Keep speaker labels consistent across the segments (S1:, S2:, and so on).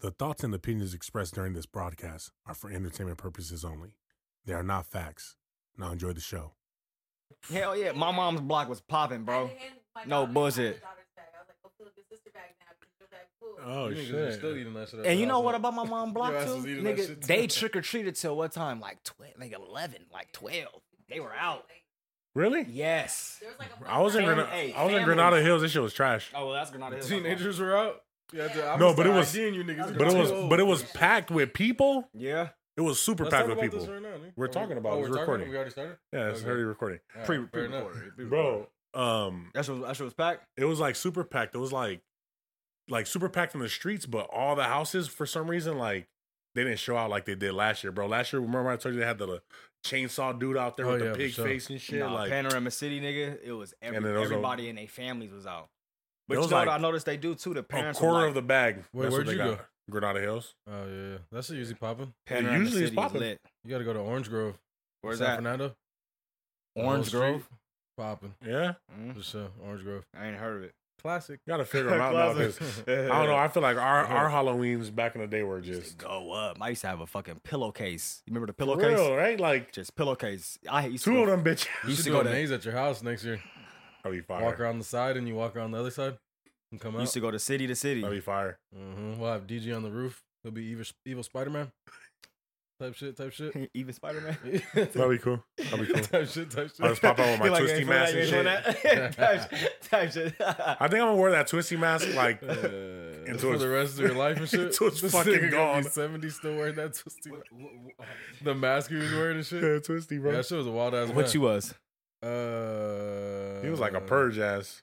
S1: The thoughts and opinions expressed during this broadcast are for entertainment purposes only. They are not facts. Now enjoy the show.
S2: Hell yeah, my mom's block was popping, bro. No bullshit.
S1: Oh
S3: You niggas was still eating that shit.
S2: And you know what about my mom block
S3: Your ass
S2: too?
S3: was eating that
S2: Nigga,
S3: shit
S2: they
S3: too.
S2: trick or treated till what time? Like twelve, like eleven, like twelve. They were out.
S1: Really?
S2: Yes.
S4: There was like a
S1: I was in
S2: Fam-
S1: Grenada.
S2: hey,
S1: I was in
S2: families.
S1: Granada Hills. This shit was trash.
S2: Oh, well, that's Granada Hills.
S3: Teenagers were out. Yeah, dude, I
S1: No,
S3: was
S1: but it was-
S3: IDing you niggas. You
S1: But it
S3: were
S1: was
S3: too old.
S1: but it was packed with people.
S2: Yeah.
S1: It was super
S3: Let's
S1: packed
S3: talk
S1: with
S3: about this
S1: people.
S3: right now, nigga.
S1: We're
S3: Are we-
S1: talking about it.
S3: oh,
S1: It's
S3: we're talking?
S1: recording.
S3: We already started.
S1: yeah, it's
S3: Okay.
S1: already recording.
S3: All right,
S2: Pre-
S3: fair
S2: pre-recorded,
S3: enough.
S1: Bro, um
S2: That shit was, that shit was packed.
S1: it was like super packed. It was like like super packed in the streets, but all the houses for some reason like they didn't show out like they did last year, bro. Last year, remember I told you they had the chainsaw dude out there
S3: Oh,
S1: with
S3: yeah,
S1: the
S3: for
S1: pig
S3: sure.
S1: face and shit.
S2: Nah,
S1: like
S2: Panorama City, nigga. It was every,
S1: And then there was a-
S2: everybody and their families was out. But
S1: There
S2: you know
S1: was
S2: what
S1: like
S2: I noticed they do too. The
S1: a
S2: parents were
S1: quarter
S2: like,
S1: of the bag.
S3: Wait,
S1: That's what
S3: where'd
S1: they
S3: you
S1: got.
S3: go?
S1: Granada Hills.
S3: Oh yeah, that's usually popping.
S2: Panorama
S1: usually it's
S2: City
S1: popping.
S2: lit.
S3: You got to go to Orange Grove.
S2: Where's
S3: San
S2: that?
S3: Fernando. The whole
S2: Orange
S3: street,
S2: Grove.
S3: Popping.
S1: Yeah,
S2: Mm,
S3: For sure. Orange Grove.
S2: I ain't heard of it.
S3: Classic.
S1: gotta figure them out now. 'cause I don't know. I feel like our
S3: Yeah.
S1: our Halloweens back in the day were
S2: I used to
S1: just
S2: go up. I used to have a fucking pillowcase. You remember the
S1: for
S2: pillowcase?
S1: real, right? Like
S2: Just pillowcase. I used to
S1: two
S2: go-
S1: of them bitches.
S2: You
S3: You
S2: should
S3: should
S2: go
S3: go
S2: to-
S3: names at your house next year.
S1: That'd be
S3: Walk
S1: fire.
S3: around the side and you walk around the other side and come out.
S2: Used to go to city to city.
S3: Oh,
S1: That'd be fire.
S3: hmm We'll have DG on the roof. He'll be evil, evil Spider Man. Type shit, type shit.
S2: Even Spider Man.
S1: That'd be cool. That'd be cool.
S3: type shit, type shit.
S1: I'll just pop out with my
S2: You like,
S1: twisty
S2: "Hey,
S1: mask
S2: you
S1: and
S2: feel
S1: shit.
S2: that? Type shit. Type shit.
S1: I think I'm gonna wear that twisty mask like
S3: Uh,
S1: Until
S3: for
S1: it's-
S3: the rest of your life and shit.
S1: until it's
S3: This
S1: fucking
S3: nigga gonna be
S1: gone.
S3: Seventy still wearing that twisty. The mask he was wearing and shit.
S1: yeah, twisty,
S3: Yeah,
S1: bro.
S3: that shit was a wild ass.
S2: What you was?
S3: Uh,
S1: he was like a purge ass.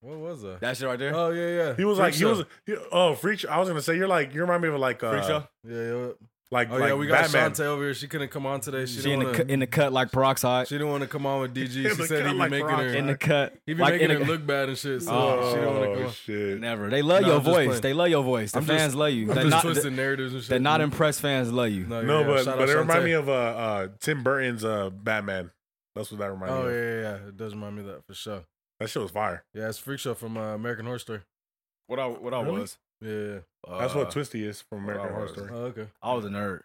S3: What was that?
S2: That shit right there.
S3: Oh yeah, yeah.
S1: He was
S3: Freak
S1: like he
S3: show.
S1: was he, oh freak. Show. I was gonna say you're like you remind me of like uh,
S2: Freak show?
S3: Yeah, yeah.
S1: like
S3: Oh
S1: like
S3: yeah, we got
S1: Batman.
S3: Shantae over here. She couldn't come on today. She,
S2: she in
S3: didn't
S2: the
S3: wanna,
S2: cu- in the cut like peroxide.
S3: She didn't want to come on with
S1: In
S3: DG.
S1: the
S3: She said
S1: cut
S3: he'd be
S1: like
S3: making her.
S1: Barack.
S2: in the cut.
S3: He'd be
S2: like
S3: making
S2: in
S3: her
S2: the-
S3: look bad and shit. So
S2: Oh,
S3: she didn't want to come.
S1: Oh
S3: on.
S1: shit!
S2: Never. They love
S3: No,
S2: your
S3: I'm just
S2: voice.
S3: playing.
S2: They love your voice. The
S3: I'm just-
S2: fans love you.
S3: I'm
S2: They're
S3: just
S2: not,
S3: twisting
S2: the,
S3: narratives and shit.
S2: the not impressed fans love you.
S1: No,
S3: yeah,
S1: but
S3: shout
S1: but
S3: out
S1: it reminded
S3: Shantae.
S1: me of uh, uh Tim Burton's uh Batman. That's what that reminded
S3: Oh
S1: me.
S3: yeah,
S1: of.
S3: yeah, yeah. It does remind me of that for sure.
S1: That shit was fire.
S3: Yeah, it's Freak Show from uh, American Horror Story.
S2: What I what I
S1: Really?
S2: was.
S3: Yeah, yeah.
S1: That's
S2: Uh,
S1: what Twisty is from
S2: what
S1: American
S2: I
S1: Horror
S2: was.
S1: Story.
S3: Oh, okay.
S2: I was a nerd.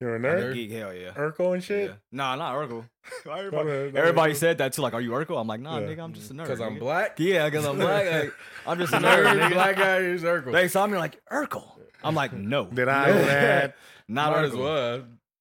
S1: You're a
S2: A
S1: nerd,
S2: Geek, hell yeah.
S1: Urkel and shit.
S2: Yeah. Nah, not Urkel.
S1: Not
S2: everybody
S1: a- not a
S2: everybody
S1: Urkel.
S2: said that too. Like, are you Urkel? I'm like, nah,
S1: Yeah.
S2: nigga, I'm just a nerd.
S3: Because I'm
S2: nigga.
S3: black.
S2: Yeah, because I'm black. Like, I'm just a nerd.
S3: Nerd,
S2: nigga.
S3: black guy is Urkel.
S2: They saw me like Urkel. I'm like, no,
S1: Did I do that?
S2: not
S3: Might
S2: Urkel.
S3: as well.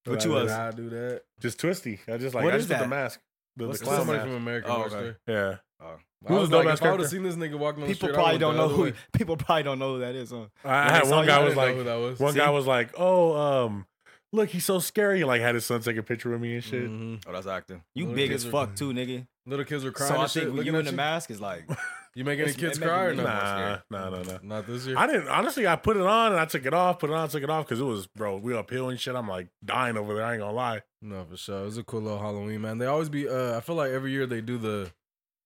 S2: What
S1: Did
S2: you
S1: I do
S2: was?
S1: that?
S3: I do that.
S1: Just Twisty. I just like
S2: What
S1: I
S2: is
S1: just put
S2: that?
S1: the mask. The, the
S2: What's
S3: It's
S2: the
S1: clown
S3: somebody
S1: mask.
S3: from American
S2: Oh,
S3: Horror
S2: okay. Oh.
S3: Story.
S1: Yeah.
S3: I
S1: Who's
S3: was
S1: the
S3: like,
S1: dumbass
S3: if I would
S1: character?
S3: have seen this nigga walking on the
S2: People
S3: street, I
S2: probably
S3: would've
S2: don't know
S3: went the
S2: who.
S3: other way.
S2: People probably don't know who that is. Huh?
S1: I, I
S2: When I
S1: had
S2: saw
S1: one
S2: you,
S1: guy
S2: I
S1: was
S3: didn't know
S1: like
S3: who that was.
S1: one guy
S2: See?
S1: was like, oh um, look, he's so scary. and, Like had his son take a picture with me and shit.
S3: Mhm.
S2: Oh, that's acting. You
S3: Little
S2: big as
S3: kids are-
S2: fuck too, nigga.
S3: Little kids were crying.
S2: So I
S3: and shit,
S2: think when
S3: looking
S2: you in
S3: at
S2: the mask is like,
S3: You making the
S2: It's- it
S3: kids
S2: make
S3: cry or
S2: me-
S3: no?
S1: Nah, no, no, no.
S3: Not this year.
S1: I didn't honestly. I put it on and I took it off. Put it on, took it off because it was bro. We uphill and shit. I'm like dying over there. I ain't gonna lie.
S3: No, for sure. It was a cool little Halloween, man. They always be. Uh, I feel like every year they do the.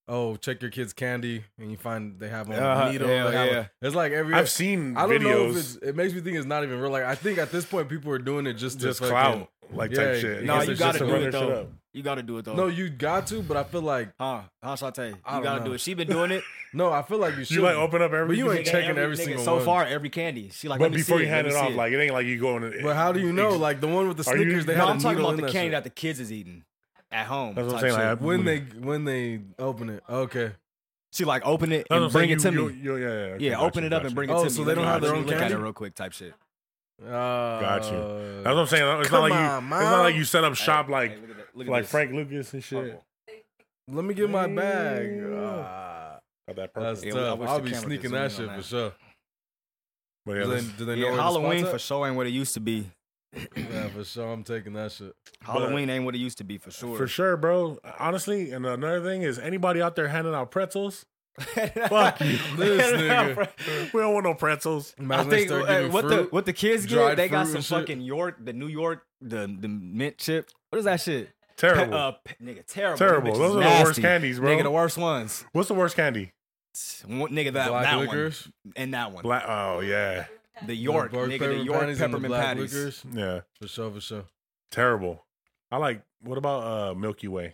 S3: Oh, check your kids' candy, and you find they have on
S2: Uh,
S3: needle.
S2: yeah,
S3: they have on-
S2: yeah.
S3: It's like every.
S1: Uh-huh. I've seen
S3: I don't know if
S1: videos
S3: it's, it makes me think it's not even real. Like I think at this point people are doing it just to
S1: just
S3: fucking-
S1: clout like
S3: Yeah,
S1: type shit.
S3: No,
S1: It's
S3: you
S1: just
S3: gotta
S1: to
S3: do
S1: run
S3: it,
S1: their shit
S2: though.
S1: up.
S2: you got to do it though.
S3: No, you got to, but I feel like
S2: huh? Huh, Shantae? You
S3: I don't
S2: got to
S3: know.
S2: do it. She been doing it.
S3: no, I feel like you should.
S1: You like oh, open up every.
S3: But you ain't
S2: Nigga,
S3: checking every
S2: nigga,
S3: single
S2: So
S3: one.
S2: far, every candy. She like,
S1: But
S2: let me
S1: before
S2: see
S1: you
S2: it,
S1: hand
S2: let
S1: it
S2: me see
S1: off, like it ain't like you going.
S3: but how do you know?
S1: Ex-
S3: Like the one with the
S1: Are you-
S3: Snickers, they
S1: No,
S3: had
S2: No,
S3: a
S2: I'm talking
S3: needle
S2: about
S3: in
S2: the
S3: that
S2: candy
S3: shit.
S2: that the kids is eating at home.
S1: That's what I'm
S2: type
S1: saying,
S2: shit.
S1: like,
S3: when they when they open it. Okay.
S2: She like open it and bring it to me.
S1: You, yeah, yeah, okay,
S2: yeah,
S1: gotcha,
S2: open it up
S1: gotcha.
S2: and bring it
S3: Oh,
S2: to me.
S3: so they
S2: Let
S3: don't
S2: me
S3: have their
S2: look-
S3: own
S2: look at
S3: candy?
S2: it real quick, type shit.
S3: Uh,
S1: Got you. That's what I'm saying. It's not
S3: Come
S1: like you.
S3: on,
S1: It's not like
S3: Mom.
S1: you set up shop
S2: Hey,
S1: like
S2: hey, look at that- look at
S1: like
S2: this.
S1: Frank Lucas and shit.
S2: Purple.
S3: Let me get my bag.
S1: Yeah.
S3: Ah,
S1: Got that
S3: that's
S1: purple.
S2: Yeah, I
S3: tough.
S2: wish
S3: I'll
S2: the
S3: be
S2: camera could
S3: sneaking
S2: zoom
S3: that
S2: in
S3: shit
S2: on
S3: for
S2: that.
S3: sure.
S1: But yeah,
S3: Do they,
S1: that's-
S3: do they know
S2: Yeah,
S3: where
S2: Halloween
S3: the
S2: for
S3: spots
S2: sure ain't what it used to be.
S3: at? Yeah, for sure. I'm taking that shit.
S2: Halloween ain't what it used to be for sure.
S1: For sure, bro. Honestly, and another thing is anybody out there handing out pretzels?
S2: Fuck
S1: you.
S3: This nigga.
S1: We don't want no pretzels.
S2: I
S3: Imagine they
S2: think
S3: start
S2: uh,
S3: giving
S2: what the
S3: fruit.
S2: what the kids get,
S3: dried
S2: they got
S3: fruit
S2: some
S3: and shit.
S2: fucking York, the New York, the the mint chip. What is that shit? Pe-
S1: Terrible.
S2: uh, pe- nigga, terrible. Them
S1: Terrible.
S2: bitches
S1: Those are the
S2: nasty.
S1: worst candies, bro.
S2: Nigga, the worst ones.
S1: What's the worst candy?
S2: One- nigga, that,
S3: black
S2: that one
S3: licorice,
S2: and that one.
S1: Black. Oh yeah,
S2: The York,
S3: bark
S2: nigga, the
S3: peppermint
S2: York
S3: patties and the
S2: peppermint
S3: black
S2: patties.
S3: licorice.
S1: yeah.
S3: For sure, for sure.
S1: Terrible. I like. What about uh Milky Way?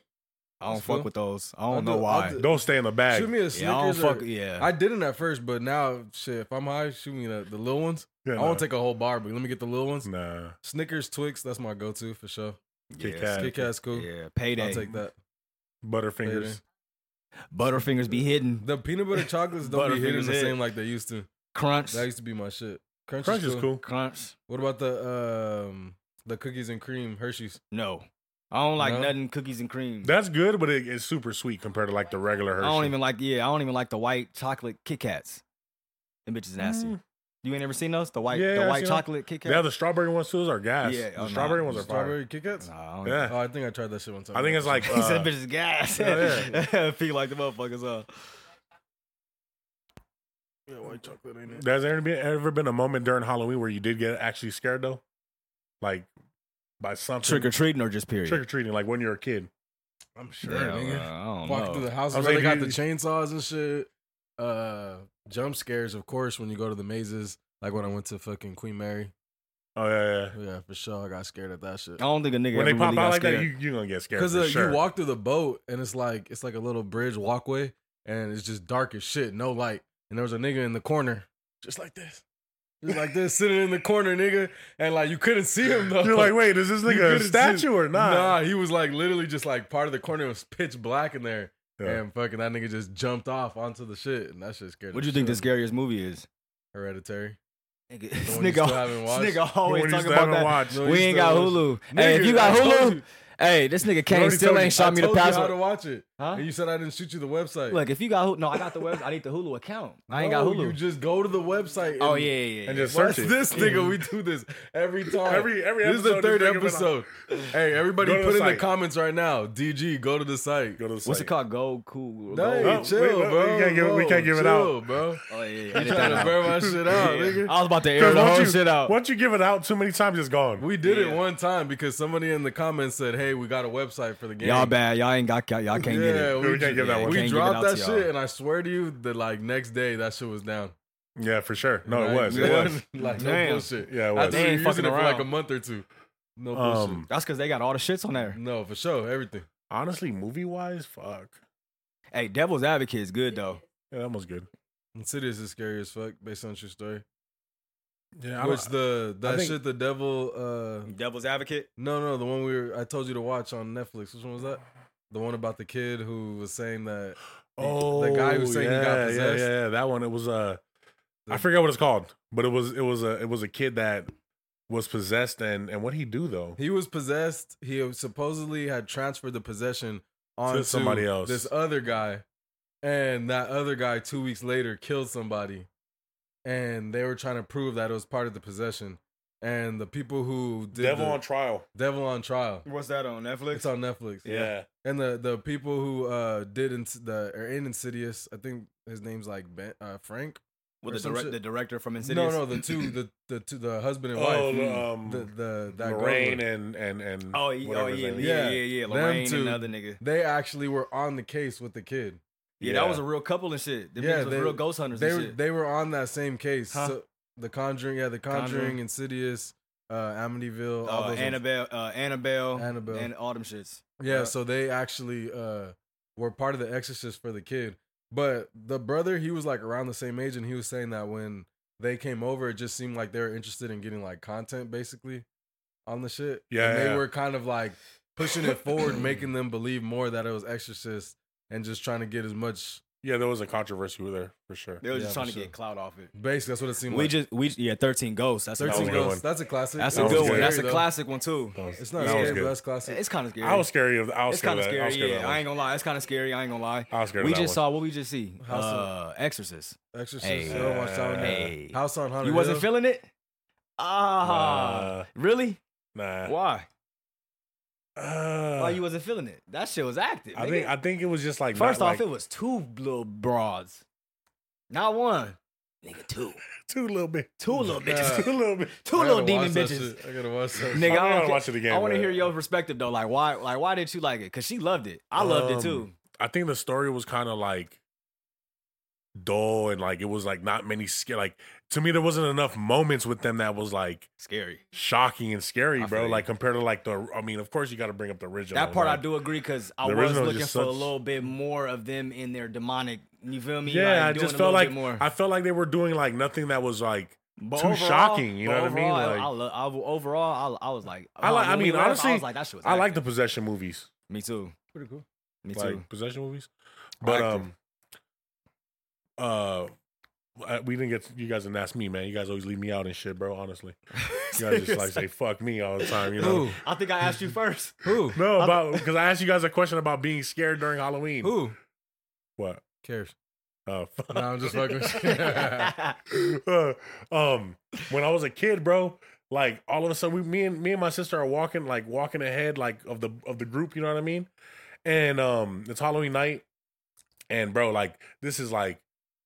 S2: I don't
S3: That's
S2: fuck
S3: cool.
S2: with those. I don't
S3: I'll
S2: know
S3: do-
S2: why.
S3: I'll do-
S1: Don't stay in the bag.
S3: Shoot me a
S2: yeah, I don't
S3: Snickers.
S2: fuck.
S3: or-
S2: Yeah,
S3: I didn't at first, but now shit. If I'm high, shoot me the, the little ones.
S1: Yeah,
S3: I
S1: nah.
S3: won't take a whole bar, but let me get the little ones.
S1: Nah.
S3: Snickers, Twix, that's my go-to for sure.
S1: Kit
S2: yeah,
S1: Kat.
S3: Kit Kat's cool.
S2: yeah, payday.
S3: I'll take that.
S1: Butterfingers.
S2: Butterfingers be hidden.
S3: The peanut butter chocolates don't be hitting
S2: Butterfingers
S3: the
S2: hit.
S3: same like they used to.
S2: Crunch.
S3: That used to be my shit. Crunch,
S1: Crunch is cool.
S2: Crunch.
S3: What about the um the cookies and cream Hershey's?
S2: No, I don't like
S3: No?
S2: nothing cookies and cream.
S1: That's good, but it, it's super sweet compared to like the regular
S2: I
S1: Hershey.
S2: don't even like. Yeah, I don't even like the white chocolate Kit Kats. Them bitches nasty.
S1: Mm.
S2: You ain't ever seen those? The white,
S1: Yeah,
S2: the
S1: I've
S2: white
S1: seen
S2: chocolate Kit Kat.
S1: Yeah, the strawberry ones too are gas.
S2: Yeah,
S1: the
S2: oh, nah.
S1: strawberry ones are fire.
S3: Strawberry Kit Kats?
S2: Nah, I don't-
S1: Yeah.
S3: Oh, I think I tried that shit one time.
S1: I think it's like
S2: He said
S1: uh,
S2: bitches gas.
S1: yeah,
S2: Feel like the motherfuckers up.
S3: yeah, white chocolate ain't it?
S1: Has there been, ever been a moment during Halloween where you did get actually scared though, like by something
S2: Trick or treating or just period?
S1: trick or treating, like when you were a kid?
S3: I'm sure,
S2: Damn,
S3: nigga.
S2: uh, I don't
S3: Walking
S2: know.
S3: through the house,
S1: I was
S3: bro, they
S1: like,
S3: got the
S1: dude-
S3: chainsaws and shit. Uh, jump scares, of course, when you go to the mazes. Like when I went to fucking Queen Mary.
S1: Oh yeah,
S3: Yeah, for sure, I got scared at that shit.
S2: I don't think a nigga
S1: yeah. When
S2: ever
S1: they pop
S2: really
S1: out
S2: got
S1: like
S2: scared.
S1: that, you you gonna get scared
S3: Because
S1: for
S3: uh,
S1: sure.
S3: you walk through the boat and it's like it's like a little bridge walkway and it's just dark as shit, no light. And there was a nigga in the corner, just like this, just like this, sitting in the corner, nigga, and like you couldn't see him though.
S1: You're like, wait, is this
S3: You
S1: nigga
S3: couldn't
S1: a
S3: see-
S1: statue or not?
S3: Nah, he was like literally just like part of the corner was pitch black in there,
S1: Yeah.
S3: and fucking that nigga just jumped off onto the shit, and that shit scared.
S2: what
S3: the
S2: do you think the
S3: shit out of me.
S2: scariest movie is?
S3: Hereditary.
S2: Nigga,
S3: The
S2: this
S3: one you still
S2: nigga,
S3: haven't
S2: this
S3: watched?
S2: nigga
S1: The one
S2: always
S1: you
S2: talking
S1: still
S2: about
S1: haven't
S2: that.
S1: watched.
S3: No,
S2: we
S3: you
S2: ain't
S3: still
S2: got
S3: haven't
S2: Hulu.
S3: watched.
S2: Hey, if
S3: Nigga,
S2: you got
S3: I told
S2: Hulu,
S3: you.
S2: hey, this nigga Kane
S3: Brody
S2: still
S3: told
S2: ain't
S3: I
S2: shot me the
S3: told you how to
S2: password.
S3: watch it,
S2: Huh?
S3: and you said I didn't shoot you the website.
S2: Look, if you got Hulu, no, I got the website. I need the Hulu account. I ain't got
S3: No,
S2: Hulu.
S3: You just go to the website. and-
S2: oh yeah, yeah, yeah.
S1: and just
S3: Watch
S1: search it.
S3: this nigga. We do this every time.
S1: Every- every
S3: This is the
S1: episode,
S3: third
S1: this nigga been
S3: episode. Hey, everybody,
S1: Go to
S3: put
S1: the
S3: in the
S1: site.
S3: comments right now. DG, go to the site.
S1: Go to the
S2: What's
S1: site.
S2: it called? Gold Cool.
S3: No,
S2: Gold.
S1: Oh, wait,
S3: chill,
S1: wait, wait,
S3: bro.
S1: we can't give- we
S3: bro,
S1: can't give it
S3: chill, bro.
S2: Oh yeah, yeah.
S3: You
S2: Edit
S3: trying
S2: that
S3: to
S2: out.
S3: burn my shit out,
S2: Yeah.
S3: nigga?
S2: I was about to air
S1: Because
S2: the
S1: once
S2: whole
S1: you-
S2: shit out.
S1: Once you give it out too many times, it's gone.
S3: We did it
S2: Yeah.
S3: one time because somebody in the comments said, "Hey, we got a website for the game."
S2: Y'all bad. Y'all ain't got. Y'all can't get
S3: Yeah,
S2: it.
S1: we,
S3: we
S1: can't
S3: ju-
S1: give that
S2: yeah,
S1: one.
S2: can't give
S3: We
S2: it
S3: dropped
S2: out to
S3: that
S2: y'all.
S3: shit, and I swear to you, that like next day, that shit was down.
S1: yeah, for sure. No, it
S3: Like,
S1: was. It
S3: yeah,
S1: was.
S3: like no
S2: Damn.
S3: bullshit.
S1: Yeah, it
S3: I
S1: was.
S2: They ain't
S3: think you're using
S2: fucking
S3: it for like
S2: around.
S3: a month or two. No bullshit.
S1: Um,
S2: That's because they got all the shits on there.
S3: no, for sure, everything.
S1: honestly, movie wise, fuck.
S2: Hey, Devil's Advocate is good though.
S1: Yeah, that was good.
S3: Insidious is scary as fuck, based on true story.
S1: Yeah, I
S3: Which
S1: was the
S3: the that
S1: think-
S3: shit the devil uh
S2: Devil's Advocate.
S3: no no the one we were I told you to watch on Netflix. Which one was that? The one about the kid who was saying that
S1: oh
S3: the guy who said he
S1: yeah,
S3: got
S1: yeah,
S3: possessed.
S1: yeah, yeah, that one. It was uh, I
S3: The-
S1: forget what it's called, but it was it was a it was a kid that was possessed and and what he do though?
S3: he was possessed. He supposedly had transferred the possession onto
S1: somebody else.
S3: This other guy, and that other guy two weeks later killed somebody, and they were trying to prove that it was part of the possession. And the people who did
S1: Devil
S3: the-
S1: on trial.
S3: Devil on Trial.
S2: What's that on Netflix?
S3: It's on Netflix.
S1: Yeah,
S3: And the the people who uh did in the or in Insidious, I think his name's like ben, uh Frank.
S2: With
S3: or
S2: the,
S3: some
S2: direct,
S3: shit.
S2: the director from Insidious. uh,
S3: No, no, the two the the two, the husband and wife.
S1: Oh, um,
S3: the the that
S1: Lorraine
S3: girl.
S1: and and and
S2: Oh, yeah, oh
S1: whatever his
S2: yeah, yeah,
S1: name
S3: is.
S2: yeah, yeah,
S3: Them
S2: Lorraine
S3: two.
S2: and another nigga.
S3: they actually were on the case with the kid.
S2: Yeah,
S1: Yeah.
S2: that was a real couple and shit. Them
S3: Yeah,
S2: niggas was
S3: they-
S2: real ghost hunters
S3: They
S2: and
S3: were
S2: shit.
S3: they were on that same case.
S2: Huh?
S3: So the Conjuring, yeah, the Conjuring,
S2: Conjuring.
S3: Insidious, uh Amityville, all
S2: uh,
S3: those ones.
S2: Annabelle, uh, Annabelle,
S3: Annabelle.
S2: and all them shits.
S3: Yeah,
S2: Yeah.
S3: so they actually uh were part of the exorcist for the kid. But the brother, he was like around the same age and he was saying that when they came over, it just seemed like they were interested in getting like content basically on the shit.
S1: Yeah,
S3: And
S1: yeah.
S3: they were kind of like pushing it forward, making them believe more that it was exorcist and just trying to get as much
S1: Yeah, there was a controversy with her for sure.
S2: They was
S3: Yeah,
S2: just
S3: for
S2: trying to
S3: sure.
S2: get clout off it.
S3: basically that's what it seemed
S2: We
S3: like.
S2: just we yeah, thirteen ghosts. That's
S1: That
S2: a
S3: 13
S1: was a
S2: good
S1: good
S3: Ghosts.
S1: one.
S3: That's a classic.
S2: That's
S1: That
S2: a
S1: was
S2: good one.
S1: scary,
S2: That's a
S3: though.
S2: classic one too.
S1: That was-
S3: It's
S1: that
S3: not
S1: was
S3: scary, but
S1: good.
S3: that's classic.
S2: It's kind of scary.
S1: I was scary. Of, I was
S2: it's kind
S1: scared of
S2: of
S1: that. I
S2: scary.
S1: was scared of that
S2: Yeah,
S1: one.
S2: I ain't gonna lie. It's kind of scary. I ain't gonna lie.
S1: I was scared
S2: We
S1: of that
S2: just
S1: one.
S2: saw what we just see.
S3: House of-
S2: Uh, Exorcist.
S3: Exorcist.
S2: Hey.
S3: you don't watch that one?
S2: Hey.
S3: House on Haunted
S2: You wasn't
S3: Hill.
S2: feeling it? Ah,
S1: Nah.
S2: really?
S1: Nah.
S2: Why?
S1: Uh,
S2: Why you wasn't feeling it? That shit was active.
S1: I
S2: nigga.
S1: think I think it was just like
S2: First
S1: not
S2: off,
S1: like,
S2: it was two little broads, not one. Nigga, two,
S1: two little bit,
S2: two little
S3: Yeah.
S2: bitches,
S1: two little bit.
S2: two
S3: I gotta
S2: little demon
S3: watch that
S2: bitches.
S3: shit. I gotta watch that.
S2: Nigga,
S1: I
S2: I,
S1: don't
S2: don't
S1: wanna watch it again.
S2: I want to
S1: but
S2: hear your perspective though. Like, why? Like, why did you like it? Cause she loved it. I loved it too.
S1: Um, I think the story was kind of like dull and like it was like not many scare. Like to me, there wasn't enough moments with them that was like
S2: Scary.
S1: shocking and scary,
S2: I
S1: bro.
S2: feel you.
S1: Like compared to like the. I mean, of course you got to bring up the original.
S2: That part
S1: like,
S2: I do agree because I
S1: The
S2: was
S1: original is
S2: looking for
S1: just
S2: a
S1: such-
S2: little bit more of them in their demonic. You feel me?
S1: Yeah,
S2: Like,
S1: I
S2: doing
S1: just
S2: a
S1: felt
S2: little
S1: like
S2: bit more.
S1: I felt like they were doing like nothing that was like
S2: But
S1: too shocking, you
S2: but
S1: know what I mean?
S2: overall,
S1: Like-
S2: I, lo- I w- overall, I, I was like, oh,
S1: I like- I
S2: when we
S1: mean,
S2: left,
S1: honestly,
S2: I was like, that shit was
S1: I like the
S2: acting.
S1: possession movies,
S2: Me too.
S3: Pretty cool.
S2: Me
S1: like
S2: too.
S1: possession movies.
S3: I
S1: But
S3: liked it.
S1: um, uh, I- we didn't get you guys didn't ask me, man. You guys always leave me out and shit, bro. Honestly, you guys just like say fuck me all the time, you know.
S3: Who?
S2: I think I asked you first.
S3: Who?
S1: No, about because I asked you guys a question about being scared during Halloween.
S3: Who
S1: What?
S3: cares?
S1: Oh, fuck.
S3: No, I'm just fucking. with you.
S2: yeah,
S1: Uh, um, when I was a kid, bro, like all of a sudden, we, me and me and my sister are walking, like walking ahead, like of the of the group. You know what I mean? And um, it's Halloween night, and bro, like this is like,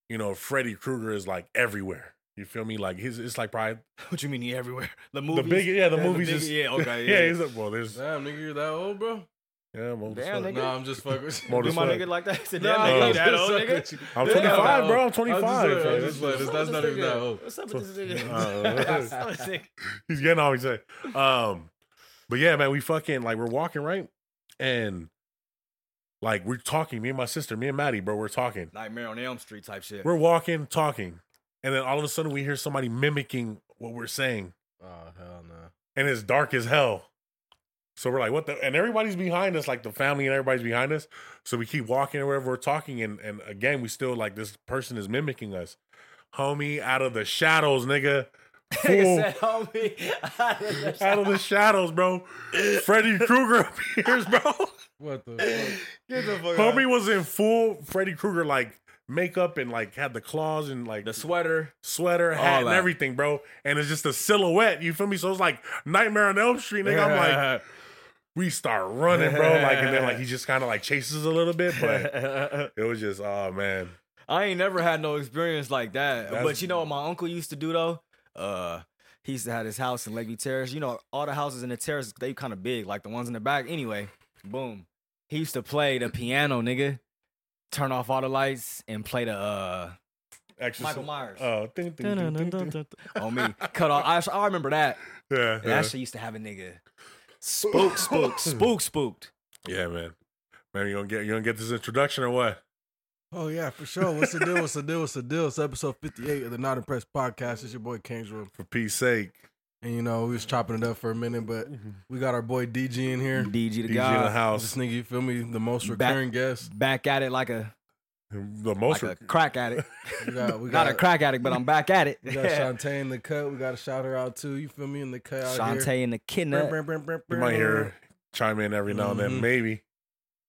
S1: you know, Freddy Krueger is like everywhere. You feel me? Like his, it's like probably
S2: what you mean? He everywhere. The movies.
S1: the big, yeah, the movies
S2: big-
S1: is,
S2: yeah, okay,
S1: yeah,
S2: yeah.
S1: he's like, well, there's,
S3: Damn, nigga, you're that old, bro?
S1: yeah, I'm old as
S2: Damn,
S1: fuck.
S2: nigga.
S3: No, I'm just fucking. with you.
S1: Old
S2: Do
S1: as
S2: my
S1: fuck.
S2: nigga like that? Said,
S3: No,
S2: "Damn,
S1: I'm
S2: nigga,
S1: just
S2: that old
S3: fucking
S2: nigga."
S3: with you.
S1: I'm
S2: Yeah.
S1: 25, bro. I'm
S3: I was
S1: 25.
S3: just like, I was
S1: It's
S3: just
S1: like-
S3: like, it's- that's not even that old.
S2: What's up with this nigga?
S1: Uh,
S2: What's up with this nigga?
S1: He's getting all he's saying. Um, but yeah, man, we fucking like we're walking right, and like we're talking. Me and my sister, me and Maddie, bro, we're talking.
S2: Nightmare on Elm Street type shit.
S1: We're walking, talking, and then all of a sudden we hear somebody mimicking what we're saying,
S3: Oh hell no!
S1: and it's dark as hell. So we're like, what the? And everybody's behind us, like the family and everybody's behind us. So we keep walking or wherever we're talking, and and again we still like this person is mimicking us, homie, out of the shadows, nigga. Full-
S2: Nigga said, homie.
S1: out of the shadows, bro. Freddy Krueger appears, bro.
S3: What the? fuck?
S2: Get the fuck out.
S1: Homie was in full Freddy Krueger like makeup and like had the claws and like
S2: The sweater.
S1: sweater, hat, and
S3: that.
S1: everything, bro. And it's just a silhouette. You feel me? So it's like Nightmare on Elm Street, nigga. I'm like, we start running, bro. Like, and then like he just kind of like chases a little bit, but it was just, oh man.
S2: I ain't never had no experience like that.
S1: That's-
S2: but you know what my uncle used to do though? Uh he used to have his house in Lakeview Terrace. You know, all the houses in the terrace, they kind of big, like the ones in the back. Anyway, boom. He used to play the piano, nigga. Turn off all the lights and play the uh
S1: Exorcist.
S2: Michael Myers.
S1: Oh, ding, ding, ding, ding, ding.
S2: on me. Cut off. I, I remember that.
S1: yeah,
S2: And
S1: yeah.
S2: that shit used to have a nigga spook, spook, spook, spooked.
S1: yeah, man. Man, you gonna get you gonna get this introduction or what?
S3: Oh yeah, for sure. What's the deal? What's the deal? What's the deal? It's episode fifty-eight of the Not Impressed podcast. It's your boy Kingswood,
S1: For peace' sake.
S3: and you know we was chopping it up for a minute, but
S2: Mm-hmm.
S3: we got our boy DG in here.
S2: DG the
S1: DG in the
S2: guy.
S1: house.
S3: This nigga, you feel me? The most
S2: Back-
S3: recurring guest.
S2: Back at it like a
S1: The most.
S2: like a crack addict.
S3: We got, we
S2: Not a
S3: got,
S2: crack addict, but I'm back at it.
S3: we got Shantae in the cut. We got to shout her out too. You feel me? In the cut out here.
S2: Shantae and the
S3: Brr,
S2: kidnap.
S3: brr, brr, brr,
S1: you might hear her chime in every now and then.
S2: Mm-hmm.
S3: Mhm.
S1: Maybe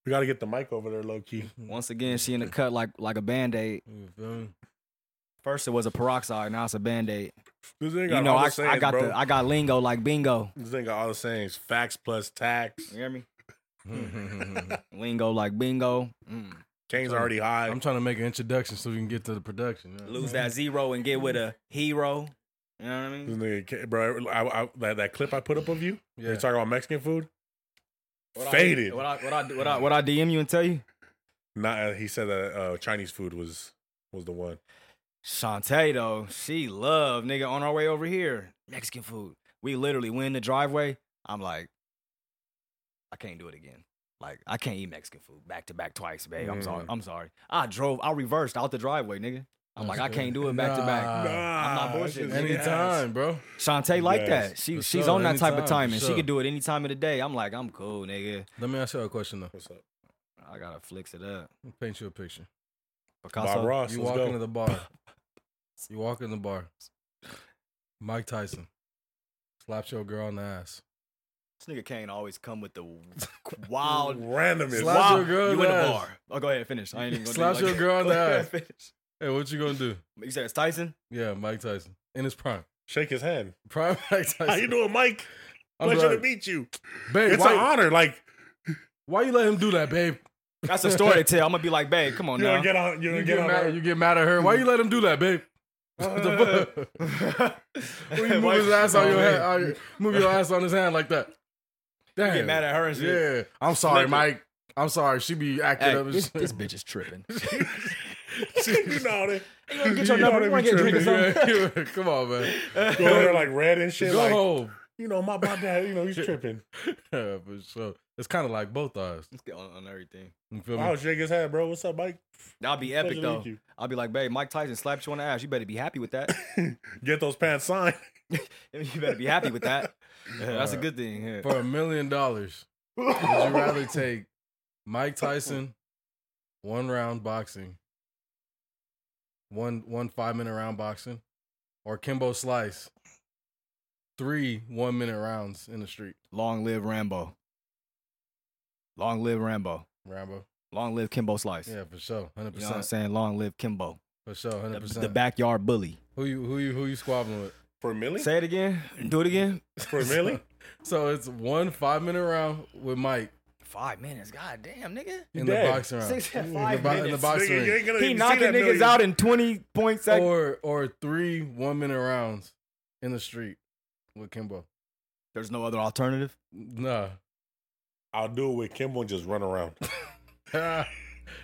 S1: we got to get the mic over there, low key.
S2: Once again, she in the cut like like a band aid.
S3: You feel me?
S2: First it was a peroxide, now it's a band aid.
S1: This thing got
S2: You know,
S1: all
S2: I,
S1: the sayings,
S2: I got
S1: bro.
S2: the I got lingo like bingo.
S1: this thing got all the sayings: facts plus tax.
S2: You hear me? Lingo like bingo. Mm.
S1: Kane's already high.
S3: I'm trying to make an introduction so we can get to the production. you know?
S2: Lose that zero and get with a hero. You know what I
S1: This
S2: mean?
S1: nigga, Ka- bro, I, I, that, that clip I put up of you,
S3: Yeah.
S1: you talking about Mexican food.
S2: What
S1: Faded.
S2: I, what I what I what I what I DM you and tell you?
S1: Not uh, he said that uh, Chinese food was was the one.
S2: Shantae though, she love nigga on our way over here. Mexican food. We literally went in the driveway. I'm like, I can't do it again. Like I can't eat Mexican food back to back twice, babe. I'm sorry.
S1: Mm.
S2: I'm sorry. I drove. I reversed out the driveway, nigga. I'm like, I can't do it back to back.
S3: Nah.
S2: I'm not
S1: that's
S2: bullshitting.
S1: just-
S3: Anytime, bro.
S2: Shantae like
S1: Yes,
S2: that. She
S3: for
S2: she's
S3: sure,
S2: on that type of
S3: anytime,
S2: timing.
S3: for
S2: She
S3: sure.
S2: could do it any time of the day. I'm like, I'm cool, nigga.
S3: Let me ask you a question though.
S1: What's up,
S2: I gotta flex it up.
S3: I'll paint you a picture.
S1: Bob
S2: Picasso.
S1: Ross?
S3: you
S1: let's
S3: walk
S1: go.
S3: into the bar. You walk in the bar. Mike Tyson slaps your girl on the ass.
S2: This nigga Kane always come with the wild
S1: randomness.
S3: Slaps
S2: Wow,
S3: your girl
S2: you in the
S3: ass.
S2: bar. Oh, go ahead, finish. I ain't even gonna
S3: Slaps
S2: do
S3: your girl in
S2: Go
S3: the
S2: ahead,
S3: ass.
S2: finish.
S3: Hey, what you gonna do?
S2: You said it's Tyson?
S3: Yeah, Mike Tyson in his prime.
S1: Shake his hand.
S3: Prime Mike Tyson.
S1: How you doing, Mike?
S3: I'm
S1: Pleasure to
S3: like,
S1: meet you.
S3: babe,
S1: it's
S3: why,
S1: an honor. Like
S3: why you let him do that, babe?
S2: That's a story to tell. I'm gonna be like, babe, come on
S1: you
S2: now.
S1: don't get on. You
S3: You
S1: don't
S3: get,
S1: get on.
S3: mad. You get mad at her. Why you let him do that, babe? What the fuck? Well, you move
S2: Why-
S3: his ass on
S2: Oh,
S3: your
S2: man.
S3: hand. on your- move your ass on his hand like that.
S2: You
S3: Damn.
S2: get mad at her and shit.
S3: Yeah. I'm sorry,
S2: Flick it.
S3: Mike. I'm sorry. She be acting
S2: Hey,
S3: up. and
S2: this,
S3: shit.
S2: this bitch is tripping.
S1: you know that.
S2: You wanna
S1: You
S2: get your
S1: know
S2: number?
S1: they
S2: You
S1: be
S2: wanna get a drink or
S1: tripping.
S2: something?
S3: Yeah, Come on, man.
S1: Go there like red and shit.
S3: Go
S1: like,
S3: home.
S1: you know, my, my dad, you know, he's tripping.
S3: yeah, for sure. It's kind of like both eyes.
S2: on, on everything.
S3: You feel me?
S2: Oh,
S1: I'll shake his hand, bro. What's up, Mike?
S2: That'd be
S1: Pleasure
S2: epic
S1: to
S2: though.
S1: meet you.
S2: I'll be like, babe, Mike Tyson slapped you on the ass. You better be happy with that.
S1: Get those pants signed.
S2: you better be happy with that. Yeah, that's a
S3: Uh,
S2: good thing. yeah.
S3: For a million dollars, would you rather take Mike Tyson one round boxing, one one five minute round boxing, or Kimbo Slice three one minute rounds in the street?
S2: Long live Rambo. Long live Rambo.
S3: Rambo.
S2: Long live Kimbo Slice.
S3: Yeah, for sure, hundred
S2: You know what I'm
S3: percent.
S2: saying? Long live Kimbo.
S3: For sure,
S2: The,
S3: hundred
S2: the
S3: percent.
S2: backyard bully.
S3: Who you who you who you squabbling with?
S1: For Millie?
S2: Say it again. Do it again.
S1: For Millie?
S3: So it's one five minute round with Mike
S2: Five minutes. God damn, nigga.
S3: in
S1: dead.
S3: the boxing round,
S2: Six,
S3: In the
S2: five
S3: bo- in the
S2: minutes.
S3: boxing
S1: Nigga, you
S3: ring,
S1: ain't gonna
S2: He
S1: even see
S2: knocking
S1: that
S2: niggas
S1: million.
S2: out in 20 point seconds.
S3: or or three one minute rounds in the street with Kimbo.
S2: There's no other alternative.
S3: Nah.
S1: I'll do it with Kimbo and just run around.
S3: that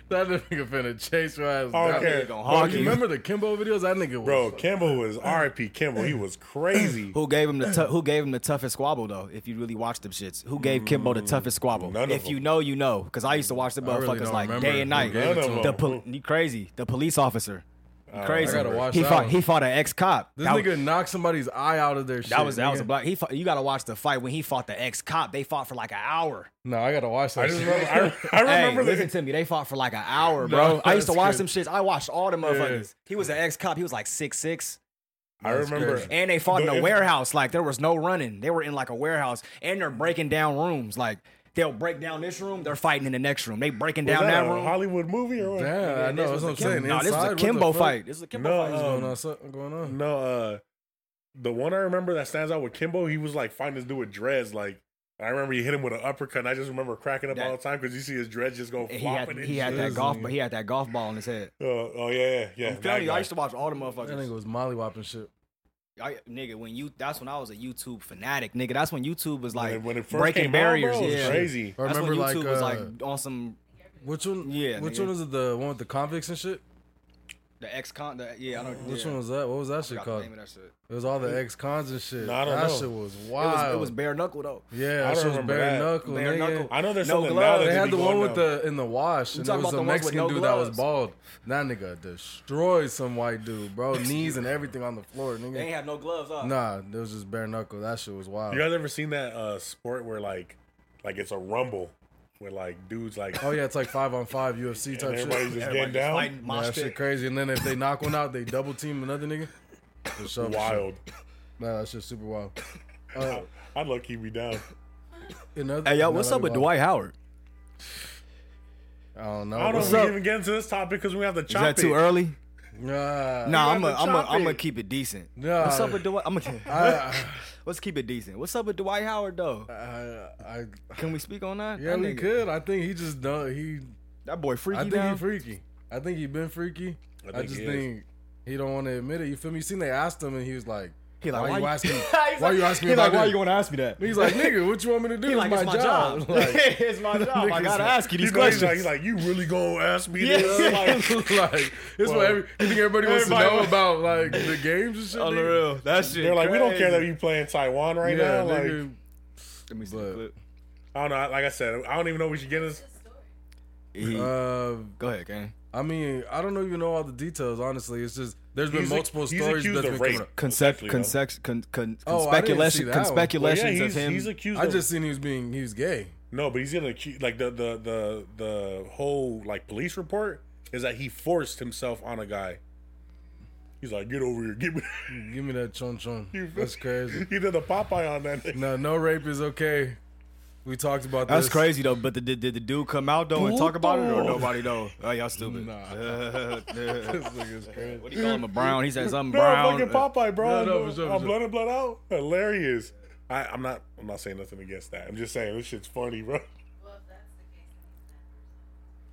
S3: nigga finna chase your ass
S1: I don't
S3: down.
S1: care.
S2: Nigga gonna
S3: Bro,
S2: hog
S3: you
S2: you.
S3: remember the Kimbo videos? That nigga was
S1: Bro, Kimbo was RIP Kimbo. He was crazy.
S2: Who gave him the tou- Who gave him the toughest squabble though? If you really watch them shits, who gave Kimbo
S3: Mm,
S2: the toughest squabble?
S1: none of
S2: if you
S1: them.
S2: know, you know, because I used to watch the
S3: I really
S2: motherfuckers
S3: don't
S2: like
S3: remember
S2: day and
S3: who
S2: night.
S3: gave
S1: None
S3: it
S1: of
S3: to him.
S2: The
S1: them.
S2: pol- you crazy. The police officer. You
S1: Uh,
S2: crazy.
S3: I gotta watch
S2: he
S3: that
S2: fought.
S3: one.
S2: He fought an ex cop.
S3: This
S2: that,
S3: nigga knocked somebody's eye out of their shit.
S2: that was that was a
S3: nigga.
S2: black. He fought, you gotta watch the fight when he fought the ex cop. They fought for like an hour.
S3: No, I gotta watch that.
S1: I just
S3: shit.
S1: remember I, I remember
S2: hey, listen
S1: that.
S2: to me. They fought for like an hour,
S3: No,
S2: bro. I used to
S3: that's
S2: watch
S3: good.
S2: them shits. I watched all the motherfuckers. He was an ex cop. He was like six six.
S1: I
S3: That's
S1: remember
S3: crazy.
S2: And they fought in
S1: The-
S2: a
S1: if-
S2: warehouse. Like there was no running. They were in like a warehouse, and they're breaking down rooms. Like they'll break down this room. They're fighting in the next room. They breaking
S1: was
S2: down
S1: that
S2: that,
S1: a
S2: room.
S1: Hollywood movie or what?
S3: Damn, I know. uh, That's what I'm saying.
S2: no, this is
S3: Inside,
S2: a
S3: what
S2: Kimbo
S3: the fuck
S2: fight. This is a Kimbo
S1: No,
S2: fight.
S1: uh,
S3: is going
S1: Um,
S3: on? Something going on?
S1: No, uh the one I remember that stands out with Kimbo, he was like fighting this dude with dreads. Like I remember he hit him with an uppercut. And I just remember cracking up
S2: That-
S1: all the time because you see his dreads just go
S2: And he had
S1: flopping. and
S2: he had
S1: shit.
S2: that
S3: shit.
S2: golf, but he had that golf ball in his head.
S1: Uh, oh yeah, yeah, yeah.
S2: I'm telling
S1: that
S2: you, I
S1: guy.
S2: used to watch all the
S3: That
S2: motherfuckers.
S3: nigga was mollywopping shit.
S2: I, nigga, when you that's when I was a YouTube fanatic, nigga. That's when YouTube was like
S1: when, it- when it first
S2: breaking
S1: came
S2: barriers.
S1: out, bro, it was
S2: yeah,
S1: crazy.
S3: I
S2: That's
S3: remember
S2: when YouTube
S3: like,
S2: was
S3: uh,
S2: like on some
S3: which one?
S2: Yeah,
S3: which
S2: nigga.
S3: one was it? The one with the convicts and shit.
S2: the ex con. The, yeah, I don't.
S3: Which
S2: yeah,
S3: one was that? What was that shit
S2: forgot the
S3: called?
S2: name of that shit.
S3: It was all the ex cons and shit.
S1: No, I don't
S3: that
S1: know.
S3: shit was
S2: It was,
S3: wild.
S2: it was bare knuckle though.
S1: I
S3: yeah, that
S1: don't
S3: shit was
S1: remember
S3: bare
S1: that.
S3: knuckle.
S2: Bare
S3: nigga.
S2: knuckle.
S1: I know there's
S2: No
S1: something
S2: gloves.
S1: now that
S3: They
S1: they
S3: had
S1: be
S3: the
S1: going
S3: one with
S1: down.
S3: the in the wash. And it
S2: talking
S3: was
S2: about
S3: a
S2: the ones with
S3: Mexican
S2: no
S3: dude that was
S2: gloves?
S3: bald. That nigga destroyed some white dude, bro. Knees and everything on the floor,
S2: They ain't
S3: nigga.
S2: have no gloves on.
S3: Nah, it was just bare knuckle. That shit was wild.
S1: You guys ever seen that uh sport where like like it's a rumble where like dudes like
S3: Oh yeah, it's like five on five UFC
S1: and
S3: type
S1: everybody's
S3: shit.
S1: just
S2: Everybody
S1: getting
S2: just
S1: down.
S2: fighting,
S3: Yeah,
S2: mosh
S3: that shit
S2: pit.
S3: crazy. And then if they knock one out, they double team another nigga. For sure, for sure.
S1: Wild.
S3: Nah, that shit super wild. Uh,
S1: I'd love keep me down.
S3: another,
S2: Hey yo,
S3: nah,
S2: what's
S3: that'd
S2: up
S3: be
S2: with
S3: wild.
S2: Dwight Howard?
S3: I don't know.
S1: I don't
S3: What's
S1: know
S3: up?
S1: if we even get into this topic because we have to
S2: Is
S1: chop
S2: that too
S1: it.
S2: early?
S3: Nah.
S2: Nah,
S1: You
S2: I'm
S1: got
S2: a,
S1: to
S2: I'm a,
S1: chop
S2: I'm gonna
S1: it.
S2: keep it decent.
S3: Nah.
S2: What's up with Dwight? I'm gonna,
S3: I,
S2: let's keep it decent. What's up with Dwight Howard though?
S3: I, I,
S2: Can we speak on that?
S3: yeah,
S2: that
S3: we
S2: nigga-
S3: could. I think he just done. He
S2: That boy freaky
S3: I think
S2: down.
S3: he freaky. I think he been freaky. I,
S1: think
S3: just
S1: he is.
S3: think he don't want to admit it. You feel me? You seen they asked him and he was like,
S2: He like,
S3: why,
S2: why
S3: you
S2: you-
S3: asking? me-
S2: He's
S3: why
S2: like-
S3: you asking me
S2: he
S3: about
S2: like, why
S3: that?
S2: you gonna ask me that?
S3: He's like, nigga, what you want me to do?
S2: He
S3: It's
S2: like,
S3: my,
S2: it's my
S3: job.
S2: job.
S3: Like,
S2: it's my job. I
S3: nigga's
S2: gotta
S3: like-
S2: ask you
S1: He's
S2: these
S1: like,
S2: questions.
S1: he's like, he's like, you really gonna ask me
S2: Yeah.
S1: this? Like,
S3: like, it's
S1: Well,
S3: what every, you think everybody wants
S1: everybody
S3: to know
S1: wants-
S3: about, like the games and shit.
S2: on Oh, the
S3: nigga?
S2: real, that shit.
S1: they're like, we don't care that
S2: crazy.
S1: you playing Taiwan right
S3: yeah,
S1: now.
S3: nigga.
S1: Like,
S2: Let me see the
S3: But-
S2: clip.
S1: I don't know. Like I said, I don't even know if we should get this.
S2: He-
S3: Uh,
S2: Go ahead, gang.
S3: I mean, I don't know even know all the details. Honestly, it's just there's been
S1: He's ac-
S3: multiple
S1: he's
S3: stories
S1: accused
S3: that's
S1: of
S3: been coming
S1: rape.
S3: up.
S2: Concept,
S1: Essentially, though.
S2: concept, con, con,
S3: Oh, I didn't see
S2: conspeculation,
S3: that one.
S1: Well, yeah,
S2: conspeculation
S1: he's,
S2: of him.
S1: he's accused.
S3: I
S1: of,
S3: just seen he was being he was gay.
S1: no, but he's gonna accu- like the the the the whole like police report is that he forced himself on a guy. He's like, get over here, give me.
S3: Give me that chon chon.
S1: You feel-
S3: That's crazy.
S1: he did a Popeye on that. Nigga.
S3: No, no rape is okay. We talked about
S2: That's
S3: this.
S2: crazy though. But the, did, did the dude come out though and talk about it, or nobody know? Oh, y'all stupid.
S3: Nah.
S2: what
S3: This nigga's crazy.
S2: do you call him? A brown? He said something
S1: No,
S2: brown.
S1: fucking Popeye, bro.
S3: uh, No, no, for sure, for
S1: I'm
S3: sure.
S1: blood and blood out. Hilarious. I, I'm not. I'm not saying nothing against that. I'm just saying this shit's funny, bro.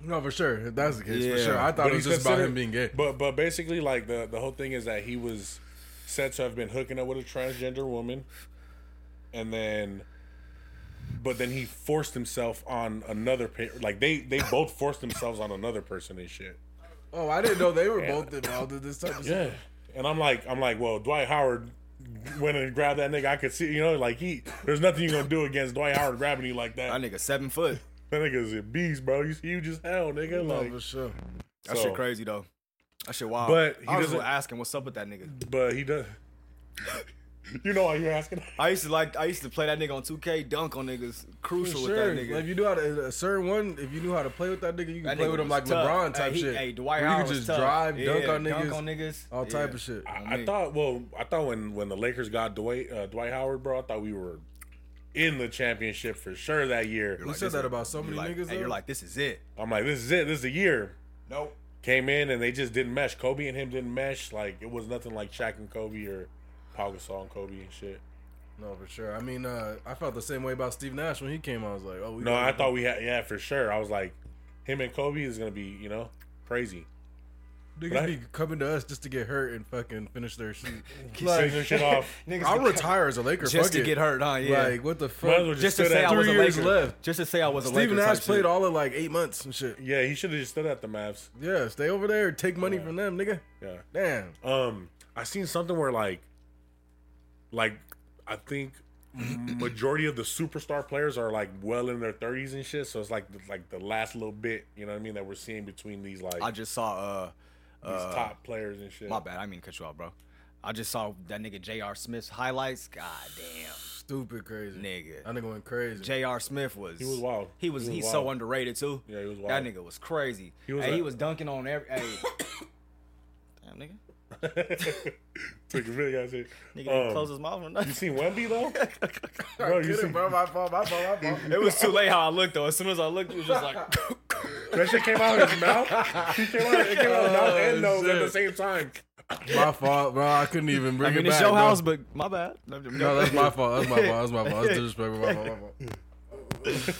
S3: No, for sure. If that's the case, for
S2: Yeah.
S3: sure. I thought
S1: But
S3: it was
S1: he's
S3: just about him
S1: considered-
S3: being gay.
S1: But but basically, like the the whole thing is that he was said to have been hooking up with a transgender woman, and then, but then he forced himself on another pa- like they they both forced themselves on another person and shit.
S3: Oh, I didn't know they were both involved in this type of shit.
S1: and I'm like I'm like, well, Dwight Howard went and grabbed that nigga. I could see, you know, like he. There's nothing you gonna do against Dwight Howard grabbing you like
S2: That
S1: that.
S2: nigga seven foot.
S1: That nigga's a beast, bro. He's huge as hell, nigga.
S3: No,
S1: Like,
S3: for sure.
S2: That
S1: So-
S2: shit crazy though. That shit wild.
S1: But he
S2: I was
S1: doesn't-
S2: just asking what's up with that nigga.
S1: but he does. you know why you're asking?
S2: I used to like I used to play that nigga on 2K, dunk on niggas,
S3: For
S2: crucial with
S3: sure.
S2: that nigga.
S3: If you knew how to a certain one, if you knew how to play with that nigga, you can
S2: That
S3: play
S2: nigga
S3: with him
S2: was
S3: like
S2: tough.
S3: LeBron type
S2: hey, he-
S3: shit.
S2: Hey, Dwight
S3: You
S2: Howard
S3: can
S2: was
S3: just
S2: tough.
S3: drive, dunk
S2: Yeah,
S3: on niggas,
S2: on niggas.
S3: all type
S2: Yeah.
S3: of shit.
S1: I,
S2: I
S1: I
S2: mean-
S1: thought. Well, I thought when when the Lakers got Dwight uh, Dwight Howard, bro, I thought we were in the championship for sure that year.
S3: We
S2: Like,
S3: said
S2: this
S3: that
S2: is-
S3: about so many
S2: you're like,
S3: niggas.
S2: And
S3: though.
S2: you're like, this is it.
S1: I'm like, this is it. This is the year.
S2: Nope.
S1: Came in and they just didn't mesh. Kobe and him didn't mesh. Like it was nothing like Shaq and Kobe or Pau Gasol and Kobe and shit.
S3: no, for sure. I mean, uh, I felt the same way about Steve Nash when he came. I was like, oh, we
S1: No, I thought we had yeah for sure. I was like, him and Kobe is gonna be you know crazy.
S3: niggas
S1: but I-
S3: be coming to us just to get hurt and fucking finish their shit.
S1: Send
S3: like,
S1: their shit off.
S2: Niggas
S3: I'll
S2: be-
S3: retire as a Laker.
S2: just
S3: fuck
S2: to
S3: it.
S2: get hurt, huh? Yeah.
S3: Like, what the
S1: Might as
S3: fuck?
S1: well just
S2: just to
S1: stood
S2: say
S1: at
S2: I
S1: the-
S2: was a
S3: three years
S2: Laker.
S3: left.
S2: Just to say I was a
S3: Steve
S2: Laker.
S3: Nash
S2: type
S3: played
S2: shit.
S3: all of like eight months and shit.
S1: Yeah, he should have just stood at the Mavs.
S3: Yeah, stay over there. Take money from them, nigga.
S1: Yeah.
S3: Damn.
S1: Um, I seen something where like, like I think majority of the superstar players are like well in their thirties and shit. So it's like like the last little bit, you know what I mean, that we're seeing between these like
S2: I just saw uh,
S1: these
S2: uh
S1: top players and shit.
S2: my bad, I mean cut you off, bro. I just saw that nigga J.R. Smith's highlights. God damn,
S3: Stupid crazy.
S2: nigga.
S3: That nigga went crazy.
S2: J.R. Smith was
S1: He was wild.
S2: He was,
S1: He was
S2: he's
S1: wild.
S2: so underrated too.
S1: Yeah, he was
S2: That
S1: wild.
S2: nigga was crazy.
S1: He was
S2: hey, he
S1: a-
S2: was dunking on every. Hey. Damn nigga,
S1: Took a big ass hit.
S2: nigga didn't
S1: Um,
S2: close his mouth or
S1: You
S2: nothing.
S1: seen Wemby though? Bro, you seen,
S3: My fault. My fault. My
S2: It was too late how I looked though. As soon as I looked, it was just like
S1: that shit came out of his mouth. He came out, it came out of his mouth and
S3: Oh,
S1: nose at the
S3: shit.
S1: same time.
S3: my fault, bro. I couldn't even
S2: I
S3: bring
S2: mean,
S3: it
S2: it's
S3: back.
S2: your
S3: bro.
S2: house, but my bad.
S3: No, that's my fault. That's my fault. That's my fault. That's disrespectful. My fault.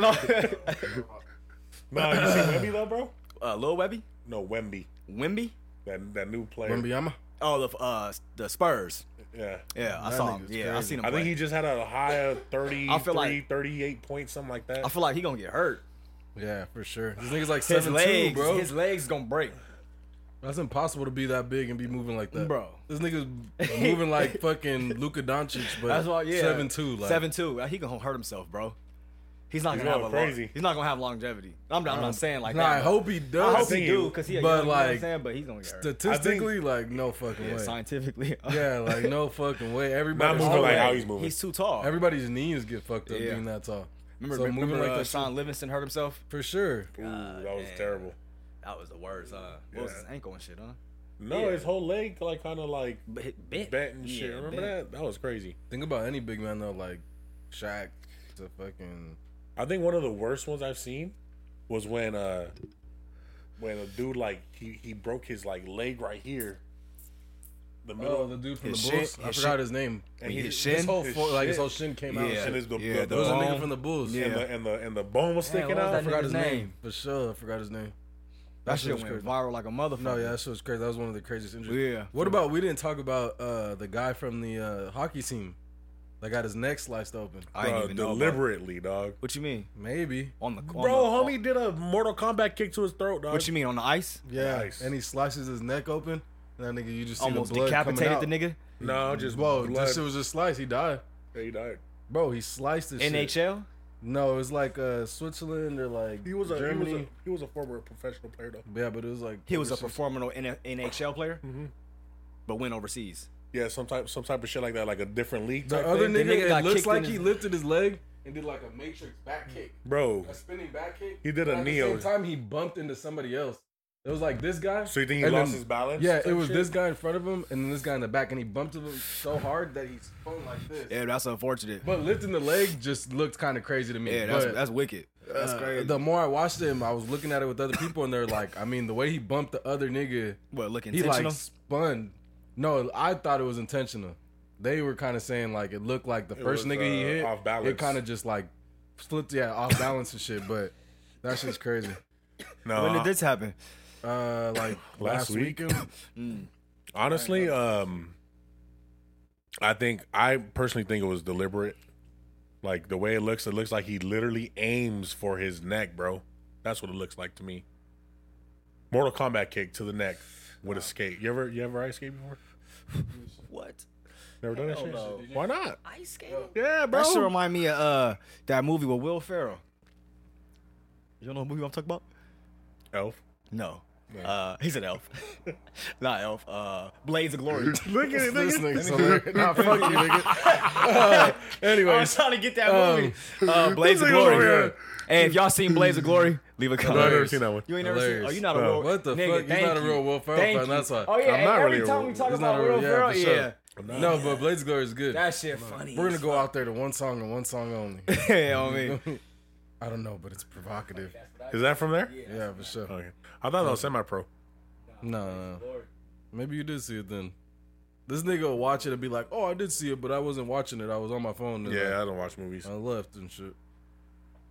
S3: My fault.
S1: Nah, you seen Wemby though, bro?
S2: uh, Lil Webby,
S1: No, Wemby.
S2: Wimby.
S1: That that new player.
S3: Wembanyama.
S2: Oh, the uh, the Spurs.
S1: Yeah.
S2: Yeah, I
S3: That
S2: saw him.
S3: nigga's
S2: Yeah, I
S3: crazy.
S2: seen him.
S1: I
S2: play.
S1: think he just had a high of 33,
S2: I feel like-
S1: 38 points, something like that.
S2: I feel like he gonna get hurt.
S3: Yeah, for sure. This nigga's like
S2: His
S3: seven
S2: legs,
S3: two, bro.
S2: his legs gonna break.
S3: That's impossible to be that big and be moving like that,
S2: Bro.
S3: This nigga's moving like fucking Luka Doncic, but
S2: That's why, yeah,
S3: seven two, like
S2: seven two. Uh, He gonna hurt himself, bro. He's not
S1: He's
S2: gonna
S1: going
S2: have a long-
S1: crazy.
S2: he's not gonna have longevity. I'm not, I'm not saying like
S3: Nah,
S2: that.
S3: I
S2: but-
S3: hope he
S2: I
S3: does.
S2: hope
S1: think
S2: he
S1: he-
S2: do because he a
S3: but,
S2: young, you know what I'm
S3: like,
S2: saying, but he's gonna get hurt.
S3: Statistically, like no fucking
S2: Yeah,
S3: way.
S2: scientifically,
S3: Yeah, like no fucking way.
S1: Not
S3: Everybody's
S1: moving
S2: All
S1: like
S2: the
S1: how
S2: way.
S1: he's moving.
S2: He's too tall.
S3: everybody's knees get fucked up
S2: Yeah.
S3: being that tall.
S2: remember,
S3: so
S2: remember
S3: moving like
S2: uh,
S3: that
S2: Sean Livingston hurt himself.
S3: for sure.
S1: Ooh, that was terrible.
S2: That was the worst. Uh, what was
S1: Yeah.
S2: his ankle and shit, huh?
S1: No,
S2: Yeah.
S1: his whole leg, like, kind of like
S2: But hit- bent,
S1: bent and shit.
S2: Yeah,
S1: Remember
S2: bent.
S1: that? That was crazy.
S3: Think about any big man though, like Shaq, to fucking
S1: I think one of the worst ones I've seen was when, uh, when a dude, like, he, he broke his, like, leg right here. The middle.
S3: oh the dude from
S2: His
S3: the
S2: shin-
S3: Bulls. I
S2: his
S3: forgot
S2: shin-
S3: his name.
S1: and
S2: his
S1: his
S2: shin?
S3: His whole
S1: His
S3: fo- like his
S1: shit.
S3: whole shin came out.
S1: Yeah.
S3: Yeah,
S1: And his- the-
S2: yeah,
S1: the-
S3: it was a nigga
S2: bone.
S3: from the Bulls.
S2: Yeah.
S1: and, the, and, the, and the bone was
S2: Man,
S1: sticking
S2: what
S1: out.
S2: was
S3: I forgot his
S2: Nigga's
S3: name.
S2: name.
S3: for sure. I forgot his
S2: That,
S3: name. That shit
S2: shit
S3: was
S2: went
S3: crazy.
S2: viral like a motherfucker.
S3: No, yeah, that shit was crazy. That was one of the craziest injuries.
S2: Yeah.
S3: What about we didn't talk about uh, the guy from the uh, hockey team that got his neck sliced open?
S2: I ain't
S1: Bro,
S2: even know. about it.
S1: deliberately, dog.
S2: What you mean
S3: Maybe.
S2: on the
S1: Bro,
S2: on the-
S1: homie did a Mortal Kombat kick to his throat, dog.
S2: What you mean on the ice?
S3: Yeah.
S1: Nice.
S3: And he slices his neck open. And that nigga, you just see
S2: Almost
S3: the blood
S2: decapitated the
S3: coming out.
S2: nigga.
S1: No, just
S3: Whoa,
S1: blood.
S3: this shit was just sliced. He died.
S1: Yeah, he died.
S3: Bro, he sliced this shit.
S2: NHL.
S3: No, it was like uh, Switzerland or like
S1: He was a
S3: Germany.
S1: he was a he was a former professional player though.
S3: yeah, but it was like
S2: He was a
S3: overseas.
S2: performance NHL player,
S1: Mm-hmm.
S2: but went overseas.
S1: Yeah, some type some type of shit like that, like a different league.
S3: The
S1: type
S3: other
S1: thing.
S2: The
S3: nigga,
S2: nigga got
S3: it looks
S2: kicked
S3: like
S2: in
S3: he
S2: his-
S3: lifted his leg and did like a matrix back kick,
S1: bro.
S3: a spinning back kick.
S1: He did a
S3: And at
S1: neo.
S3: The same time, he bumped into somebody else. It was like this guy.
S1: So you think he
S3: and
S1: lost
S3: then-
S1: his balance?
S3: Yeah, it
S1: type
S3: was
S1: shit?
S3: this guy in front of him and then this guy in the back, and he bumped into him so hard that he spun like this.
S2: Yeah, that's unfortunate.
S3: But lifting the leg just looked kind of crazy to me.
S2: yeah, that's
S3: But,
S2: that's wicked. That's
S3: uh,
S2: crazy.
S3: The more I watched him, I was looking at it with other people, and they're like, I mean, the way he bumped the other nigga,
S2: what look
S3: he
S2: intentional?
S3: like spun. No, I thought it was intentional. They were kind of saying like it looked like the first
S1: was,
S3: nigga he
S1: uh,
S3: hit,
S1: off balance.
S3: it kind of just like flipped, yeah, off balance and shit. But that shit's crazy.
S1: No,
S2: when did this happen?
S3: Uh, like last,
S1: Last week?
S3: weekend,
S1: honestly, um, I think I personally think it was deliberate. Like the way it looks, it looks like he literally aims for his neck, bro. That's what it looks like to me. Mortal Kombat kick to the neck with a skate. You ever you ever ice skate before?
S2: what?
S1: Never done that
S2: Hell
S1: shit.
S2: no.
S1: Why not?
S2: Ice skating?
S1: Yeah, bro.
S2: That should remind me of uh, that movie with Will Ferrell. You don't know what movie I'm talking about?
S1: Elf.
S2: No.
S3: No.
S2: Uh, he's an elf. Not elf. Uh, Blades of Glory.
S1: Look at it,
S3: This
S1: nigga.
S3: nigga's hilarious. Nah, fuck you, nigga. Uh,
S2: I was
S3: anyways,
S2: trying to get that
S3: um,
S2: movie. Uh, Blades of
S1: nigga's over
S2: Glory.
S1: here.
S2: Hey, if y'all seen Blades of Glory, leave a
S1: I've
S2: comment.
S1: never seen that one.
S2: You ain't never
S3: Hilarious.
S2: seen. Oh, you're not a
S1: Uh,
S2: real.
S3: what the
S2: nigga,
S3: fuck? He's
S2: thank
S3: not a
S2: you.
S3: real Will Ferrell
S2: Thank
S3: fan,
S2: you.
S3: that's why.
S2: Oh yeah.
S1: I'm
S2: hey,
S1: not
S2: every
S1: really a
S2: time
S1: real-
S2: we talk
S3: It's
S2: about
S3: not a
S2: Will
S3: real- yeah,
S2: Ferrell,
S3: for
S2: yeah,
S3: sure. no, but Blades of Glory is good.
S2: that shit funny.
S3: We're gonna
S2: as
S3: go out there to one song and one song only.
S2: fuck. Hey, homie.
S3: I don't know, but it's provocative.
S1: Is that from there?
S3: Yeah, for sure.
S1: Okay. I thought that was semi pro.
S3: No, no. Maybe you did see it then. This nigga will watch it and be like, "Oh, I did see it, but I wasn't watching it. I was on my phone." And
S1: Yeah,
S3: like,
S1: I don't watch movies.
S3: I left and shit.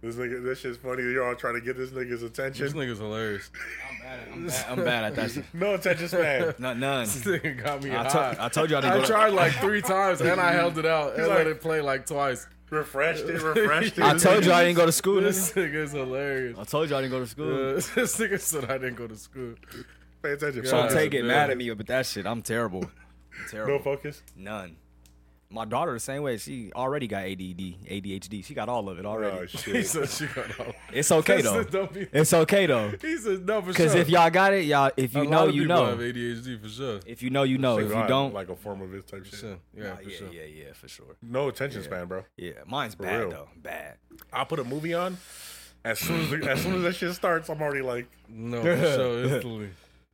S1: This nigga, this shit's funny. You're all trying to get this nigga's
S3: This
S1: attention.
S3: nigga's hilarious.
S2: I'm bad at- I'm bad- I'm bad at that shit.
S1: No attention span.
S2: Not none.
S3: This nigga got me
S2: I
S3: high.
S2: told- I told you I didn't
S3: I
S2: go to-
S3: tried like three times and I held it out and
S1: like-
S3: let it play like twice.
S1: refreshed it, refreshed it.
S2: I told you I didn't go to school.
S3: This
S2: nigga.
S3: nigga's hilarious.
S2: I told you I didn't go to school.
S3: Uh, this nigga said I didn't go to school.
S1: Pay attention.
S3: So
S2: Don't
S1: Focus.
S3: God.
S2: take it
S3: Yeah.
S2: mad at me, but that shit, I'm terrible.
S1: No
S2: terrible.
S1: focus.
S2: None. My daughter the same way. She already got ADD, ADHD. She got all of it already.
S1: Oh
S3: He
S1: shit.
S3: said she got off.
S2: it's okay though.
S3: Don't be.
S2: It's okay though.
S3: He said no for sure.
S2: Cause if y'all got it, y'all if
S3: A
S2: you
S3: lot
S2: know
S3: of
S2: you
S3: people have
S2: know.
S3: ADHD for sure.
S2: If you know you know. "Oh, If
S1: Like,
S2: you don't,
S1: like a form of his type
S3: For
S1: shit.
S3: sure. Yeah,
S2: Nah,
S3: for
S2: yeah,
S3: sure.
S2: yeah, yeah, for sure.
S1: No attention span, bro.
S2: Yeah, mine's bad
S1: real.
S2: though. Bad.
S1: I put a movie on. As soon as as soon as that shit starts, I'm already like,
S3: No, for sure, instantly.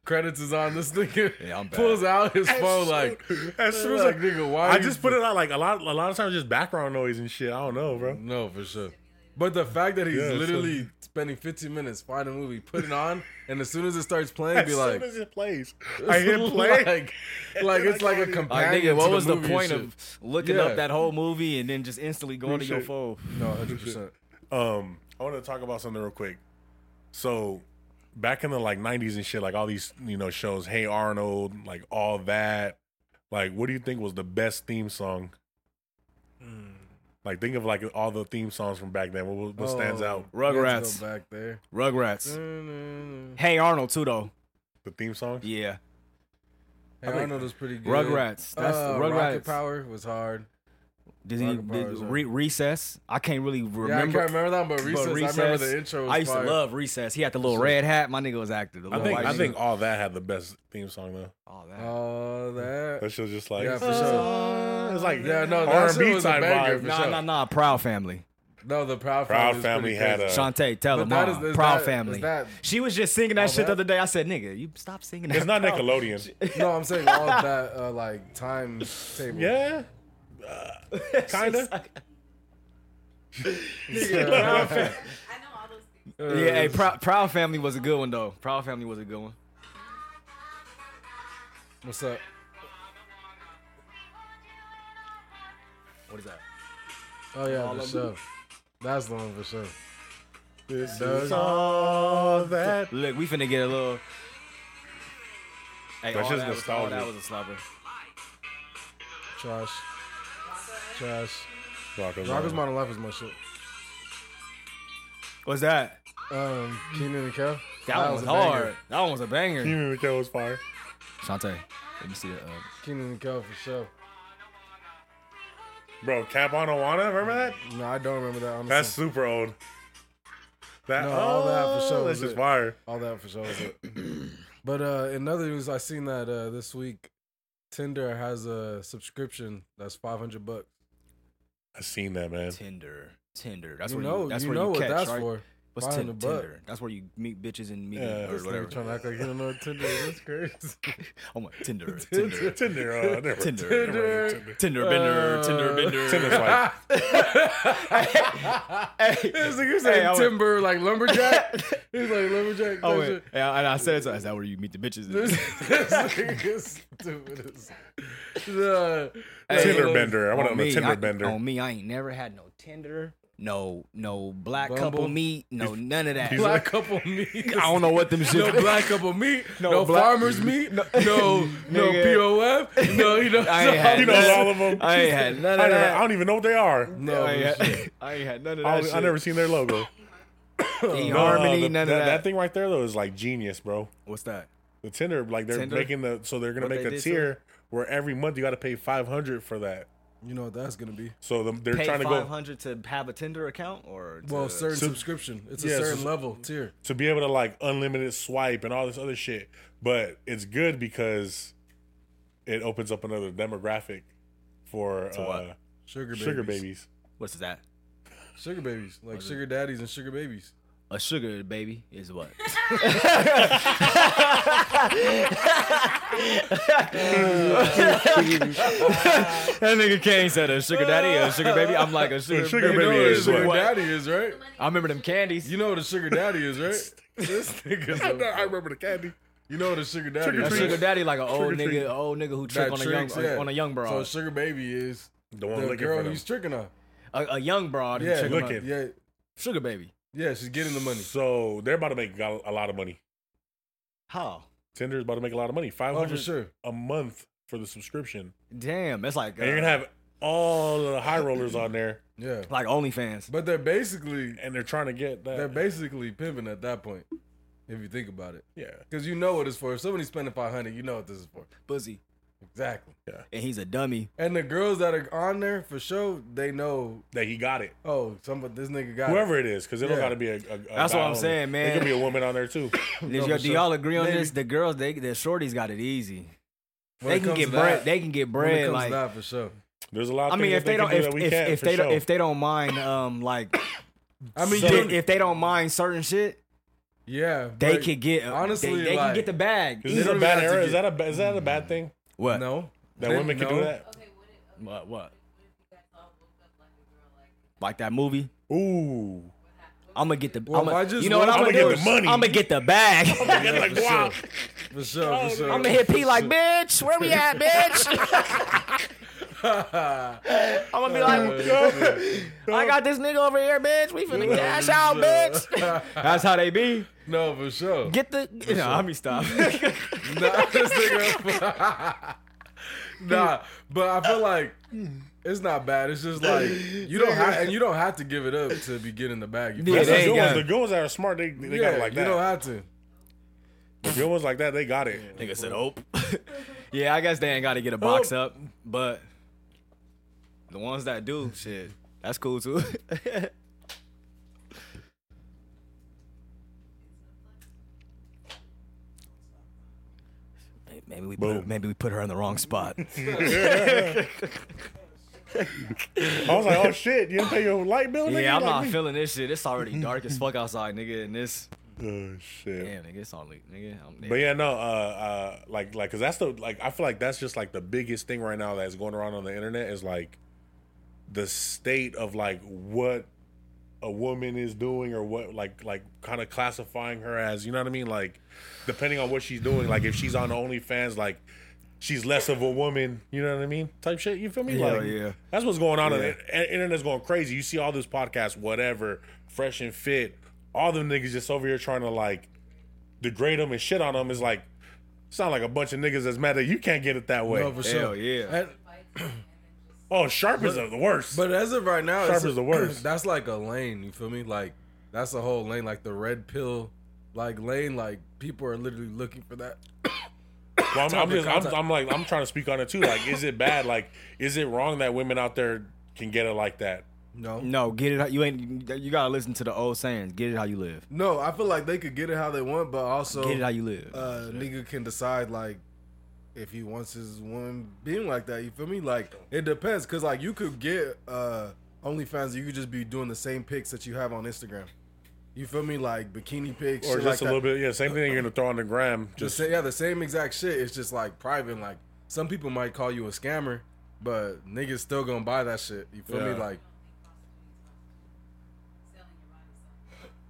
S3: Credits is on this nigga.
S2: Yeah, I'm bad.
S3: pulls out his phone like,
S1: as soon as
S3: like,
S1: I,
S3: nigga, why?
S1: I
S3: you-
S1: just put it on like a lot a lot of times just background noise and shit. I don't know, bro.
S3: No, for sure. But the fact that he's
S1: Yeah, so-
S3: literally spending 15 minutes finding a movie, put it on, and as soon as it starts playing,
S1: As
S3: be
S1: soon
S3: like,
S1: as it plays, I hit play.
S3: like, like it's like a
S2: Like,
S3: companion.
S2: nigga,
S3: to
S2: what was the
S3: movie and
S2: point
S3: shit.
S2: of looking
S3: Yeah.
S2: up that whole movie and then just instantly going to your
S1: shit.
S2: phone?
S3: No, 100. percent
S1: Um, I want to talk about something real quick. So, back in the like '90s and shit, like all these you know shows, Hey Arnold, like all that. Like, what do you think was the best theme song? Like, think of like all the theme songs from back then. What, what stands out?
S2: Oh. Rugrats.
S3: Go back there.
S2: Rugrats.
S3: Hey,
S2: Hey Arnold too though.
S1: The theme song.
S2: Yeah.
S3: Arnold was pretty good.
S2: Rugrats. That's
S3: uh, Rocket
S2: Rugrats.
S3: Power was hard.
S2: Disney,
S3: Rocket Power
S2: did-
S3: is a-
S2: re- recess. I can't really
S3: Yeah,
S2: remember.
S3: I can't remember that, but Recess. I remember the
S2: Recess,
S3: intro. Was
S2: I used
S3: fire.
S2: to love Recess. He had the little red hat. My nigga was active. The
S1: I
S2: little
S1: think
S2: white
S1: I
S2: dude.
S1: think all that had the best theme song though.
S2: Oh, that.
S3: Oh,
S1: That
S3: that.
S1: shit was just like
S3: Yeah, for sure.
S1: It's like
S3: Yeah, no, that shit
S1: R&B
S3: was a
S1: type
S3: banger,
S1: vibe.
S3: for
S2: nah,
S3: sure.
S2: nah, nah. Proud Family.
S3: No, the Proud,
S1: Proud Family
S3: Family,
S1: had a-
S2: Shantae, tell
S3: But
S2: him.
S3: that
S2: Mom.
S3: is- is
S2: Proud
S3: that- is
S2: Family.
S3: that-
S2: she was just singing that shit
S3: that?
S2: the other day. I said, nigga, you stop singing that.
S1: It's not
S2: Proud-
S1: Nickelodeon.
S3: a. No, I'm saying all of that uh, like time table.
S1: Yeah, Uh, kinda.
S2: She's like-
S4: I know all those things.
S3: Uh,
S2: yeah, hey, Proud, Proud Family was a good one, though. Proud Family was a good one.
S3: What's up?
S2: What is that?
S3: Oh yeah,
S2: All
S3: for
S2: of
S3: sure. That's the one for sure.
S1: This
S3: Does-
S1: is all that.
S2: Look, we finna get a little. Hey,
S1: That's
S2: all
S1: just
S2: that, was, all
S1: nostalgia.
S2: that was a slobber.
S3: Trash. Trash.
S1: Rocko's
S3: Rocko's
S1: Modern
S3: Modern Life is my shit.
S2: What's that?
S3: Um, Keenan and Kel.
S2: That, one was,
S3: a banger.
S2: hard. That one was a banger.
S1: You remember Joe was fire?
S2: Shantae, let me see that. Uh,
S3: Keenan and Kel for sure.
S1: Bro, Cap on Awana, remember that?
S3: No, I don't remember that. Honestly.
S1: That's super old. That
S3: No,
S1: all that for sure.
S3: was
S1: This is
S3: it.
S1: fire.
S3: all that for sure. was it. but uh, in other news, I seen that uh, this week, Tinder has a subscription that's 500 bucks.
S1: I seen that man.
S2: Tinder. Tinder. That's
S3: you
S2: where
S3: know,
S2: you, that's
S3: you
S2: where
S3: know
S2: you
S3: what
S2: catch,
S3: that's
S2: right?
S3: for.
S2: What's
S3: Find
S2: Tin-
S3: a butt.
S2: Tinder? That's where you meet bitches and meet
S1: Yeah.
S2: or
S1: This nigga
S3: Whatever.
S2: whatever.
S3: Trying to act like you don't know what Tinder. is. That's crazy.
S2: I'm like Tinder,
S1: Tinder,
S2: Tinder,
S1: Tinder, uh, never.
S2: Tinder.
S1: never
S3: Tinder.
S1: mind,
S2: Tinder Bender, Tinder
S3: Uh,
S2: Bender.
S1: Tinder's like
S2: hey,
S3: This nigga said
S2: hey, I went-
S3: timber like lumberjack. He's like lumberjack.
S2: I
S3: that
S2: went-
S3: shit.
S2: and I and I said, it's like, is that where you meet the bitches?
S3: This, this nigga's stupid. as- The-
S2: Hey,
S1: Tinder
S2: look,
S1: bender. I went on
S2: me,
S1: a Tinder
S2: I-
S1: bender.
S2: On me, I ain't never had no Tinder, no no black
S3: Bumble.
S2: couple meet, no none of that.
S1: he's
S3: Black couple meat.
S2: I don't know what them shit.
S3: No black couple meat. No,
S2: No black-
S3: farmers meat. No, no,
S2: Nigga.
S3: POF. No, you know.
S2: I ain't had
S1: He knows all of them.
S2: I ain't had none
S1: I
S2: of
S1: don't,
S2: that.
S1: I don't even know what they are.
S3: No,
S2: I ain't
S3: shit.
S2: had- I ain't had none of
S1: I,
S2: that.
S1: don't- I never seen their logo.
S2: seen
S1: No,
S2: harmony,
S1: uh, the-
S2: none
S1: that,
S2: of
S1: thing right there though is like genius, bro.
S2: What's that?
S1: The Tinder, like they're
S2: Tinder?
S1: making the so they're gonna
S2: What
S1: make
S2: they
S1: a
S2: did to
S1: tier where every month you got to pay five hundred for that.
S3: You know what that's gonna be?
S1: So the, they're
S2: Pay
S1: trying to
S2: five
S1: go
S2: hundred to have a Tinder account or
S3: Well,
S2: to-
S3: certain
S1: Sub-
S3: subscription. It's a
S1: Yeah,
S3: certain
S1: subs-
S3: level tier.
S1: to be able to like unlimited swipe and all this other shit. But it's good because it opens up another demographic for
S2: To what?
S1: uh,
S3: Sugar babies.
S1: sugar babies.
S2: what's that?
S3: Sugar babies. Like
S2: What is
S3: sugar daddies and sugar babies.
S2: A sugar baby is what? that nigga Kane said a sugar daddy, a sugar baby. I'm like a sugar,
S1: sugar
S3: You know
S1: baby
S3: what a
S1: is
S3: sugar
S1: what?
S3: daddy is, right?
S2: I remember them candies.
S3: You know what a sugar daddy is, right? this nigga's
S1: I, know,
S3: a-
S1: I remember the candy.
S3: You know what a sugar daddy
S1: Trick or
S2: a
S3: is.
S1: treat.
S2: sugar
S3: right?
S2: daddy like an old
S1: Sugar treat.
S2: nigga, old nigga who trick
S3: That
S2: on a
S3: tricks,
S2: young
S3: yeah.
S2: on a young
S3: So
S2: broad.
S3: a sugar baby is
S1: The one
S3: the
S1: Oh, looking for
S3: girl
S1: them.
S3: he's tricking on.
S2: a, a young broad. who
S3: Yeah,
S2: trick on a-
S1: Looking.
S3: Yeah,
S2: Sugar baby.
S3: yeah, she's getting the money.
S1: So they're about to make a a lot of money.
S2: How?
S1: Tinder is about to make a lot of money. Five
S3: Oh, for
S1: hundred
S3: sure.
S1: a month for the subscription,
S2: Damn, that's like
S1: and you're
S2: uh,
S1: gonna have all of the high rollers on there,
S3: Yeah,
S2: like OnlyFans.
S3: but they're basically
S1: and they're trying to get
S3: they're
S1: that.
S3: basically pimping at that point, if you think about it,
S1: yeah,
S3: because you know what it's for. If somebody's spending five hundred, you know what this is for.
S2: Buzzy,
S3: Exactly.
S2: and he's a dummy.
S3: And the girls that are on there for sure, they know.
S1: that he got it.
S3: Oh, somebody, this nigga got it.
S1: Whoever it is, because it don't
S3: Yeah.
S1: got to be a. a, a
S2: That's
S1: guy
S2: what I'm
S1: only.
S2: saying,
S1: It could
S2: man.
S1: be a woman on there too.
S2: Did
S3: No,
S2: y'all,
S3: for
S2: do
S3: sure.
S2: y'all agree on
S3: Maybe.
S2: this? The girls, they the shorties got it easy.
S3: When
S2: they
S3: it
S2: can
S3: comes
S2: get
S3: to
S2: bread.
S3: that-
S2: They can get
S3: when it
S2: bread.
S3: comes to
S2: Like
S3: that for sure.
S1: There's a lot. Of
S2: I mean,
S1: things
S2: if
S1: that
S2: they don't,
S1: can do
S2: if
S1: that we
S2: if,
S1: can't,
S2: if
S1: for
S2: they don't,
S1: sure.
S2: if they don't mind, um, like
S3: I mean,
S1: So-
S3: you-
S2: if they don't mind certain shit,
S3: yeah,
S2: they
S3: but
S2: could get honestly.
S3: honestly,
S2: They, they can
S3: like-
S2: get the bag.
S1: is this
S3: don't
S1: a
S3: even
S1: bad
S3: have to
S1: era?
S3: get-
S1: Is that a ba- is that a bad thing
S2: What?
S3: no.
S1: that
S3: Mm. They-
S1: women can do
S3: no.
S1: that?
S4: Okay, what if, okay,
S2: What? What?
S4: what if you guys all woke up like a girl, like,
S2: Like that movie?
S1: Ooh,
S4: what happened?
S2: I'm gonna get the.
S3: Well,
S2: I'm
S3: if I
S2: gonna,
S3: just
S2: you know what?
S3: want-
S2: I'm
S1: I'ma get
S2: gonna do?
S1: the money.
S2: I'm gonna get the bag.
S1: And
S2: I'm
S1: like
S3: for
S1: wow,
S3: sure. For sure, for sure.
S2: gonna hit P like, bitch. Where we at, bitch? I'm gonna be like, I got this nigga over here, bitch. We finna cash out, bitch. That's how they be.
S3: no, for sure.
S2: Get the. You know, I mean, stop.
S3: nah, this nigga- Nah, but I feel like it's not bad. It's just like you don't have, and you don't have to give it up to be getting the bag. You
S2: Yeah,
S1: That's
S3: feel
S1: the
S2: they
S3: me?
S1: good
S2: ain't
S1: ones.
S2: got-
S1: The good ones that are smart, they they got
S3: Yeah,
S1: it like
S3: You don't
S1: that.
S3: have to.
S1: The good ones like that, they got it.
S2: Nigga said, "Ope." yeah, I guess they ain't got to get a box up, but the ones that do, shit, that's cool too. Maybe we put her,
S1: Boom.
S2: maybe we put her in the wrong spot.
S1: I was like, oh shit, you didn't pay your light bill? nigga?
S2: yeah, I'm
S1: Like
S2: not
S1: me.
S2: feeling this shit. It's already dark as fuck outside, nigga. And this,
S1: Oh shit.
S2: damn, nigga, it's all lit, nigga. I'm,
S1: But yeah, no, uh, uh, like, like, cause that's the like, I feel like that's just like the biggest thing right now that's going around on the internet is like the state of like what a woman is doing or what like like kind of classifying her as, you know what I mean? Like, depending on what she's doing, like if she's on OnlyFans, like she's less of a woman, you know what I mean? Type shit, you feel me?
S2: Yeah,
S1: like,
S2: yeah.
S1: that's what's going on. on the in- Internet's going crazy. You see all this podcast, whatever, fresh and fit. All them niggas just over here trying to like degrade them and shit on them. Is like sound like a bunch of niggas that's mad that you can't get it that way.
S3: No, for sure.
S2: Hell yeah.
S3: And-
S1: oh, sharp is the worst.
S3: But as of right now,
S1: Sharp
S3: it's-
S1: is the worst.
S3: That's like a lane. You feel me? Like that's a whole lane. Like the red pill, like lane. Like people are literally looking for that.
S1: Well, I'm, I'm
S3: Topic
S1: just, I'm,
S3: contact.
S1: I'm like, I'm trying to speak on it too. Like, is it bad? Like, is it wrong that women out there can get it like that?
S3: No,
S2: no, get it. How, you ain't. You gotta listen to the old sayings. Get it how you live.
S3: no. I feel like they could get it how they want, but also
S2: Get it how you live.
S3: uh, nigga can decide like if he wants his woman being like that. You feel me? Like it depends, cause like you could get uh OnlyFans, you could just be doing the same pics that you have on Instagram. You feel me? Like bikini pics,
S1: Or
S3: shit
S1: just
S3: like
S1: a
S3: that.
S1: little bit? Yeah, same thing you're gonna throw on the gram.
S3: The
S1: Just
S3: sa- yeah, the same exact shit. It's just like private. Like some people might call you a scammer, but niggas still gonna buy that shit. You feel
S1: Yeah.
S3: me? Like,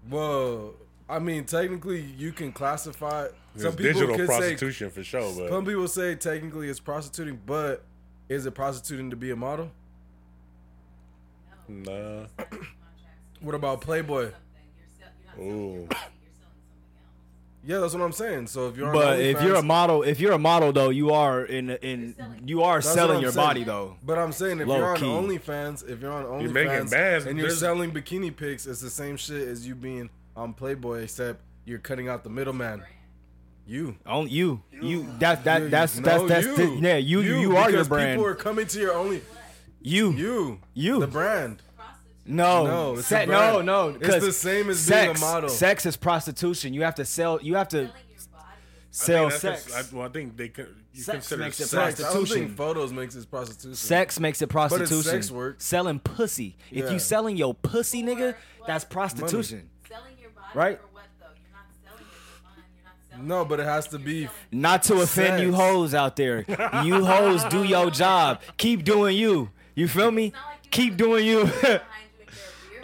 S3: whoa. I mean, technically, you can classify.
S1: it's digital prostitution for sure. But
S3: Some people say technically it's prostituting, but is it prostituting to be a model?
S1: nah.
S3: What about Playboy?
S1: Ooh.
S3: Yeah, that's what I'm saying. So if you're, on
S2: But if
S3: OnlyFans-
S2: you're a model, if you're a model though, you are in in you are
S3: That's what
S2: selling
S3: I'm
S2: your
S3: saying.
S2: body though.
S3: but I'm saying if
S2: Low
S3: you're on
S2: key.
S3: OnlyFans, if you're on
S1: You're making
S3: OnlyFans
S1: bands,
S3: and you're
S1: there's-
S3: selling bikini pics, it's the same shit as you being on Playboy, except you're cutting out the middleman. You.
S2: Only you, you. That that
S3: You-
S2: that's
S3: no,
S2: that's that's the- yeah. You you, you are your
S3: because
S2: brand.
S3: People are coming to your only
S2: you
S3: you.
S2: You.
S3: the brand.
S2: no
S3: No, it's a
S2: Se- no
S3: brand.
S2: no.
S3: It's
S2: 'cause
S3: the same as being a
S2: sex,
S3: model.
S2: Sex is prostitution. You have to sell. You have to
S4: Selling your body.
S2: sell
S1: that's
S2: sex.
S1: cons- I, well, I think they con- you
S2: Sex
S1: consider
S2: makes it
S1: sex.
S3: I don't think
S2: Prostitution.
S3: photos makes it prostitution.
S2: Sex makes it
S3: it's
S2: prostitution.
S3: sex work.
S2: Selling pussy. If
S3: Yeah.
S2: you selling your pussy, nigga, that's prostitution.
S4: Selling your body
S2: Right?
S4: for what though? You're not selling it for fun. You're not selling
S3: No,
S4: it
S3: but it
S4: for-
S3: has to be.
S4: you're selling
S2: Not to offend you
S3: Sex.
S2: hoes out there. You hoes do your job. Keep doing you. You feel me?
S4: It's not like you
S2: Keep
S4: have
S2: doing you.
S4: people behind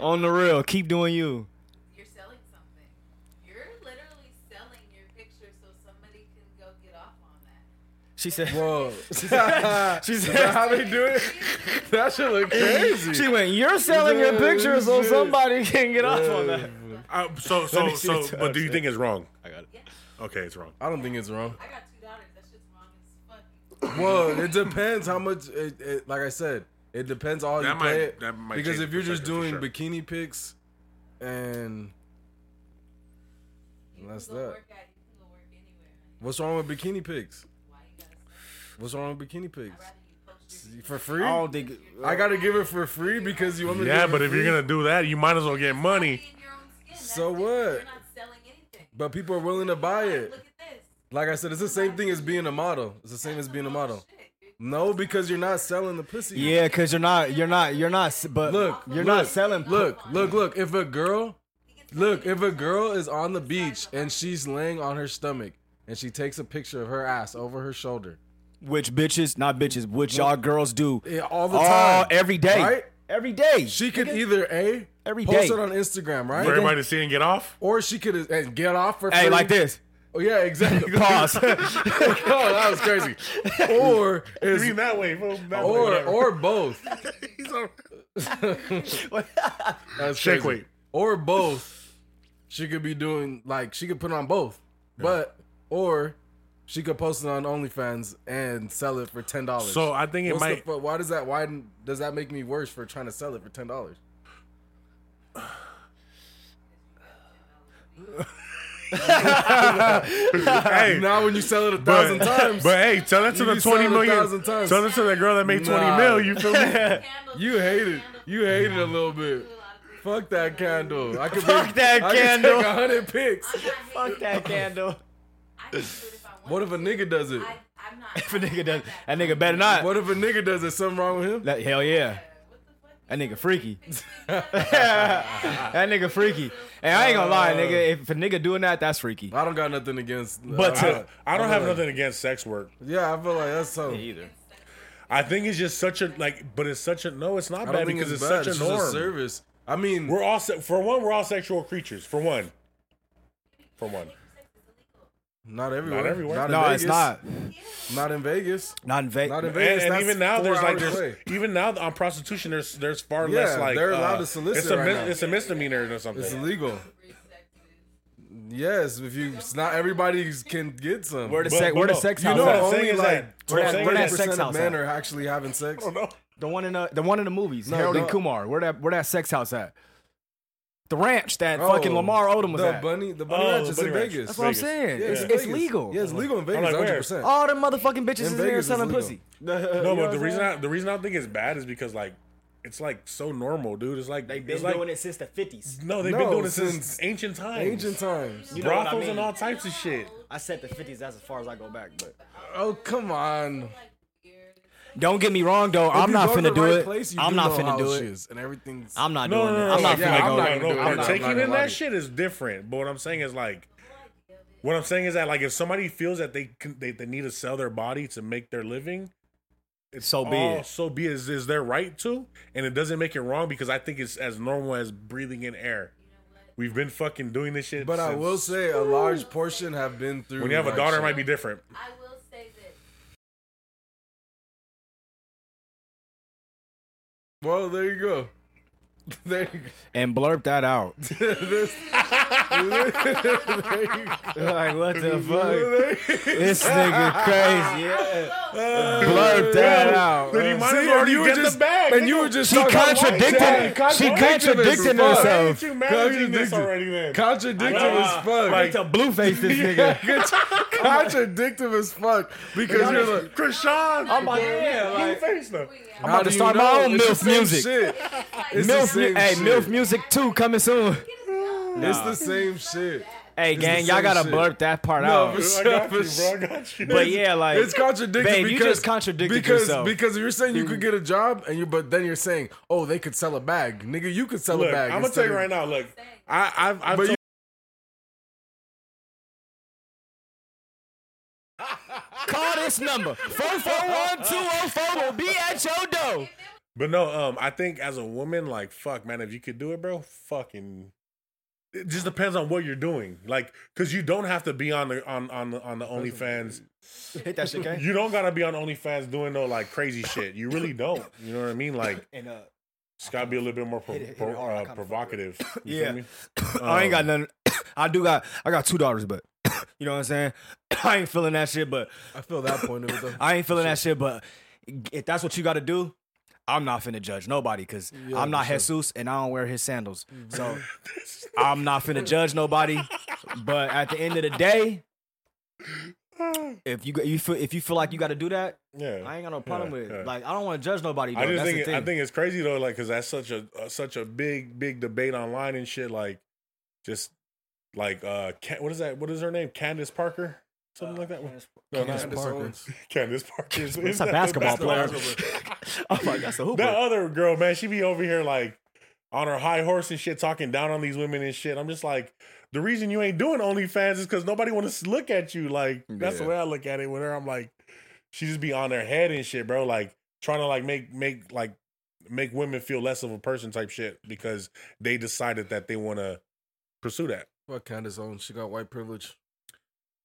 S4: you in their rear.
S2: On the real, keep doing you.
S4: You're selling something. You're literally selling your picture so somebody can go get off on that.
S2: She said.
S3: Whoa. Is that how they do it? That shit look crazy.
S2: She went. You're selling your picture so somebody can get off on that.
S1: Uh, so
S2: Let
S1: so
S2: me see
S1: so.
S2: what
S1: But
S2: I'm
S1: do you
S2: saying.
S1: think it's wrong?
S2: I got it.
S1: Okay, it's wrong.
S3: I don't think it's wrong.
S4: I got two daughters. That shit's wrong as fuck.
S3: Well, it depends how much. It, it, like I said, it depends all
S1: That
S3: you
S1: might-
S3: play it.
S1: that might
S3: because
S1: change
S3: if you're just doing
S1: perspective for
S3: bikini pics, and
S4: You
S3: That's
S4: can go
S3: that.
S4: work at, you can go work anywhere, honey.
S3: what's wrong with bikini pics?
S4: Why you gotta sell?
S3: What's wrong with bikini
S4: I'd
S3: pics?
S4: rather you post your
S3: For free?
S2: I don't think.
S3: I gotta give it for free because you want me. to
S1: Yeah,
S3: give it
S1: but if you're
S3: free?
S1: gonna do that, you might as well get money.
S4: Be in your own skin. That's
S3: So
S4: it.
S3: what?
S4: You're not selling anything.
S3: but people are willing to buy it.
S4: Look at this.
S3: Like I said, it's the same thing as being a model. It's the same as being a model.
S4: Shit.
S3: No, because you're not selling the pussy.
S2: Yeah, cause you're not. You're not. You're not. s- But
S3: Look,
S2: you're not
S3: look,
S2: selling.
S3: Look, look, look. If a girl, look, if a girl is on the beach and she's laying on her stomach and she takes a picture of her ass over her shoulder,
S2: Which bitches? Not bitches. Which y'all girls do
S3: Yeah, all the
S2: all
S3: time,
S2: every day.
S3: right?
S2: Every day.
S3: She could either a
S2: Every
S3: post
S2: day.
S3: it on Instagram, right?
S1: For everybody to see and get off.
S3: Or she could and get off for
S2: hey,
S3: free.
S2: like this.
S3: Oh, yeah, exactly.
S2: Pause.
S3: oh, that was crazy. Or
S1: You
S3: is
S1: mean that way? fool, that way,
S3: or
S1: Oh, whatever.
S3: or both.
S1: He's all-
S3: That's
S1: Shake
S3: crazy.
S1: weight.
S3: Or both. She could be doing like she could put on both. But or she could post it on OnlyFans and sell it for ten dollars.
S1: So I think it
S3: What's the
S1: might.
S3: fu- why does that why does that make me worse for trying to sell it for ten dollars?
S1: hey,
S3: Now when you sell it a
S1: but,
S3: thousand times,
S1: but hey, tell that to
S3: You
S1: the twenty
S3: be selling a
S1: million.
S3: thousand times.
S1: Tell that to the girl that made twenty
S3: Nah.
S1: mil. You feel me?
S4: Candles,
S3: you hate it. You hate it a little bit. Fuck that candle. I could fuck
S2: that candle.
S3: A hundred pics.
S2: Fuck that candle.
S4: I can do it if I want
S3: What if a nigga does it?
S4: I, I'm not.
S2: If a nigga does, that nigga better not.
S3: What if a nigga does it? Something wrong with him?
S2: That, hell yeah.
S4: What the fuck?
S2: That nigga freaky. that nigga freaky. And I ain't gonna lie, nigga. If a nigga doing that, that's freaky.
S3: I don't got nothing against. uh,
S2: But
S1: I don't- I don't have
S3: like-
S1: nothing against sex work.
S3: Yeah, I feel like that's something.
S2: Either.
S1: I think it's just such a like, but it's such a no. It's not
S3: I
S1: bad
S3: don't think
S1: because
S3: it's,
S1: it's,
S3: bad.
S1: such a
S3: it's
S1: norm.
S3: just a service. I mean,
S1: We're all se- for one. We're all sexual creatures. For one. For one.
S3: not everywhere.
S1: everywhere.
S3: in
S2: No, it's
S3: Vegas.
S2: not.
S3: Not in Vegas.
S2: Not in
S3: Not in
S1: And,
S2: Vegas.
S3: Vegas.
S1: and
S3: that's
S1: even now,
S3: four
S1: there's like
S3: hours
S1: there's
S3: away.
S1: even now on prostitution, there's there's far
S3: Yeah,
S1: less like
S3: they're allowed
S1: uh,
S3: to solicit
S1: It's a,
S3: right
S1: mis-
S3: now.
S1: it's a misdemeanor or something.
S3: It's illegal. Yes, if you, it's not everybody can get some.
S2: Where the
S1: But-
S2: sex?
S1: but
S2: Where the
S1: no,
S2: sex?
S1: you
S2: house
S1: know what
S2: at?
S1: I'm
S3: only
S1: saying is
S3: like
S1: that- what I'm saying
S3: Where
S1: is that
S3: that sex
S2: sex house
S3: men
S2: at?
S3: are actually having
S1: I
S3: sex.
S1: don't know.
S2: The one in the the one in the movies,
S3: No,
S2: Harold and
S3: no.
S2: Kumar. Where that where that sex house at? The ranch that
S3: Oh,
S2: fucking Lamar Odom was
S3: the
S2: at.
S3: bunny, the bunny
S1: Oh,
S3: ranch
S1: the
S3: is
S1: bunny
S3: in
S1: ranch.
S3: Vegas.
S2: That's what I'm
S1: Vegas.
S2: saying.
S3: Yeah,
S2: it's, it's
S3: Vegas.
S2: legal.
S3: Yeah, it's legal in
S1: like,
S3: Vegas,
S1: where?
S3: hundred percent.
S2: All the motherfucking bitches is
S3: In
S2: in
S3: Vegas,
S2: there
S3: it's
S2: selling
S3: legal.
S2: pussy.
S1: No, but the reason I, the reason I don't think it's bad is because like it's like so normal, dude. It's like it's like,
S2: it since the fifties.
S1: No, they've
S3: No,
S1: been doing it
S3: since
S1: since ancient times.
S3: Ancient times.
S2: You know what I
S1: brothels
S2: mean.
S1: and all types of shit.
S2: I said the fifties. That's as far as I go back. But
S3: Oh come on!
S2: don't get me wrong though.
S3: If
S2: I'm
S3: you
S2: not
S3: go to the
S2: finna do
S3: right
S2: it.
S3: place, you
S2: I'm
S3: do
S2: not
S3: know
S2: finna
S3: how
S2: do
S3: she
S2: it.
S3: is, and everything's.
S2: I'm not
S1: No,
S2: doing
S1: no, no,
S2: it.
S1: no.
S2: I'm not
S1: yeah,
S2: finna
S1: I'm
S2: go.
S1: not
S3: I'm
S1: gonna do
S3: not
S1: it.
S3: gonna
S1: Partaking in
S3: lie to you.
S1: that shit is different. But what I'm saying is like, what I'm saying is that like if somebody feels that they can, they, they need to sell their body to make their living, it's
S2: So be
S1: all-
S2: it.
S1: So be it. is is their right to, and it doesn't make it wrong because I think it's as normal as breathing in air. We've been fucking doing this shit.
S3: But I
S1: since-
S3: will say a large portion have been through.
S1: when you have a
S3: like,
S1: daughter, it
S3: shit.
S1: might be different.
S4: I will say that
S3: Well, there you go. there you
S2: and blurb that out.
S3: go. This- there you go.
S2: like what the fuck?
S3: There you go.
S2: this nigga crazy. Yeah.
S4: Oh,
S2: Blurb
S3: Yeah.
S2: that out.
S1: Then he
S2: bruh.
S1: might as
S3: Uh, See,
S1: well already
S3: you were
S1: get
S3: just-
S1: the bag.
S3: And you were just
S2: She
S3: talking about white
S2: contradicted-
S3: dad.
S2: she contradicted
S1: Why
S3: as fuck.
S1: ain't
S2: herself.
S1: you managing this
S3: Contradicted.
S1: already then?
S3: Contradictive
S1: Wow.
S3: as fuck.
S1: Like-
S2: to blue face this
S3: yeah,
S2: nigga.
S3: good- contradictive as fuck because you're like,
S1: Krishan. I'm
S2: like, yeah,
S1: blue
S2: like-
S1: face now.
S2: I'm about
S3: how
S2: to
S3: do you
S2: start my
S3: know?
S2: own
S3: It's the
S2: MILF
S3: same
S2: music.
S3: shit. It's the
S2: MILF,
S3: same
S2: mu- hey,
S3: shit.
S2: MILF Music 2 coming soon.
S3: It's the same shit.
S2: Hey,
S3: It's the
S2: gang, y'all
S3: same
S2: gotta
S3: shit.
S2: blurb that part
S3: No,
S2: out.
S3: for
S1: I
S3: sure,
S1: got
S3: for
S1: you, bro. I
S3: sure.
S1: got you.
S2: But yeah, like
S3: it's contradicting
S2: babe, you
S3: because
S2: just contradicted
S3: because,
S2: yourself. Mm.
S3: Because you're saying you could get a job and you but then you're saying, "Oh, they could sell a bag." Nigga, you could sell
S1: look,
S3: a bag.
S1: I'm gonna
S3: instead
S1: tell you
S3: of-
S1: right now. Look, I, I've, I've
S3: But
S1: told-
S2: Call this number. 441-204 will be oh at your door.
S1: but no, um, I think as a woman, like, fuck, man, if you could do it, bro, fucking. It just depends on what you're doing, like, cause you don't have to be on the on on the, on the OnlyFans.
S2: Hit that shit, gang.
S1: You don't gotta be on OnlyFans doing no like crazy shit. You really don't. You know what I mean? Like,
S2: And uh,
S1: it's gotta be a little bit more pro-
S2: Hit it- hit it
S1: pro-
S2: hard. I
S1: uh,
S2: kinda fuck with it.
S1: provocative. You
S2: Yeah.
S1: feel me?
S2: I ain't got nothing. I do got I got two daughters, but you know what I'm saying? I ain't feeling that shit, but
S3: I feel that point of it though.
S2: I ain't feeling that shit, but if that's what you gotta do, I'm not finna judge nobody because
S3: Yeah,
S2: I'm not
S3: for sure.
S2: Jesus and I don't wear his sandals. So
S1: Um,
S2: I'm not finna judge nobody. But at the end of the day, if you you feel if you feel like you gotta do that,
S1: Yeah,
S2: I ain't got no problem
S1: Yeah,
S2: with it.
S1: yeah.
S2: Like I don't want to judge nobody. Though.
S1: I just
S2: That's
S1: think
S2: the
S1: it,
S2: thing.
S1: I think it's crazy though, like because that's such a, uh such a big big debate online and shit. Like, just like uh, Ca- what is that? What is her name? Candace Parker, something like that.
S2: Uh,
S1: No,
S3: Candace
S1: not
S3: Parker.
S1: Owens. Candace Parker. is-
S2: That's
S1: is
S2: a
S1: that-
S2: basketball
S1: that's the
S2: player.
S1: basketball-
S2: I'm like that's a hooper.
S1: that other girl, man, she be over here like on her high horse and shit, talking down on these women and shit. I'm just like, the reason you ain't doing OnlyFans is because nobody want to look at you. Like that's the
S2: Yeah.
S1: way I look at it. With her, I'm like, she just be on her head and shit, bro. Like trying to like make make like make women feel less of a person type shit because they decided that they want to pursue that.
S3: Fuck Candace Owens. She got white privilege.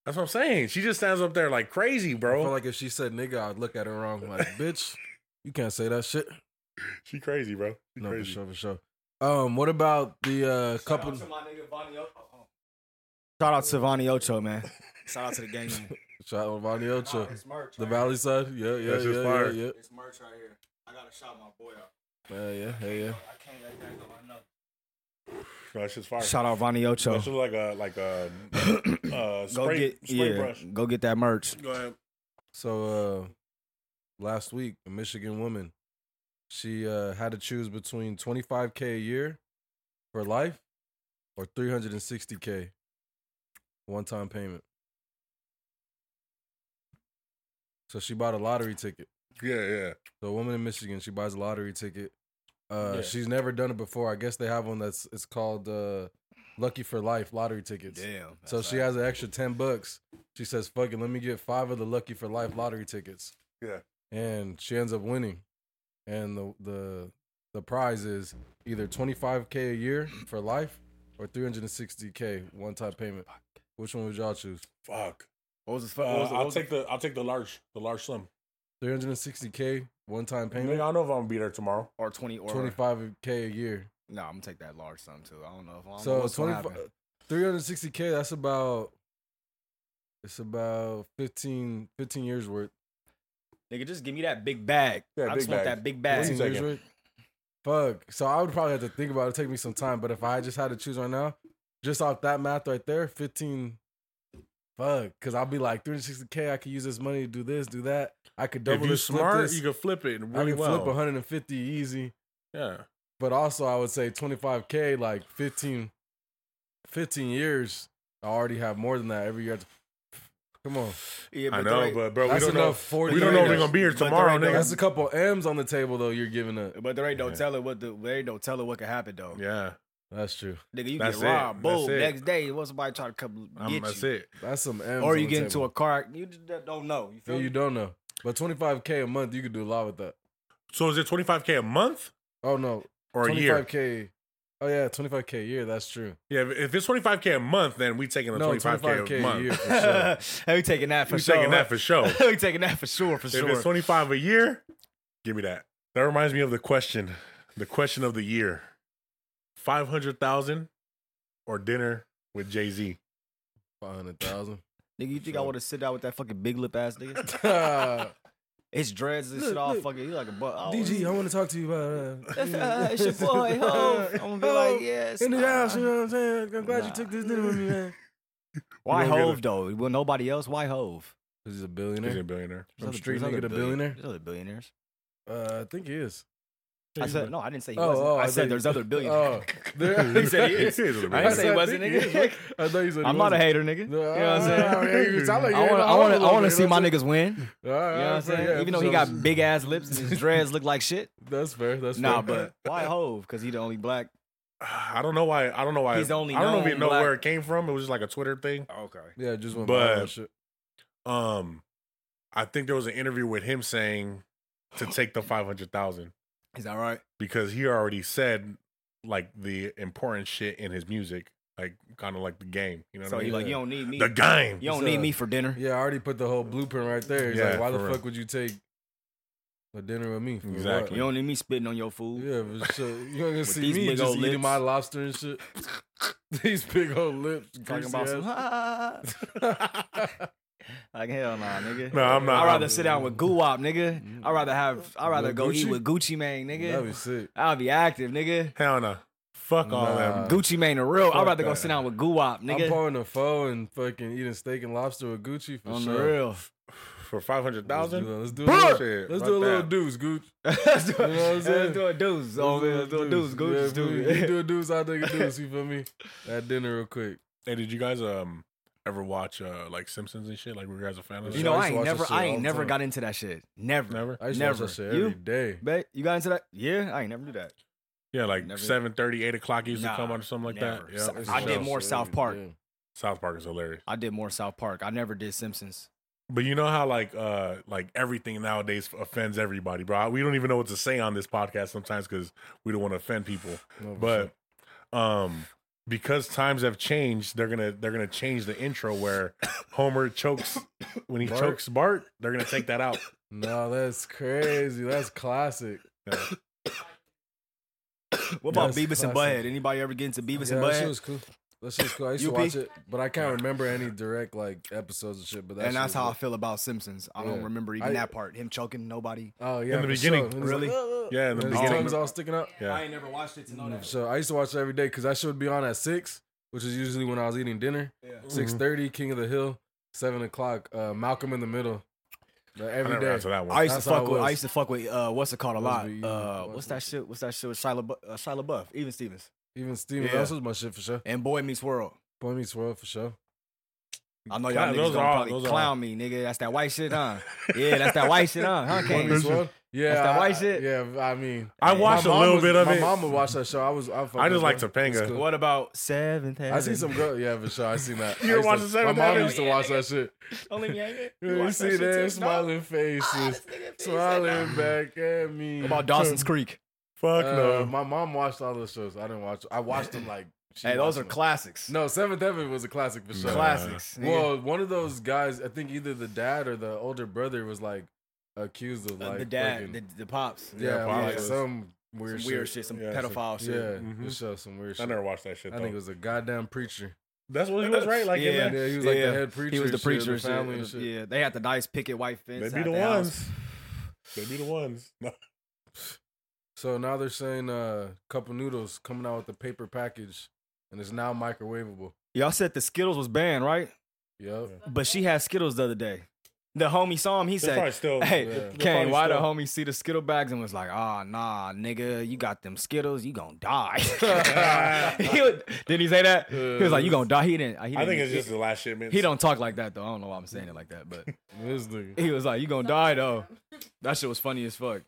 S1: That's what I'm saying. She just stands up there like crazy,
S3: I
S1: bro.
S3: feel like if she said nigga, I'd look at her wrong. Like, bitch, you can't say that shit.
S1: she crazy, bro. She
S3: No, for
S1: crazy.
S3: sure, for sure. Um, what about the uh couple?
S2: oh. Shout out to Vonnie Ocho, man. Shout out to the gang. Man.
S3: Shout out Vonnie Ocho,
S2: merch.
S3: the Valley side. Yeah, yeah,
S1: That's
S3: yeah,
S1: just
S3: yeah,
S1: fire.
S3: yeah,
S2: It's merch right here. I gotta shout my boy out.
S3: yeah, yeah, yeah, yeah.
S2: I can't let that go enough.
S1: No, it's just fire.
S2: Shout out Vonnie Ocho.
S1: That shit look like a like a uh,
S2: Go
S1: spray,
S2: get
S1: spray
S2: yeah.
S1: brush.
S2: Go get that merch.
S1: Go ahead.
S3: So uh last week, a Michigan woman, she uh had to choose between 25k a year for life or 360k one-time payment. So she bought a lottery ticket.
S1: Yeah, yeah.
S3: So a woman in Michigan, she buys a lottery ticket. Uh
S1: Yeah.
S3: she's never done it before. I guess they have one that's it's called uh Lucky for Life lottery tickets.
S2: Damn.
S3: So she has an extra ten bucks. She says, "Fuck it, let me get five of the Lucky for Life lottery tickets."
S1: Yeah.
S3: and she ends up winning, and the the the prize is either twenty five k a year for life or three hundred and sixty k one time payment. Which one would y'all choose?
S1: Fuck.
S2: What was his?
S1: Uh, I'll take the I'll take the large the large slim.
S3: Three hundred and sixty k one time
S1: Nigga, I
S3: payment,
S1: don't know if I'm gonna be there tomorrow.
S2: or twenty or
S3: twenty five k a year.
S2: No, I'm gonna take that large sum too. I don't know if I'm.
S3: So
S2: what's gonna
S3: 25
S2: happen.
S3: 360k. That's about it's about 15, 15 years worth.
S2: Nigga, just give me that big bag.
S1: Yeah,
S2: I
S1: big
S2: just want
S1: bag.
S2: that big
S1: What do
S2: bag.
S1: you-
S3: Fifteen years,
S1: second.
S3: right? Fuck. So I would probably have to think about it. It'd take me some time. But if I just had to choose right now, just off that math right there, 15. Fuck. Because I'll be like, 360K, I could use this money to do this, do that. I could
S1: if
S3: double
S1: you
S3: this, flip
S1: smart,
S3: this.
S1: you can flip it
S3: I
S1: really
S3: could
S1: well.
S3: flip 150 easy.
S1: yeah.
S3: But also, I would say 25K, like 15, 15 years. I already have more than that every year. Come on.
S2: Yeah,
S1: I
S2: but
S1: know,
S2: there-
S1: but bro, we
S3: That's
S1: don't know.
S3: enough 40
S1: We don't know if we're
S3: years.
S1: gonna be here
S2: But there
S1: tomorrow,
S2: ain't no-
S1: nigga.
S3: That's a couple M's on the table, though, you're giving up.
S2: But there ain't no
S1: Yeah.
S2: telling what the there ain't no telling what can happen though.
S1: Yeah,
S3: That's true.
S2: Nigga, you
S1: That's
S2: get
S1: it.
S2: robbed.
S1: That's
S2: Boom.
S1: it.
S2: Next day, what somebody try to come get
S1: I'm,
S2: you?
S1: that's it.
S3: That's some M's.
S2: Or
S3: on
S2: you
S3: the
S2: get
S3: table.
S2: into a car. You just don't know. You feel
S3: Yeah,
S2: me?
S3: you don't know. But 25k a month, you could do a lot with that.
S1: So is it 25k a month
S3: Oh no,
S1: or a year?
S3: 25k. Oh yeah, 25k a year. That's true.
S1: Yeah, if- if it's 25k a month, then we taking the
S3: No,
S1: 25k,
S3: 25K
S1: a
S3: a
S1: month.
S3: year.
S1: we
S3: for sure.
S2: Hey, we taking that for sure.
S1: taking that for sure.
S2: sure. we taking that for sure. For
S1: If it's
S2: sure.
S1: 25 a year, give me that. That reminds me of the question. The question of the year. five hundred thousand or dinner with Jay Z.
S3: Five hundred thousand.
S2: Nigga, you think I
S3: Sure.
S2: would have sit down with that fucking big lip ass nigga?
S3: DG,
S2: His dreads and
S3: Look,
S2: shit all
S3: look.
S2: fucking. He like a butt. I
S3: I
S2: was-
S3: want to talk to you about. Uh,
S2: it's your boy. Ho. I'm gonna be
S3: Ho,
S2: like, yes.
S3: in the
S2: nah.
S3: house. You know what I'm saying? I'm glad
S2: Nah.
S3: you took this dinner with me, man.
S2: Why
S1: You gonna get
S2: Hove
S1: it.
S2: though? Well, nobody else. Why Hove?
S3: He's a
S1: He's a
S3: billionaire.
S1: billionaire.
S3: Some
S2: There's
S3: street
S2: other
S3: nigga, the
S2: billion-
S3: billionaire?
S2: There's other billionaires.
S3: Uh, I think he is.
S2: I said no. I didn't say he
S3: Oh,
S2: wasn't.
S3: oh,
S2: I,
S3: I
S2: said
S3: think-
S2: there's other
S3: Oh,
S2: billionaires.
S3: there-
S2: He said he is.
S1: He is a
S2: I didn't
S1: billionaire.
S2: say he
S3: I
S2: wasn't.
S3: think he is,
S2: Nigga.
S3: I thought you said he
S2: I'm not a
S3: wasn't.
S2: hater, nigga. You know what I'm saying? I want, I want, I want to see my niggas
S3: Uh,
S2: win. You know what I'm saying? Even though he got big ass lips and his dreads look like shit.
S3: That's fair. That's
S2: Nah,
S3: fair.
S2: but why Hove? Because he the only black.
S1: I don't know why. I don't know why.
S2: He's only
S1: I don't know if
S2: known
S1: you know
S2: black-
S1: where it came from. It was just like a Twitter thing.
S2: Okay.
S3: yeah, just went
S1: But-
S3: by that shit.
S1: Um, I think there was an interview with him saying to take the five hundred thousand
S2: Is that right?
S1: because he already said like the important shit in his music, like kind of like the game. You know what
S2: So
S1: I
S2: you
S1: mean?
S2: like you don't need me.
S1: the game.
S2: You don't
S3: So-
S2: need me for dinner.
S3: Yeah, I already put the whole blueprint right there. He's
S1: Yeah,
S3: like, why the
S1: for
S3: fuck
S1: real.
S3: would you take a dinner with me? For what?
S1: Exactly.
S2: You don't need me spitting on your food.
S3: Yeah, but shit, you're gonna see
S2: these
S3: me
S2: big
S3: just
S2: old
S3: eating
S2: lips.
S3: my lobster and shit. these big old lips.
S2: Talking about some.
S3: greasy
S2: like
S3: ass.
S2: hell nah, nigga.
S1: No, I'm not.
S2: I'd rather
S1: I'm-
S2: sit down with Goo Wop, nigga. I'd rather have. I'd rather
S3: With
S2: go eat
S3: Gucci?
S2: with Gucci Mane,
S3: That'd be
S2: nigga.
S3: sick.
S2: I'll be active, nigga.
S1: Hell no. Fuck all
S3: Nah.
S1: that.
S2: Gucci Mane, the real. I'd
S3: Fuck
S2: rather go
S3: that.
S2: sit down with Goo Wop,
S3: I'm
S2: nigga.
S3: pouring the foe and fucking eating steak and lobster with Gucci for
S2: On the
S3: sure.
S2: real.
S1: For five hundred thousand.
S3: Let's do a
S1: Brr!
S3: little,
S1: Shit,
S3: let's
S1: fuck
S3: do a little
S1: that.
S3: deuce, Gooch.
S2: Let's do
S3: You know what I'm
S2: it.
S3: saying?
S2: Let's do it, dudes. Oh, man, Let's do it, dudes.
S3: Yeah,
S2: Gucci's
S3: fool,
S2: dude.
S3: You do a deuce, I think a deuce. You feel me? At dinner, real quick.
S1: Hey, did you guys um ever watch uh like Simpsons and shit? Like were you guys a fan of that?
S2: You
S3: Yeah,
S2: know,
S3: I
S2: I
S3: used
S2: ain't
S3: to watch that
S2: never,
S3: shit
S2: I
S3: all
S2: ain't
S3: the
S2: never
S3: time.
S2: got into that shit. Never,
S1: never.
S3: I used to
S2: never.
S3: watch that shit
S2: you,
S3: every day.
S2: bet, you got into that? Yeah, I ain't never do that.
S1: Yeah, like
S2: Never.
S1: 7:30, 8 o'clock used
S2: Nah,
S1: to come on or something like
S2: never.
S1: that. Yeah,
S2: So-
S1: it's
S2: I
S1: a
S2: did
S1: show.
S2: more
S3: shit
S2: South
S3: every
S2: Park.
S3: day.
S1: South Park is hilarious.
S2: I did more South Park. I never did Simpsons.
S1: But you know how like uh like everything nowadays offends everybody, bro. We don't even know what to say on this podcast sometimes because we don't want to offend people.
S3: No, Oh, for
S1: But um because times have changed, they're gonna they're gonna change the intro where Homer chokes when he
S3: Bart?
S1: chokes Bart, they're gonna take that out.
S3: No, that's crazy. That's classic.
S1: Yeah.
S2: What about
S3: That's
S2: Beavis and
S3: classic.
S2: Butthead? Anybody ever get into Beavis
S3: yeah,
S2: and
S3: that shit
S2: Butthead?
S3: was cool. That shit's cool. I used to
S2: UP?
S3: watch it, but I can't remember any direct like episodes and shit. But that
S2: and
S3: shit
S2: that's
S3: was
S2: how I
S3: good.
S2: feel about Simpsons. I
S3: Yeah.
S2: don't remember even
S3: I-
S2: that part. Him choking nobody.
S3: Oh yeah,
S1: In the
S3: for
S1: beginning,
S3: sure. And he's
S2: really?
S3: Like, "Uh, uh,"
S1: Yeah, in the
S3: and his
S1: beginning.
S3: tongue's all sticking out.
S1: Yeah.
S2: ain't never watched it to know
S3: So I used to watch it every day because that shit would be on at six, which is usually when I was eating dinner.
S1: Mm-hmm.
S3: Six thirty, King of the Hill. Seven o'clock, uh, Malcolm in the Middle. Like,
S1: I
S3: every
S1: never
S3: day.
S1: got to that one.
S2: I used
S3: That's
S2: to
S3: how
S2: fuck
S3: it
S2: with. I
S3: was.
S2: used to fuck with. Uh, what's it called a lot?
S3: Must be,
S2: Uh,
S3: must
S2: what's
S3: be.
S2: that shit? What's that shit with Shia, LaBeouf, uh, Shia LaBeouf, even Stevens,
S3: Even Steven,
S2: Yeah.
S3: that was my shit for sure.
S2: and Boy Meets World.
S3: Boy Meets World for sure.
S2: I know
S1: Yeah,
S2: y'all niggas
S1: those are
S2: gonna
S1: all- those
S2: probably
S1: are
S2: clown
S1: all-
S2: me, nigga. That's that white shit, huh? yeah, that's that white shit, huh? huh
S3: Boy
S2: Kane?
S3: Meets World. Yeah,
S2: That's that
S3: I-
S2: white shit?
S3: Yeah, I mean,
S1: I
S2: Yeah.
S1: watched
S3: my
S1: a
S3: mom
S1: little
S3: was-
S1: bit of
S3: my
S1: it.
S3: mom would watch that show. I was. I, fuck
S1: I just
S3: with
S1: like
S3: her.
S1: Topanga.
S3: It's cool.
S2: What about Seventh Heaven?
S3: I seen some girl. Yeah, for sure. I seen
S1: You
S3: that. I
S1: were
S3: used to-
S1: watching Saturday
S3: My mom
S1: Night
S3: used to
S2: Live?
S3: watch that shit.
S2: Don't leave me hanging.
S3: You, see that smiling
S2: Ah,
S3: faces, smiling back at me.
S2: About Dawson's Creek.
S1: Fuck
S3: Uh,
S1: no.
S3: my mom watched all those shows. I didn't watch. I watched them like. she
S2: Hey, those
S3: watched
S2: are
S3: them.
S2: classics.
S3: No, uh, Seventh Heaven was a classic for sure.
S1: Nah.
S2: classics. nigga.
S3: Well, one of those guys, I think either the dad or the older brother was like accused of
S2: Uh,
S3: like
S2: the dad,
S3: fucking-
S2: the, the pops.
S3: yeah,
S1: Yeah,
S3: like
S1: was-
S3: some
S2: Some
S3: weird,
S2: weird
S3: shit.
S2: shit, some
S1: Yeah, some-
S2: pedophile
S3: Yeah,
S2: shit.
S1: Mhm.
S3: for sure, some weird shit.
S1: I never watched that shit
S3: I
S1: though.
S3: think it was a goddamn preacher.
S1: That's what he was right. Like
S2: Yeah.
S1: yeah,
S3: Yeah, he was like
S2: Yeah.
S3: the head preacher.
S2: He was the
S3: and shit,
S2: preacher.
S3: the
S2: shit.
S3: family and shit.
S2: Yeah, they had the nice picket white fence.
S1: they be
S2: at
S1: the
S2: their house.
S1: ones. They be the ones.
S3: So now they're saying uh cup of noodles coming out with the paper package and it's now microwavable.
S2: Y'all said the Skittles was banned, right?
S3: Yep.
S2: But she had Skittles the other day. The homie saw him. He
S1: They're
S2: said,
S1: probably still.
S2: Hey,
S1: they're
S2: Kane,
S1: probably
S2: why the
S1: still-
S2: homie see the Skittle bags and was like, ah, nah, nigga, you got them Skittles, you gonna die. he would, did he say that? He was like, you gonna die. He didn't. He didn't
S1: I think it's
S2: he,
S1: just the last shipment.
S2: he don't talk like that though. I don't know why I'm saying it like that, but
S3: This nigga.
S2: he was like, you gonna die though. That shit was funny as fuck.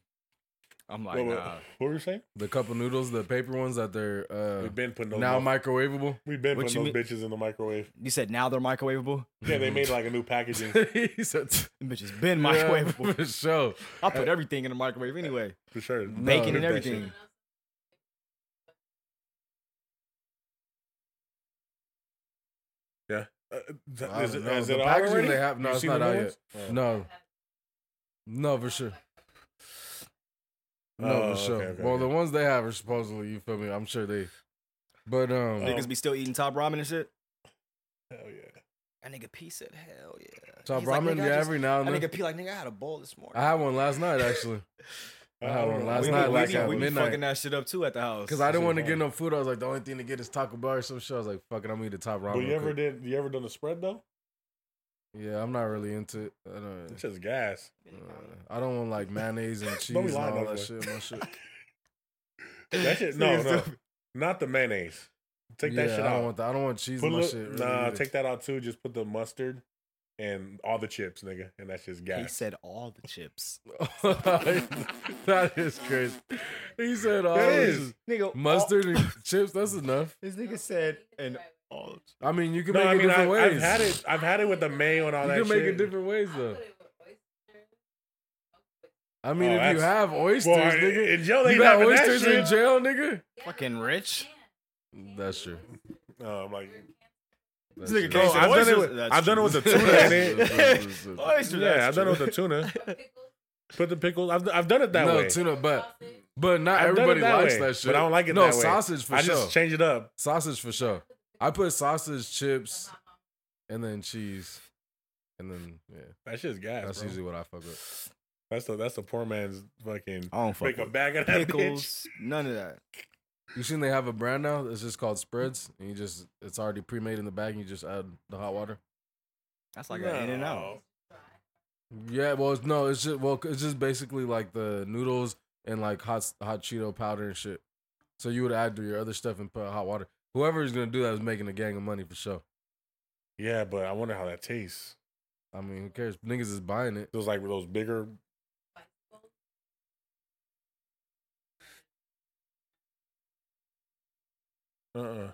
S2: I'm like,
S1: What, what,
S2: nah.
S1: what were you saying?
S3: The cup of noodles, the paper ones that they're uh
S1: We've been putting those.
S3: now
S1: Now
S3: microwavable.
S1: we've been
S2: What
S1: putting
S2: you
S1: those bitches in the microwave.
S2: You said now they're microwavable.
S1: Yeah, they made like a new packaging.
S3: he said
S2: Them bitches been
S3: Yeah,
S2: microwavable.
S3: for sure.
S2: I put everything in the microwave anyway,
S1: For sure.
S2: bacon and
S1: that
S2: everything.
S1: shit. Uh, th-
S3: I
S1: is
S3: don't
S1: it,
S3: know.
S1: is
S3: the
S1: it out
S3: packaging
S1: already?
S3: they have no,
S1: You
S3: it's
S1: seen
S3: not
S1: the
S3: out
S1: new
S3: yet.
S1: ones?
S3: No. No, Oh, for sure. No,
S1: Oh,
S3: for sure.
S1: okay, okay,
S3: well,
S1: Oh, okay.
S3: the ones they have are supposedly, you feel me? I'm sure they But um,
S1: Oh.
S2: Niggas be still eating top ramen and shit.
S1: Hell yeah.
S2: That nigga P said, hell yeah.
S3: top
S2: He's like, "Nigga,
S3: ramen,
S2: I
S3: yeah,
S2: just-
S3: every now and
S2: That
S3: then.
S2: nigga P like, nigga, I had a bowl this morning.
S3: I had one last night actually I had one last
S2: we,
S3: night,
S2: we,
S3: like
S2: we,
S3: at
S2: we be
S3: midnight.
S2: fucking that shit up too at the house.
S3: because I didn't
S1: Shit
S3: want to get
S1: hard.
S3: no food. I was like, the only thing to get is Taco Bell or some shit. I was like, fuck it, I'm gonna eat the top ramen.
S1: But you
S3: real
S1: ever
S3: quick.
S1: did? You ever done a spread though?
S3: Yeah, I'm not really into it. I
S1: It's
S3: don't.
S1: just gas.
S3: uh, I don't want like mayonnaise and cheese
S1: Don't be
S3: and
S1: lying,
S3: all
S1: no
S3: that
S1: boy.
S3: shit. My shit.
S1: That shit. No,
S2: Niggas
S1: no,
S2: do-
S1: not the mayonnaise. Take that
S3: Yeah,
S1: shit
S3: I don't
S1: out.
S3: want that. I don't want cheese
S1: Put a
S3: in my
S1: little-
S3: shit. really
S1: nah,
S3: either.
S1: take that out too. Just put the mustard and all the chips, nigga, and that's just
S2: He
S1: gas.
S2: said all the chips.
S3: that is crazy. He said all
S1: That
S3: this
S1: is.
S3: is
S2: Nigga,
S3: mustard and chips. That's enough.
S2: This
S4: No,
S2: nigga
S4: you
S2: said
S4: need to
S2: and
S4: try it.
S2: all.
S3: I mean, you can
S1: No,
S3: make
S1: I
S3: it
S1: mean
S3: different
S1: I,
S3: ways.
S1: I've had it. I've had it with the mayo and all
S3: you
S1: that.
S3: can make
S1: shit.
S3: it different ways
S4: I'll
S3: though.
S4: put it with oysters.
S3: I mean,
S1: Oh,
S3: if you
S1: that's-
S3: have oysters,
S1: Well,
S3: nigga,
S1: and Joe, they
S3: you got
S1: having that
S3: oysters
S1: shit.
S3: in jail, nigga.
S4: Yeah,
S2: Fucking
S4: you
S2: rich.
S4: can. You can
S3: That's
S4: do
S3: true.
S4: oysters.
S1: Oh, I'm like,
S4: You're a cancer.
S3: That's
S2: nigga
S3: true.
S1: No,
S2: can't say
S1: I've done it
S2: oysters.
S1: with
S2: That's
S1: I've done it with the
S2: true.
S1: tuna in it.
S2: Oyster,
S1: yeah,
S2: that's
S1: I've done it with
S2: true.
S1: the tuna.
S4: Or pickles,
S1: Put the pickles. I've, I've done it that
S3: no
S1: way.
S3: tuna, but
S4: sausage.
S3: but not
S1: I've done it
S3: everybody
S1: that
S3: likes
S1: way,
S3: that
S1: but
S3: shit.
S1: I don't like it
S3: No
S1: that way.
S3: sausage for
S1: I
S3: sure.
S1: just change it up.
S3: sausage for sure. I put sausage, chips, and then cheese, and then yeah,
S1: That shit's gas.
S3: that's
S1: That's bro.
S3: usually what I fuck with.
S1: That's the that's the poor man's fucking.
S2: I don't fuck
S1: Make a
S2: with
S1: bag of that bitch.
S2: pickles. None of that.
S3: You seen they have a brand now? It's just called Spreads, and you just it's already pre-made in the bag, and you just add the hot water.
S2: That's like an in and out.
S3: Yeah, well, it's, no, it's just well, it's just basically like the noodles and like hot hot Cheeto powder and shit. So you would add to your other stuff and put hot water. Whoever is gonna do that is making a gang of money for sure.
S1: Yeah, but I wonder how that tastes.
S3: I mean, who cares? Niggas is buying it.
S1: Those like those bigger. Uh
S3: Uh-uh.
S1: uh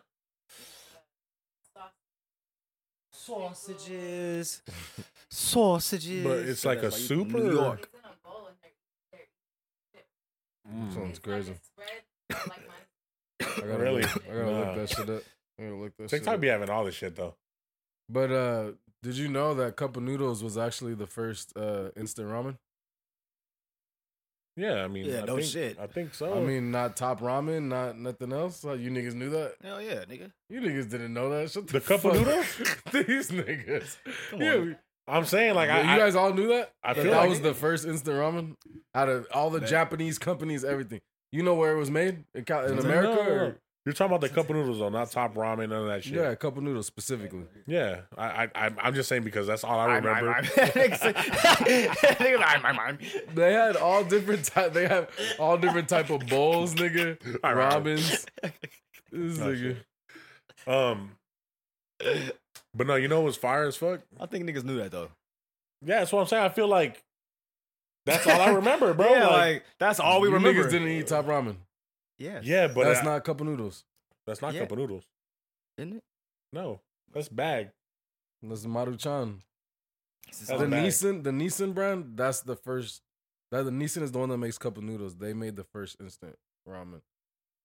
S2: Sausages. Sausages.
S1: But it's like a
S2: That's why you-
S1: soup
S2: New
S1: or-
S2: York.
S3: Sounds Mm, crazy. I gotta
S1: Really?
S3: look- I gotta
S1: Nah.
S3: look that shit up. I gotta look that shit
S1: TikTok
S3: up.
S1: be having all this shit though.
S3: But uh, did you know that cup of noodles was actually the first uh instant ramen?
S1: Yeah, I mean,
S2: Yeah,
S1: I
S2: no
S1: think,
S2: shit.
S1: I think so.
S3: I mean, not top ramen, not nothing else. Like, you niggas knew that.
S2: Hell yeah, nigga.
S3: You niggas didn't know that. Shut the,
S1: The cup of
S3: fuck up. These niggas.
S2: Come
S3: yeah,
S2: on.
S3: we-
S1: I'm saying like
S3: you
S1: I,
S3: guys all knew that.
S1: I
S3: That
S1: feel
S3: that
S1: like
S3: was
S1: it-
S3: the first instant ramen out of all the
S2: Man.
S3: Japanese companies, everything. You know where it was made in, Ca- in
S1: No,
S3: America?
S1: no, no.
S3: or-
S1: You're talking about the cup of noodles though, not top ramen, none of that shit.
S3: Yeah, a cup of noodles specifically.
S1: Yeah, I, I, I'm- I'm just saying because that's all I remember.
S2: Nigga, I'm, I'm, I'm.
S3: They had all different type. They have all different type of bowls, nigga.
S1: All right.
S3: Robins. This
S1: Oh,
S3: nigga.
S1: shit. Um, but no, you know what's fire as fuck?
S2: I think niggas knew that though.
S1: Yeah, that's what I'm saying. I feel like that's all I remember, bro.
S2: yeah, like,
S1: like,
S2: that's all we
S3: You
S2: remember.
S3: Niggas didn't eat top ramen.
S2: yeah,
S1: yeah, but uh,
S3: That's
S1: I-
S3: not cup of noodles.
S1: that's not
S2: Yeah.
S1: cup of noodles.
S2: isn't it?
S1: No, that's bag.
S3: That's Maruchan.
S2: It's
S1: That's
S3: the
S1: a bag.
S3: Nissan, the Nissan brand, that's the first. That the Nissan is the one that makes cup of noodles. They made the first instant ramen.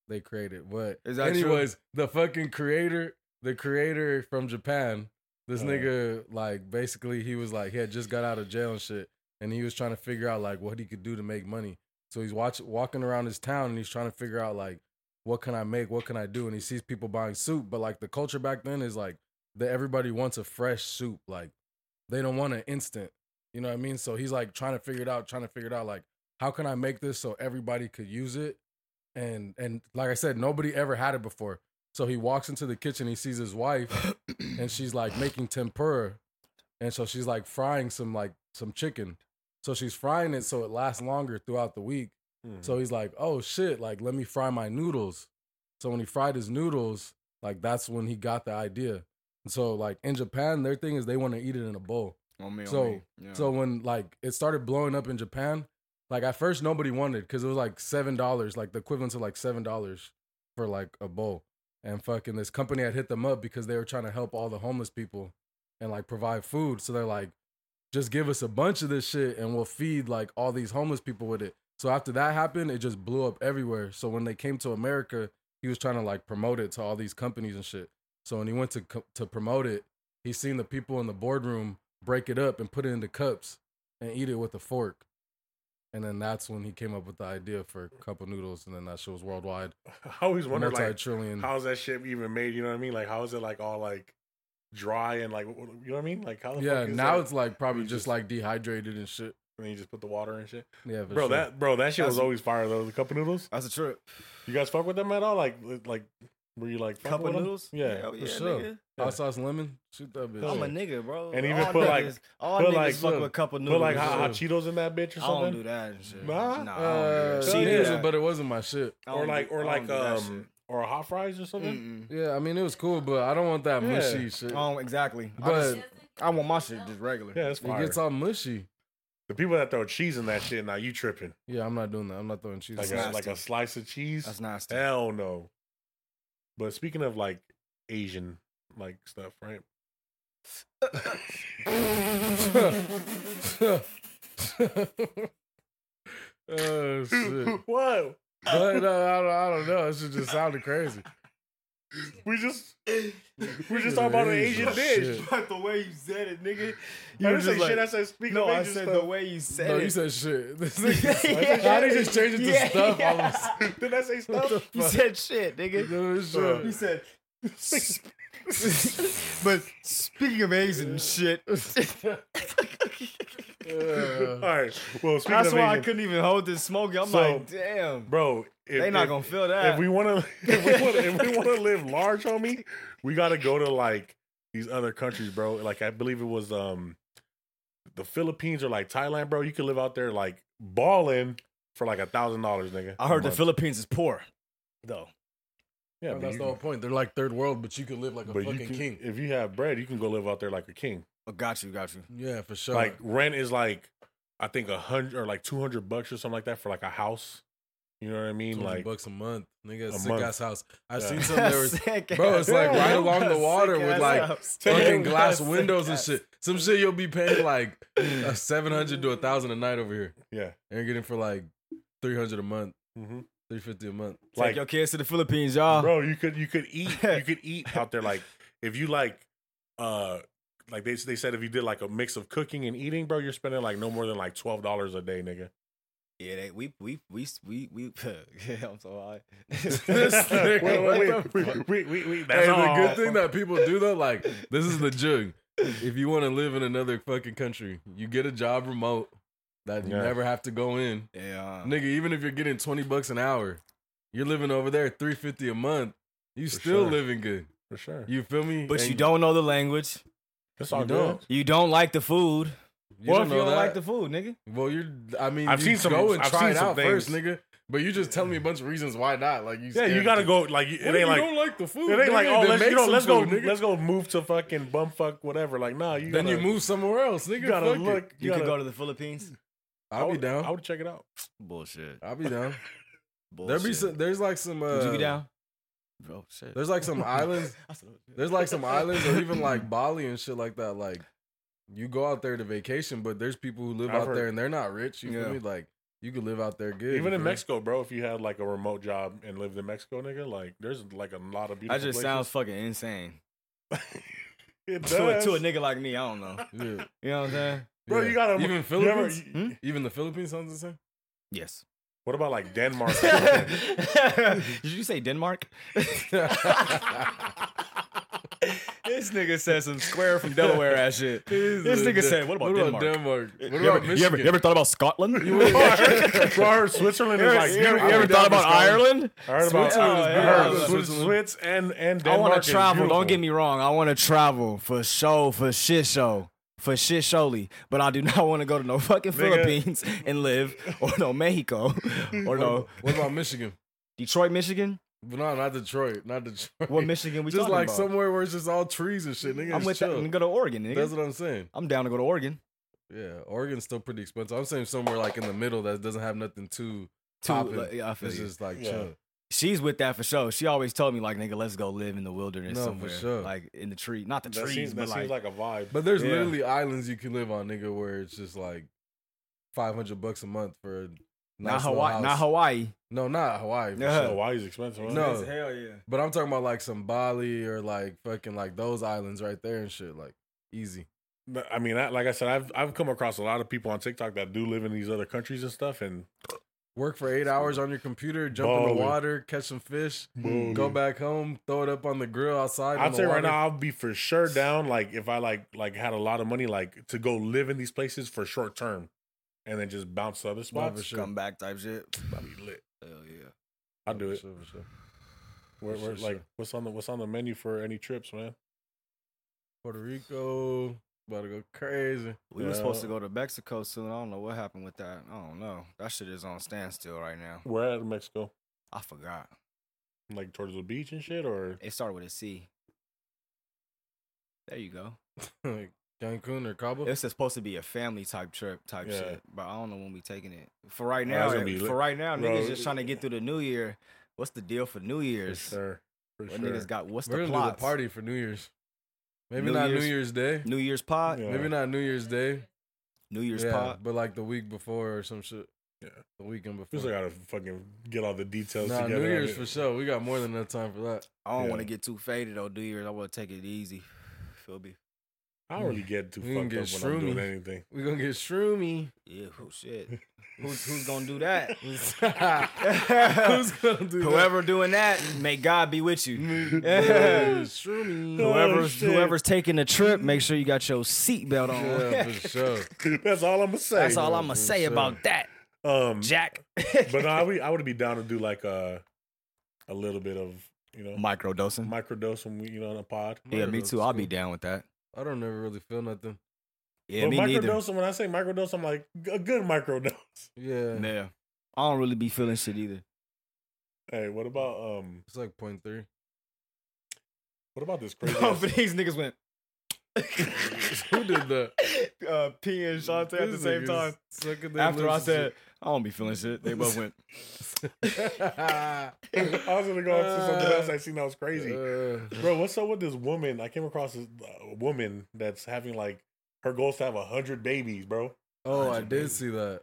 S3: They created. But
S2: Is that true?
S3: anyways, the fucking creator, the creator from Japan, this
S1: Uh.
S3: nigga, like basically, he was like he had just got out of jail and shit, and he was trying to figure out like what he could do to make money. So he's watch walking around his town and he's trying to figure out like what can I make, what can I do, and he sees people buying soup, but like the culture back then is like that everybody wants a fresh soup, like they don't want an instant. You know what I mean? So he's like trying to figure it out, trying to figure it out like how can I make this so everybody could use it? And and like I said, nobody ever had it before. So he walks into the kitchen, he sees his wife, and she's like making tempura. And so she's like frying some like some chicken. So she's frying it so it lasts longer throughout the week.
S1: Mhm.
S3: So he's like, "Oh shit, like let me fry my noodles." So when he fried his noodles, like that's when he got the idea. And so like in Japan, their thing is they want to eat it in a bowl.
S2: On me, on
S3: So-
S2: me. Yeah.
S3: So when like it started blowing up in Japan, like at first nobody wanted because it was like seven dollars, like the equivalent to like seven dollars for like a bowl. And fucking this company had hit them up because they were trying to help all the homeless people and like provide food. So they're like, just give us a bunch of this shit and we'll feed like all these homeless people with it. So after that happened, it just blew up everywhere. So when they came to America, he was trying to like promote it to all these companies and shit. So when he went to co- to promote it, he seen the people in the boardroom break it up and put it into cups and eat it with a fork. And then that's when he came up with the idea for Cup of Noodles, and then that shit was worldwide,
S1: I always wonder like
S3: multi-trillion.
S1: how's that shit even made? You know what I mean? Like how is it like all like dry and like what- you know what I mean? Like how the
S3: yeah,
S1: fuck is
S3: now
S1: that?
S3: it's like probably
S1: You
S3: just,
S1: just-
S3: like dehydrated and shit.
S1: and then you just put the water and shit.
S3: Yeah, for
S1: Bro,
S3: sure.
S1: that bro that shit was
S2: That's-
S1: always fire though. The cup of noodles.
S2: That's a trip.
S1: You guys fuck with them at all? Like like were you like fucking
S2: Cup
S1: with
S2: of
S1: them?
S2: noodles.
S1: Yeah.
S2: Hell
S3: for
S2: yeah,
S3: sure.
S2: nigga.
S1: yeah.
S3: hot sauce lemon, shoot that bitch.
S2: I'm a
S1: Yeah.
S2: nigga, bro.
S1: And even
S2: all
S1: put, like-
S2: niggas, all
S1: put,
S2: niggas
S1: like-
S2: fuck with a cup of noodles.
S1: Put like hot, hot
S3: Noodles.
S1: Cheetos in that bitch or
S2: I don't
S1: something,
S2: do that and shit.
S1: Nah?
S2: nah, I
S3: Uh,
S2: don't do that.
S1: she
S3: she
S1: did
S3: is,
S1: that.
S3: but it wasn't my shit.
S2: I
S1: or
S2: don't
S1: like
S2: do-
S1: or
S2: I
S1: like
S2: don't do that
S1: um or hot fries or something.
S2: shit.
S3: Yeah, I mean it was cool, but I don't want that
S1: Yeah.
S3: mushy shit.
S2: Mm-mm. Um, exactly. I,
S3: But-
S2: just- I want my shit just regular.
S1: Yeah, it's
S3: it
S1: fire.
S3: gets all mushy.
S1: the people that throw cheese in that shit now you tripping
S3: Yeah, I'm not doing that. I'm not throwing cheese.
S1: like
S2: That's
S3: on
S1: a,
S3: it.
S1: like a
S2: nasty.
S1: slice of cheese.
S2: That's nasty.
S1: Hell no. But speaking of like Asian like stuff, right?
S3: oh shit!
S1: Whoa.
S3: But uh, I, don't, I don't know. It should just sounded crazy.
S1: We just we just talking about an Asian
S3: Asian
S1: dish.
S3: shit.
S2: But the way you said it, nigga.
S1: I
S2: were
S1: didn't say
S2: just
S1: shit. I
S2: like-
S1: said speaking
S2: No,
S1: of
S2: I
S1: Asian
S2: said
S1: stuff.
S2: the way you said
S3: No,
S2: it.
S3: you said shit. This
S2: Yeah.
S3: nigga- How did you just change it to
S2: Yeah. Oh,
S3: stuff? All of a sudden?
S1: Did I say
S3: What
S1: stuff?
S3: the
S2: You
S3: fuck?
S2: said shit, nigga.
S3: No, sure.
S2: You said. but speaking of Asian shit,
S1: All
S3: Yeah.
S1: right. Well, speaking
S2: that's
S1: of
S2: why I
S1: Asian,
S2: couldn't even hold this smoke. I'm
S1: So,
S2: like, damn,
S1: bro, if,
S2: they not
S1: if-
S2: gonna feel that.
S1: if we want to, if we want, if we want to live large, homie, we got to go to like these other countries, bro. Like I believe it was um the Philippines or like Thailand, bro. You could live out there like balling for like a thousand dollars, nigga.
S2: I heard
S1: a
S2: the
S1: month.
S2: Philippines is poor, though.
S1: Yeah,
S3: Bro,
S1: but
S3: that's
S1: you-
S3: the whole point. They're like third world, but you could live like a
S1: but you
S3: fucking
S1: can,
S3: king.
S1: if you have bread, you can go live out there like a king.
S2: Oh, got you, got you.
S3: Yeah, for sure.
S1: Like rent is like I think a hundred or like two hundred bucks or something like that for like a house. You know what I mean?
S3: 200
S1: Like
S3: bucks a month, nigga.
S1: A
S3: sick
S1: month.
S3: ass house. I've
S1: Yeah.
S3: seen some that was
S2: Sick
S3: Bro,
S2: ass-
S3: it's like
S1: right
S3: along the
S2: Sick
S3: water with,
S2: ass
S3: like,
S2: house.
S3: fucking glass
S2: Sick
S3: windows and
S2: ass.
S3: shit. Some shit you'll be paying like a seven hundred to a thousand a night over here,
S1: yeah,
S3: and you're getting for like three hundred a month,
S1: hmm
S3: three fifty a month.
S2: Take
S1: like
S2: your kids to the Philippines,
S3: Uh,
S2: y'all.
S1: bro you could you could eat you could eat out there like if you like uh like they, they said if you did like a mix of cooking and eating bro you're spending like no more than like $12 a day nigga
S2: Yeah, they, we we we we we. yeah, I'm so high.
S1: wait, wait,
S3: What the
S1: wait, wait, wait, wait, wait,
S3: Hey,
S1: that's
S3: the
S1: all.
S3: good thing that people do though, like this is the jug. If you want to live in another fucking country, you get a job remote that you
S1: Yeah.
S3: never have to go in,
S2: Yeah, uh,
S3: nigga. Even if you're getting twenty bucks an hour, you're living over there three fifty a month. You
S1: For
S3: still
S1: sure.
S3: living good.
S1: for sure
S3: You feel me?
S2: but
S3: And
S2: you don't know the language.
S1: that's all
S3: you
S1: good
S3: don't.
S2: You don't like the food.
S3: You
S2: what
S3: don't
S2: if
S3: know
S2: you don't
S3: that.
S2: like the food, nigga?
S3: Well, you're. I mean,
S1: I've
S3: you
S1: seen some-
S3: Go and
S1: I've
S3: try
S1: seen
S3: it
S1: some
S3: out first,
S1: things.
S3: nigga. But you just telling me a bunch of reasons why not. Like you.
S1: yeah you
S3: scared
S1: gotta
S3: to-
S1: go like you-
S3: What
S1: it
S3: if you
S1: ain't like
S3: don't like the food.
S1: it ain't like
S3: nigga?
S1: oh
S3: Then
S1: let's, you
S3: make
S1: know
S3: some
S1: let's go
S3: food, nigga.
S1: let's go move to fucking bumfuck whatever like nah you
S3: Then
S1: gotta,
S3: you move somewhere else, nigga.
S1: you gotta
S3: Fuck
S1: look
S3: It.
S2: You,
S1: gotta,
S2: could go to the Philippines.
S1: I
S3: I'll be
S1: would-
S3: down.
S1: I would check it out
S2: Bullshit.
S3: I'll be down.
S2: Bullshit.
S3: There be some. There's like some. Uh,
S2: Would you be down? Bro, shit.
S3: There's like some islands.
S2: I said, oh, shit.
S3: There's like some islands, or even like Bali and shit like that. Like you go out there to vacation, but there's people who live
S1: I've
S3: out
S1: heard-
S3: there and they're not rich. You
S2: Yeah.
S3: feel me? Like you could live out there good. you
S1: even in
S3: feel me?
S1: Mexico bro if you had like a remote job and lived in Mexico nigga like there's like a lot of beautiful
S2: That just
S1: places.
S2: sounds fucking insane.
S1: it does.
S2: To a, to a nigga like me, I don't know.
S3: Yeah.
S2: You know what I'm saying?
S1: Bro,
S3: Yeah.
S1: you gotta
S3: even
S1: you ever-
S3: Philippines.
S1: you-
S2: Hmm?
S3: Even the Philippines sounds the same.
S2: Yes.
S1: what about like Denmark?
S2: Did you say Denmark? this nigga said some square from Delaware ass shit. This nigga said, "What about Denmark?"
S3: Denmark? What
S2: you, ever,
S3: about
S2: you, ever,
S3: Michigan?
S2: you ever thought about Scotland? You,
S1: Bro, I heard- bro, I heard Switzerland is like.
S2: you ever,
S1: beautiful.
S2: you ever thought about
S3: Scotland.
S2: Ireland?
S1: I heard about
S2: Switzerland is
S1: I
S2: beautiful.
S1: heard
S2: Yeah.
S1: Swiss, Swiss and and
S2: I
S1: Denmark.
S2: want
S1: want
S2: to travel. Don't get me wrong. I want to travel for show, for shit show, for shit showly. But I do not want to go to no fucking Philippines and live, or no Mexico, or no
S3: What about Michigan?
S2: Detroit, Michigan.
S3: No, not Detroit. Not Detroit.
S2: What Michigan we
S3: Just
S2: talking
S3: like
S2: about?
S3: somewhere where it's just all trees and shit. Nigga,
S2: I'm
S3: it's
S2: with that.
S3: chill.
S2: and Go to Oregon, nigga.
S3: That's what I'm saying.
S2: I'm down to go to Oregon.
S3: Yeah, Oregon's still pretty expensive. I'm saying somewhere like in the middle that doesn't have nothing too.
S2: Too,
S3: poppin'.
S2: like, yeah, I feel
S3: It's
S2: you.
S3: just like
S1: Yeah.
S3: chill.
S2: She's with that for sure. She always told me like, nigga, let's go live in the wilderness
S3: No, for
S2: somewhere,
S3: sure.
S2: like in the tree, not the
S1: That,
S2: trees,
S1: seems, that
S2: but like,
S1: seems like a vibe.
S3: But there's
S2: Yeah.
S3: literally islands you can live on, nigga, where it's just like 500 bucks a month for a nice
S2: not
S3: little
S2: Hawaii,
S3: house.
S2: not Hawaii.
S3: No, not Hawaii. for
S2: Yeah.
S3: sure.
S1: Hawaii's expensive. huh?
S3: No.
S2: hell yeah.
S3: But I'm talking about like some Bali or like fucking like those islands right there and shit. Like easy.
S1: But, I mean, I, like I said, I've I've come across a lot of people on TikTok that do live in these other countries and stuff, and
S3: Work for eight hours on your computer, jump in
S1: Baller.
S3: the water, catch some fish, go back home, throw it up on the grill outside.
S1: I'd
S3: in
S1: say
S3: the
S1: right
S3: water.
S1: now I'll be for sure down. Like if I like like had a lot of money, like to go live in these places for short term, and then just bounce to other spots.
S3: for sure.
S2: Come back type shit.
S1: That'd be lit.
S2: Hell yeah.
S1: I'll do
S3: For
S1: it.
S3: sure, for sure.
S1: Where,
S3: for
S1: where,
S3: sure,
S1: like
S3: sure.
S1: what's on the what's on the menu for any trips, man?
S3: Puerto Rico, about to go crazy.
S2: We were supposed to
S1: Yeah.
S2: go to Mexico soon. I don't know what happened with that. I don't know. That shit is on standstill right now.
S1: We're at in Mexico,
S2: I forgot.
S1: like towards the beach and shit, or
S2: It started with a C. There you go.
S3: Like Cancun or Cabo.
S2: It's supposed to be a family type trip type
S1: Yeah.
S2: shit, but I don't know when we taking it. For right
S1: Oh,
S2: now,
S1: that's gonna be lit.
S2: for right now,
S1: Bro,
S2: niggas just trying to get through the new year. What's the deal for New
S1: for
S2: Year's?
S1: sure, for
S2: What
S1: sure.
S2: niggas got? What's
S3: We're
S2: the
S3: gonna do
S2: plot?
S3: the party for New Year's. Maybe
S2: New
S3: not
S2: Year's-
S3: New Year's Day.
S2: New Year's pot.
S1: Yeah.
S3: Maybe not New Year's Day.
S2: New Year's
S3: yeah,
S2: pot.
S3: but like the week before or some shit.
S1: Yeah.
S3: the weekend
S1: Just I
S3: before.
S1: gotta fucking get all the details
S3: Nah,
S1: together.
S3: New
S1: on
S3: Year's
S1: it.
S3: for sure. We got more than enough time for that.
S2: I don't want to
S1: Yeah.
S2: get too faded on New Year's. I want to take it easy. Feel me?
S1: I don't really get too
S3: We can
S1: fucked
S3: get
S1: up when I'm doing
S3: shroomy.
S1: anything.
S3: We gonna get shroomy.
S2: Yeah. Oh shit. Who's who's gonna do that?
S3: Who's gonna do
S2: Whoever doing that, may God be with you.
S3: that?
S2: Yeah.
S3: shroomy.
S1: Oh,
S2: Whoever's
S1: shit.
S2: whoever's taking the trip, make sure you got your seatbelt on.
S3: Yeah, for sure.
S1: That's all I'm gonna say.
S2: That's all
S3: yeah,
S2: I'm gonna
S3: for
S2: say
S3: sure.
S2: about that,
S1: Um,
S2: Jack.
S1: but no, I would, I would be down to do like a, a little bit of you know
S2: Micro dosing.
S1: microdose when we you know in a pod.
S2: Yeah, me
S3: Microdose
S2: too.
S3: is
S2: I'll
S3: cool.
S2: be down with that.
S3: I don't never really feel nothing.
S2: Yeah,
S1: but
S2: me neither.
S1: microdose, when I say microdose, I'm like g- a good microdose.
S3: Yeah,
S2: Yeah, I don't really be feeling shit either.
S1: Hey, what about um,
S3: it's like point three.
S1: what about this crazy? ass-
S2: Both of these niggas went.
S3: Who did that?
S2: Uh, P and Shante at the
S3: This
S2: same
S3: nigga's
S2: time.
S3: sucking their
S2: After I
S3: lips
S2: said
S3: and
S2: I don't be feeling shit, they both went.
S3: shit.
S1: I was gonna go into something
S3: Uh,
S1: else I seen that was crazy,
S3: Uh,
S1: bro. What's up with this woman? I came across this uh, woman that's having like her goal is to have a hundred babies, bro.
S3: oh, I
S2: Hundred
S3: did
S2: baby.
S3: see that.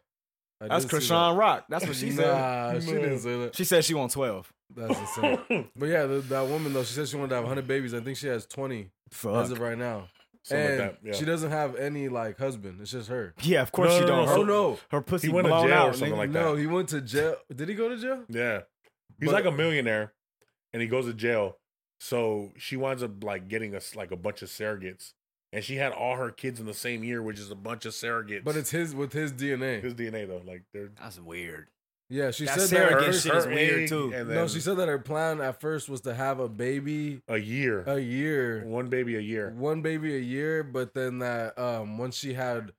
S3: I
S2: That's
S3: did see
S2: Krishan Rock. That's
S3: that.
S2: what she said.
S3: Nah, she
S1: No.
S3: didn't say that.
S2: She said she want twelve.
S3: That's insane. But yeah, th that woman though, she said she wanted to have 100 babies. I think she has 20 as
S2: Fuck.
S3: of right now,
S1: Something like
S3: and
S1: that. Yeah.
S3: she doesn't have any like husband. It's just her.
S2: Yeah, of course
S1: No,
S2: she
S1: no,
S2: don't.
S1: no,
S2: Her,
S3: oh no,
S2: her pussy
S1: He went to
S2: blown
S1: jail or
S2: out.
S1: something
S2: nigga.
S1: like
S3: no,
S1: that.
S3: he went to jail. Did he go to jail?
S1: yeah, he's
S3: But-
S1: like a millionaire, and he goes to jail. So she winds up like getting us like a bunch of surrogates, and she had all her kids in the same year, which is a bunch of surrogates.
S3: But it's his with his DNA.
S1: his DNA though, like they're
S2: That's weird.
S3: yeah, she
S2: That's
S3: said that.
S2: surrogate
S3: her-
S2: shit is weird,
S1: egg,
S2: too.
S1: And then
S3: no, she said that her plan at first was to have a baby
S1: a year,
S3: a year,
S1: one baby a year.
S3: one baby a year. But then that um, once she had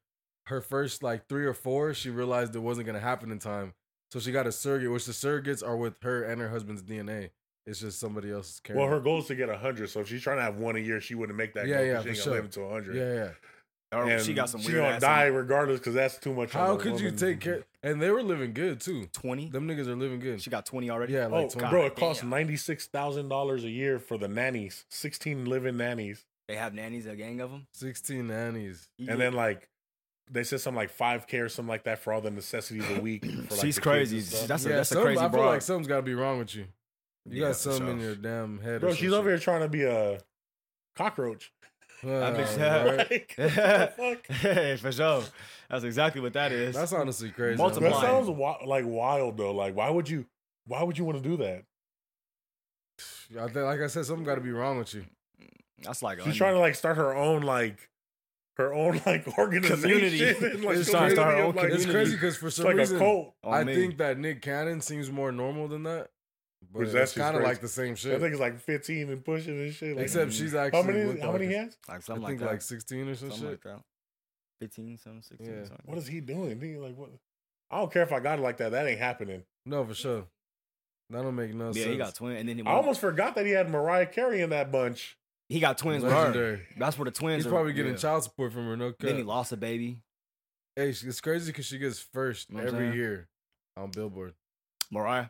S3: her first like three or four, she realized it wasn't gonna happen in time. So she got a surrogate, which the surrogates are with her and her husband's DNA. It's just somebody else's carrying.
S1: Well,
S3: it.
S1: her goal is to get hundred. So if she's trying to have one a year, she wouldn't make that
S3: Yeah,
S1: goal. 'cause
S3: yeah,
S1: she
S3: for
S1: ain't
S3: sure.
S1: gonna live until hundred.
S3: Yeah, yeah.
S2: Or
S1: And
S2: she got some
S1: She
S2: weird
S1: gonna
S2: ass
S1: die regardless because that's too much. on
S3: How
S1: a
S3: could you
S1: woman.
S3: take care? And they were living good too.
S2: Twenty.
S3: Them niggas are living good.
S2: Mm-hmm. She got twenty already.
S3: Yeah, like
S1: oh,
S3: 20.
S1: bro, it costs
S2: damn.
S1: ninety six thousand dollars a year for the nannies, sixteen living nannies,
S2: They have nannies, a gang of them.
S3: Sixteen nannies.
S1: and then like they said something like five k or something like that for all the necessities a week. For, like,
S2: she's
S1: the kids
S2: crazy.
S1: and stuff.
S2: That's a,
S3: yeah,
S2: that's a
S3: some-
S2: crazy
S3: I feel
S2: broad.
S3: like something's got to be wrong with you. You
S2: Yeah,
S3: got
S2: for
S3: something in
S2: sure.
S3: your damn head.
S1: bro, she's over here trying to be a cockroach. Uh,
S2: That bitch-
S1: Like,
S3: right?
S1: what the fuck?
S2: Hey, for sure. That's exactly what that is.
S3: That's honestly crazy.
S2: Multiply.
S1: That
S2: Why?
S1: sounds wi- like wild though. Like, why would you? Why would you want to do that?
S3: I think, like I said, something got to be wrong with you.
S2: That's like
S1: She's trying to like start her own like her own like organization. and, like,
S2: She's trying to start her
S1: community
S2: own
S1: of, like,
S3: It's
S2: community.
S3: crazy because for
S1: It's
S3: some
S1: like
S3: reason,
S1: a cult.
S3: I think that Nick Cannon seems more normal than that. But
S1: Which that's
S3: that's
S1: just
S3: kind of
S1: crazy.
S3: like the same
S1: I
S3: shit.
S1: think it's like 15 and pushing and shit. Like,
S3: Except she's
S1: how
S3: actually
S1: many?
S3: with
S1: How many
S3: like
S1: he
S3: a-
S1: has?
S2: like
S3: I
S2: something
S3: think
S2: like
S3: like,
S2: that.
S3: sixteen or some
S2: something
S3: shit.
S2: like that. 15, something, 16,
S3: Yeah.
S2: something.
S1: What is he doing? He like what? I don't care if I got it like that. That ain't happening.
S3: No, for sure. That don't make no
S2: Yeah,
S3: sense.
S2: he got twins, and then he,
S1: I almost forgot that he had Mariah Carey in that bunch.
S2: he got twins with her.
S3: Legendary.
S2: That's where the twins.
S3: He's
S2: are-
S3: probably getting
S2: yeah.
S3: child support from her. No cut.
S2: Then he lost a baby.
S3: Hey, she- it's crazy because she gets first
S2: Know what I'm
S3: every
S2: saying?
S3: year on Billboard.
S2: Mariah.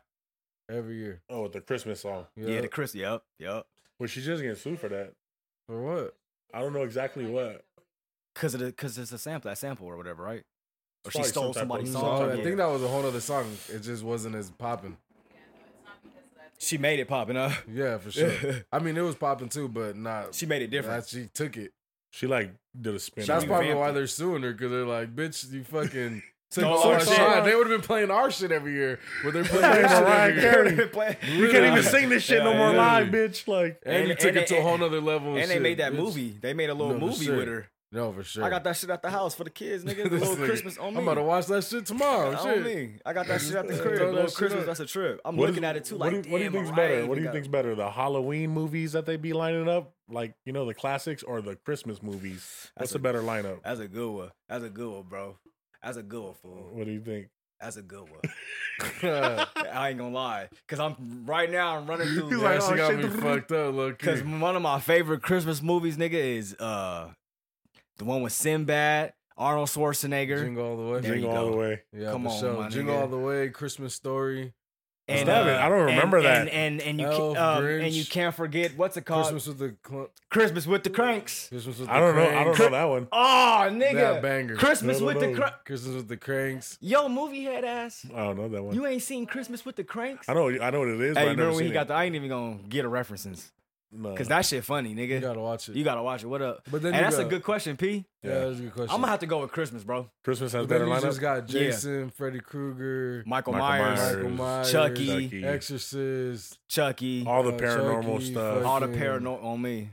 S3: Every year.
S1: Oh, with the Christmas song.
S2: Yeah, the Chris. Yep, yep.
S1: Well, she's just getting sued for that.
S3: For what?
S1: I don't know exactly what.
S2: Cause of the, cause it's a sample, that sample or whatever, right? Or Oh, she
S1: Probably
S2: stole
S1: some type of
S2: somebody's
S3: So,
S1: song.
S2: song.
S3: I
S2: yeah.
S3: think that was a whole other song. It just wasn't as popping.
S2: she made it popping up.
S3: Yeah, for sure. I mean, it was popping too, but not.
S2: she made it different.
S3: That she took it.
S1: She like did a spin. on
S3: That's
S1: it.
S3: probably
S2: revamped
S3: why
S2: it.
S3: they're suing her because they're like, bitch, you fucking took
S1: Stole
S2: Oh,
S3: all
S1: our
S3: our
S1: shit.
S3: shit. They would have been playing our shit every year, but they're playing their shit
S1: Mariah
S3: every year.
S1: Carey.
S2: you
S1: You can't even sing this shit
S2: Yeah,
S1: no more
S3: yeah.
S1: live, bitch. Like
S3: And, you
S2: And-
S3: took
S2: and
S3: it to
S2: they-
S3: a whole nother level.
S2: And they
S3: shit,
S2: made that
S3: bitch.
S2: movie. They made a little
S3: No, for
S2: movie
S3: sure.
S2: with her.
S3: No, for sure.
S2: I got that shit at the house for the kids, nigga.
S3: This
S2: little
S3: nigga,
S2: Christmas on me.
S3: I'm about to watch that shit tomorrow.
S2: I
S3: shit.
S2: don't mean. I got that shit at the
S3: Throw
S2: crib.
S3: that
S2: Little
S3: shit
S2: Christmas,
S3: up.
S2: that's a trip. I'm
S1: What is-
S2: looking at it too,
S1: what
S2: like,
S1: do you- what do you
S2: damn,
S1: think's
S2: Mariah
S1: better? What do
S2: even
S1: you
S2: got-
S1: think's better? The Halloween movies that they be lining up, like you know the classics, or the Christmas movies? What's
S2: That's
S1: a,
S2: a-
S1: better lineup?
S2: That's a good one. That's a good one, bro. That's a good one, fool.
S1: What do you think?
S2: That's a good one.
S3: Yeah,
S2: I ain't gonna lie, cause I'm right now I'm running through.
S1: He's like,
S3: she
S1: "Oh,
S3: got
S1: shit."
S3: me fucked up, look.
S2: Cause one of my favorite Christmas movies, nigga, is uh the one with Sinbad, Arnold Schwarzenegger,
S3: Jingle all the way.
S2: There you
S1: Jingle all
S2: go.
S1: the way.
S3: Yeah,
S2: Come
S3: for
S2: on,
S3: sure.
S2: my
S3: Jingle
S2: nigga.
S3: all the way. Christmas story.
S2: and
S1: Stop
S2: uh,
S1: it. I don't
S2: and-
S1: remember that.
S2: And and, and you
S3: Elf,
S2: can't, um,
S3: Grinch.
S2: and you can't forget what's it called? Christmas,
S3: Christmas with the cl-
S2: with the Cranks.
S3: Christmas with
S1: I
S3: the
S1: don't know. I
S3: cranks.
S1: don't know that one.
S2: Oh,
S3: That
S2: nigga,
S3: banger.
S2: Christmas
S1: No, no,
S2: with the
S1: no.
S2: Cranks.
S3: Christmas with the cranks.
S2: Yo, movie head ass,
S1: I don't know that one.
S2: you ain't seen Christmas with the Cranks?
S1: I know. I know what it is. but
S2: Hey,
S1: I never
S2: you remember when
S1: seen
S2: he got
S1: it.
S2: the? I ain't even gonna get a references,
S1: No.
S2: cause that shit funny, nigga.
S3: You gotta watch it.
S2: You gotta watch it. What up?
S3: But then
S2: And
S3: you
S2: that's a
S3: got-
S2: good question, P.
S3: yeah, that's a good question.
S2: I'm gonna have to go with Christmas, bro.
S1: Christmas has
S3: But
S1: better
S3: then you
S1: lineup.
S3: just got
S2: Yeah.
S3: Jason, Freddy Krueger,
S2: Michael,
S1: Michael
S2: Myers,
S1: Myers,
S3: Michael Myers,
S2: Chucky,
S1: Chucky,
S3: Exorcist.
S2: Chucky, all,
S1: all the
S3: uh,
S1: paranormal
S3: Chucky,
S1: stuff.
S3: fuck-
S2: the
S3: fucking-
S2: paranormal on me.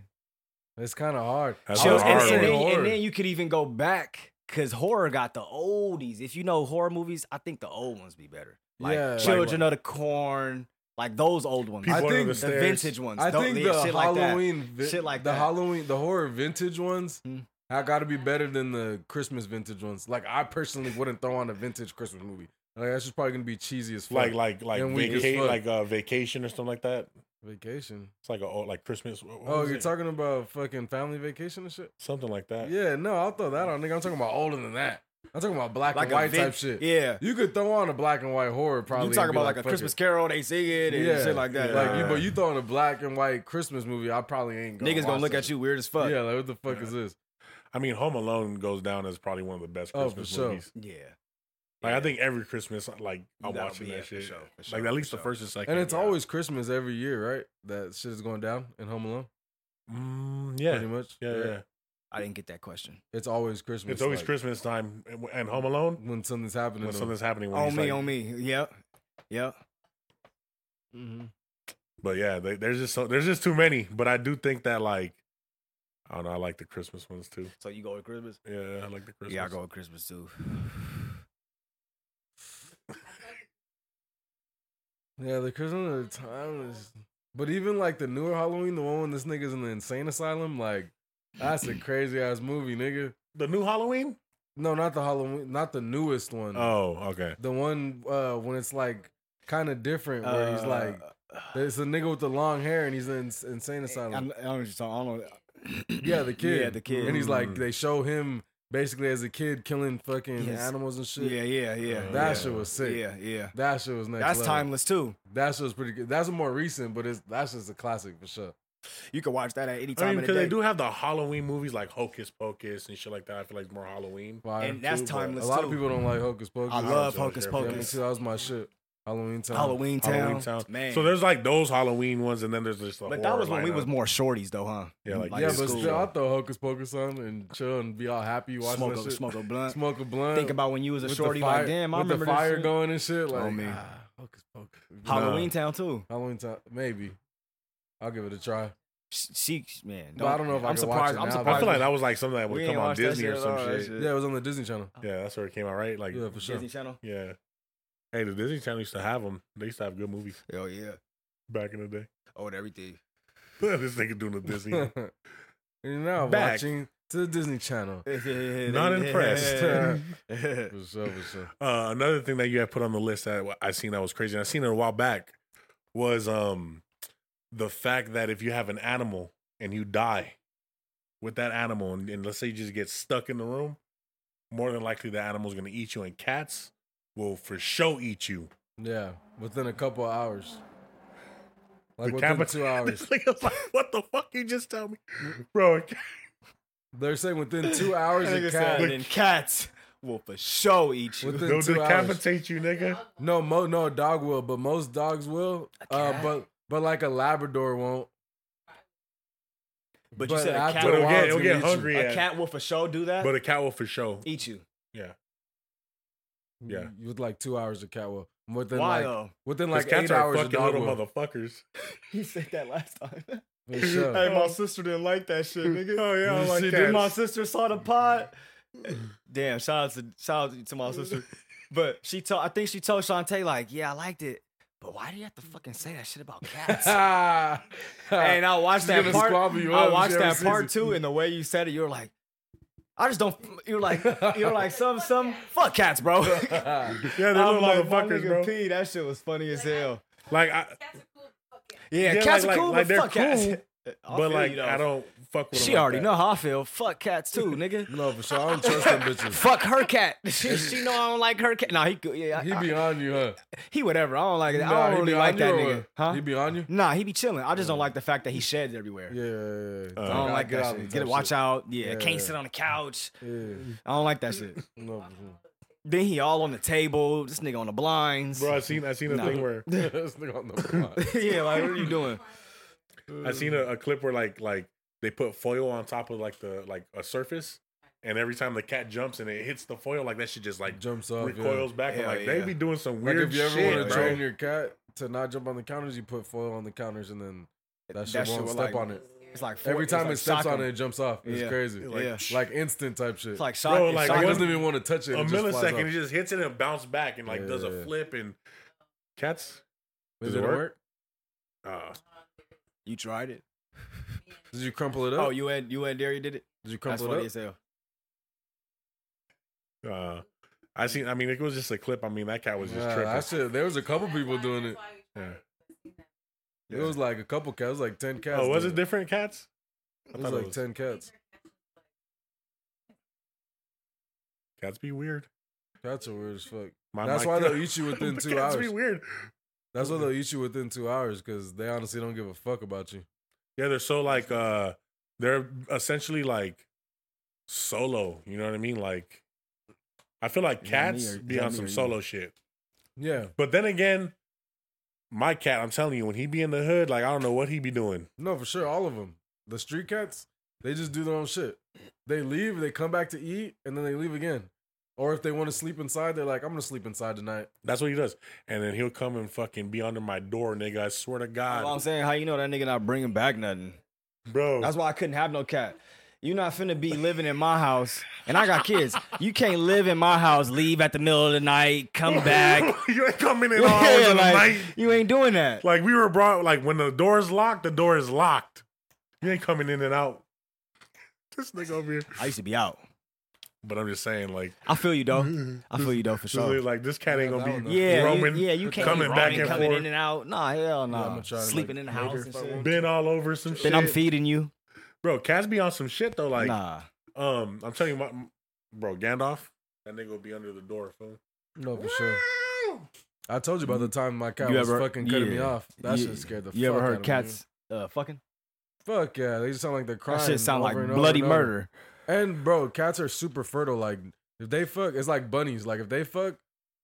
S3: It's kind of hard.
S1: That's
S2: Chills-
S1: a
S2: and,
S1: hard
S2: and
S1: one.
S2: then, and
S3: Horror.
S2: then you could even go back because horror got the oldies. If you know horror movies, I think the old ones be better. Like
S3: Yeah.
S2: Children of the Corn, like those old ones,
S1: People
S3: I
S1: under
S3: think
S1: the
S2: the
S1: stairs.
S2: vintage ones.
S3: I
S2: Don't-
S3: think
S2: yeah,
S3: the
S2: shit like that.
S3: Halloween, vi-
S2: Shit like
S3: the
S2: that.
S3: Halloween, the horror vintage ones,
S2: Hmm.
S3: I got to be better than the Christmas vintage ones. Like I personally wouldn't throw on a vintage Christmas movie. Like that's just probably gonna be cheesy as fuck.
S1: Like like like
S3: And weak as
S1: vaca-
S3: fuck.
S1: like uh, vacation or something like that.
S3: vacation.
S1: It's like a oh, like Christmas. what- what
S3: Oh,
S1: was
S3: you're
S1: it?
S3: talking about fucking family vacation and shit.
S1: something like that.
S3: Yeah, no, I'll throw that on, nigga. I'm talking about older than that. I'm talking about black
S2: Like
S3: and
S2: a
S3: white
S2: vin-
S3: type shit.
S2: Yeah,
S3: You could throw on a black and white horror probably.
S2: you
S3: and
S2: talking
S3: be
S2: about like, a
S3: fuck
S2: Christmas
S3: it.
S2: Carol? They sing it and shit like that.
S3: Like you,
S1: Yeah.
S3: but you throwing a black and white Christmas movie, I probably ain't gonna
S2: niggas gonna
S3: watch
S2: look
S3: that
S2: at
S3: shit.
S2: you weird as fuck.
S3: Yeah, like what the fuck is this?
S1: I mean, Home Alone goes down as probably one of the best
S3: Oh,
S1: Christmas
S3: for sure.
S1: movies.
S2: yeah.
S1: Like I think every Christmas, uh, like I'm
S2: That'll
S1: watching
S2: be
S1: that
S2: it, for
S1: shit.
S2: sure, for
S1: like
S2: sure,
S1: at
S2: for
S1: least the
S2: sure.
S1: first and second.
S3: And it's
S1: yeah.
S3: always Christmas every year, right? That shit is going down in Home Alone.
S1: Mm, yeah.
S3: Pretty much.
S1: yeah, yeah,
S3: right?
S2: I didn't get that question.
S3: It's always Christmas.
S1: It's always
S3: like,
S1: Christmas time and- and Home Alone
S3: when something's happening.
S1: when
S3: to
S1: something's happening. When
S2: On
S1: he's
S2: Oh, me,
S1: like-
S2: on me. Yep, yep.
S3: them.
S1: But yeah, they, there's just so there's just too many. But I do think that like I don't know. I like the Christmas ones too.
S2: So you go with Christmas?
S1: Yeah, I like the Christmas.
S2: Yeah, I go with Christmas too.
S1: Mm-hmm.
S3: Yeah, the Christmas the time is. But even like the newer Halloween, the one when this nigga's in the insane asylum, like that's a crazy ass movie, nigga.
S1: the new Halloween.
S2: Mm-hmm.
S3: No, not the Halloween, not the newest one.
S1: Oh, okay.
S3: The one uh, when it's like kind of different, where he's
S2: Uh,
S3: like, it's a nigga with the long hair and he's in s- insane
S2: I,
S3: asylum.
S2: don't know what you're talking. I don't know.
S3: yeah, the kid.
S2: Eh, Yeah, the kid.
S3: And he's like,
S1: Mm.
S3: they show him basically as a kid killing fucking
S2: Yes.
S3: animals and shit.
S2: Mm-hmm. Yeah, yeah, yeah.
S1: Uh,
S3: that
S2: yeah.
S3: shit was sick.
S2: Yeah, yeah.
S3: That shit was next.
S2: That's
S3: level.
S2: timeless too.
S3: That shit was pretty good. That's more recent, but it's that's just a classic for sure.
S2: You can watch that at any
S1: I mean,
S2: time of the
S1: because
S2: day.
S1: they do have the Halloween movies like Hocus Pocus and shit like that. I feel like it's more Halloween.
S3: Fire.
S2: and that's
S1: too, but
S3: a
S2: timeless
S3: lot
S2: too.
S3: of people don't like Hocus Pocus.
S2: I love
S1: Yeah,
S2: Hocus
S1: me
S3: Yeah, me
S2: Pocus.
S3: too. That was my shit. Halloween time.
S2: Halloween Town.
S1: Halloween Town.
S2: Man.
S1: So there's like those Halloween ones, and then there's just the.
S2: but that was when we was
S1: more.
S2: more shorties though, huh?
S1: Yeah, like-
S3: yeah,
S2: in
S3: but
S2: school.
S3: still, I'll throw Hocus Pocus on and chill and be all happy watching
S2: smoke
S3: that
S2: a,
S3: shit.
S2: smoke a blunt.
S3: Smoke a blunt.
S2: Think about when you was a
S3: with the
S2: shorty.
S3: fire-
S2: like, damn, I
S3: with
S2: remember
S3: the fire
S2: this shit.
S3: going and shit. Like,
S2: me.
S3: ah, Hocus Pocus.
S2: Halloween Town too.
S3: Halloween time, maybe. I'll give it a try.
S2: Sh- She, man.
S3: But I don't know if I
S2: am
S3: could watch
S2: surprised.
S3: it
S2: I'm
S3: now,
S2: surprised.
S3: though.
S1: I feel like that was like something that
S2: we
S1: would
S2: ain't
S1: come on
S2: watched that
S1: Disney or some
S2: all right,
S1: shit.
S3: Yeah, it was on the Disney Channel.
S1: Yeah, that's where it came out, right? Like,
S3: Yeah, for sure.
S2: Disney Channel.
S1: yeah. Hey, the Disney Channel used to have them. They used to have good movies
S2: Hell yeah.
S1: back in the day.
S2: Oh, and everything.
S1: this nigga doing the Disney.
S3: You're now
S1: Back.
S3: watching to the Disney Channel.
S1: Not impressed.
S3: Yeah.
S2: yeah.
S3: For sure, for sure.
S1: Uh, another thing that you had put on the list that I seen that was crazy, and I seen it a while back, was um the fact that if you have an animal and you die with that animal, and, and let's say you just get stuck in the room, more than likely the animal's gonna eat you, and cats will for sure eat you.
S3: Yeah, within a couple of hours. Like within
S1: cap-
S3: two hours.
S1: This nigga's like, what the fuck you just tell me, bro?
S3: They're saying within two hours
S2: Nigga
S3: a
S2: said,
S3: cat.
S2: then cats will for sure eat you.
S3: Within
S1: They'll
S3: two hours.
S1: decapitate you, nigga.
S3: No, mo no a dog will, but most dogs will. Uh, but but like a Labrador won't.
S2: But, you
S3: But
S2: said a
S3: after
S2: cat,
S1: But
S3: a
S1: it'll
S2: will,
S3: while,
S1: get,
S3: it's
S1: it'll
S3: gonna
S1: get
S3: eat you.
S1: hungry.
S2: a
S1: at-
S2: cat will for sure do that.
S1: but a cat will for sure.
S2: eat you.
S1: Yeah.
S2: Mm.
S3: You- With like two hours of cat will. Within
S2: Why
S3: like
S2: though?
S3: within
S1: 'Cause
S3: like eight
S1: cats are
S3: hours of
S1: fucking
S3: dog
S1: little
S3: will.
S1: motherfuckers.
S2: He said that last time.
S3: For sure.
S2: Hey, my sister didn't like that shit, nigga.
S1: Oh yeah, I
S3: You
S1: like
S3: see,
S1: cats.
S2: Then my sister saw the pot. Damn, shout out to shout out to my sister. But she told I think she told Shantae, like, yeah, I liked it. But why do you have to fucking say that shit about cats? and I watched
S3: She's
S2: that
S3: gonna
S2: part.
S3: squabble you up
S2: I
S3: if
S2: watched
S3: she ever
S2: that
S3: sees
S2: part
S3: it.
S2: too, and the way you said it, you're like, I just don't you're like you're like some some fuck cats, bro. yeah,
S3: Ah,
S1: yeah, they're little motherfuckers, bro.
S2: Pee, that shit was funny as hell.
S1: Like I,
S4: Cats are cool. Fuck yeah.
S2: Yeah,
S1: Yeah,
S2: cats
S1: like-
S2: are cool,
S1: like- like
S2: but
S1: they're
S2: fuck cats.
S1: cool,
S2: I
S1: but
S2: feel
S1: like
S2: you, though.
S1: I don't fuck with. 'em
S2: She
S1: like
S2: already
S1: that.
S2: know how I feel. Fuck cats too, nigga.
S3: no, for sure. I don't trust them bitches.
S2: Fuck her cat. She, she know I don't like her cat. Nah, he good. Yeah, I- I-
S3: He be on you, huh?
S2: He whatever. I don't like it.
S3: Nah,
S2: I
S3: he
S2: don't really
S3: be
S2: like
S3: on you
S2: that
S3: or
S2: nigga.
S3: what?
S2: Huh?
S3: He be on you?
S2: nah, he be chilling. I just don't like the fact that he sheds everywhere.
S3: Yeah. yeah, yeah.
S1: Uh,
S2: I don't
S3: Gotta
S2: like
S3: get
S2: that shit.
S3: out of
S2: Get
S3: that
S2: it, watch
S3: shit.
S2: out. Yeah,
S3: Yeah.
S2: can't sit on the couch.
S3: Yeah.
S2: I don't like that shit.
S3: No, for sure.
S2: then he all on the table. This nigga on the blinds.
S1: Bro, I seen I seen a
S2: Nah.
S1: thing where
S3: This nigga on the block.
S2: yeah, like what are you doing?
S1: I seen a, a clip where like like they put foil on top of like the like a surface, and every time the cat jumps and it hits the foil, like that shit just like
S3: Jumps up.
S1: recoils back. I'm
S2: Hell
S1: like they
S2: yeah.
S1: be doing some
S3: Like
S1: weird
S3: if you ever
S1: shit,
S3: want to
S1: bro.
S3: train your cat to not jump on the counters, you put foil on the counters and then that shit won't
S2: was
S3: step
S2: like-
S3: on it.
S2: It's like four,
S3: Every time
S2: it's like
S3: it steps
S2: soccer.
S3: on it, it jumps off. It's
S2: Yeah.
S3: crazy. Like,
S2: Yeah.
S3: like instant type shit.
S2: It's like soccer.
S1: Bro,
S2: like
S1: like,
S3: Like,
S1: one-
S3: it doesn't even want to touch it.
S1: a
S3: it just
S1: millisecond,
S3: flies off.
S1: it just hits it and bounce back and like does
S3: Yeah.
S1: a flip and cats.
S3: Does
S1: Does it
S3: it
S1: work?
S3: work?
S1: Uh,
S2: you tried it.
S3: Did you crumple it up?
S2: Oh, you and you and Derry did it.
S3: Did you
S2: That's
S3: crumple
S2: funny
S3: it up?
S2: as hell.
S1: uh, I seen. I mean, it was just a clip. I mean, that cat was just
S3: Nah,
S1: tripping.
S3: that shit. There was a couple people doing it.
S1: Yeah.
S3: It was like a couple cats. It was like ten cats.
S1: Oh, was it
S3: doing
S1: different cats? I
S3: It
S1: thought
S3: was
S1: it
S3: like
S1: was-
S3: ten cats.
S1: Cats be weird.
S3: Cats are weird as fuck.
S1: My
S3: That's
S1: mic-
S3: why they'll eat you within two
S1: cats
S3: hours.
S1: be weird.
S3: That's why they'll eat you within two hours because they honestly don't give a fuck about you.
S1: Yeah, they're so like uh they're essentially like solo, you know what I mean? Like I feel like
S2: Is that me
S1: cats
S2: or- is
S1: be
S2: that
S1: on
S2: me or
S1: some
S2: you?
S1: solo shit.
S3: Yeah.
S1: But then again, my cat, I'm telling you, when he be in the hood, like I don't know what he be doing.
S3: No, for sure, all of them. The street cats, they just do their own shit. They leave, they come back to eat, and then they leave again. Or if they want to sleep inside, they're like, "I'm gonna sleep inside tonight."
S1: That's what he does. And then he'll come and fucking be under my door, nigga. I swear to
S2: That's what I'm
S1: God.
S2: saying. How you know that nigga not bringing back nothing?
S1: Bro.
S2: That's why I couldn't have no cat. You're not finna be living in my house, and I got kids. You can't live in my house, leave at the middle of the night, come back.
S1: you ain't coming in all hours
S2: Yeah,
S1: of the
S2: like,
S1: night.
S2: you ain't doing that.
S1: Like we were brought like when the door is locked, the door is locked. You ain't coming in and out. This nigga over here.
S2: I used to be out.
S1: But I'm just saying, like
S2: I feel you though. I feel you though for
S1: So
S2: sure.
S1: like this cat ain't gonna
S3: Mm-hmm. Yeah,
S1: be
S3: that one,
S2: Yeah, you-
S1: roaming,
S2: yeah, you can't
S1: coming
S2: be
S1: back
S2: roaming,
S1: and
S2: coming
S1: forth,
S2: in and out. Nah, hell no.
S3: I'ma try to,
S2: Sleeping in
S3: like,
S2: the
S3: make her
S2: house and
S3: start
S2: shit.
S3: working.
S1: been all over some shit.
S2: Then I'm feeding you.
S1: bro, cats be on some shit though. Like,
S2: nah,
S1: um, I'm telling you, my, bro, Gandalf, that nigga will be under the door, fool.
S3: No, for sure. I told you about the time my cat
S2: You
S3: was
S2: ever-
S3: fucking cutting me
S2: yeah.
S3: off. That
S2: You-
S3: shit scared the.
S2: You
S3: fuck
S2: ever
S3: out
S2: heard
S3: of
S2: cats uh, fucking?
S3: Me. Fuck yeah, they just sound like they're crying.
S2: That shit sound like
S3: over and over
S2: bloody
S3: and over.
S2: murder.
S3: And bro, cats are super fertile. Like if they fuck, it's like bunnies. Like if they fuck,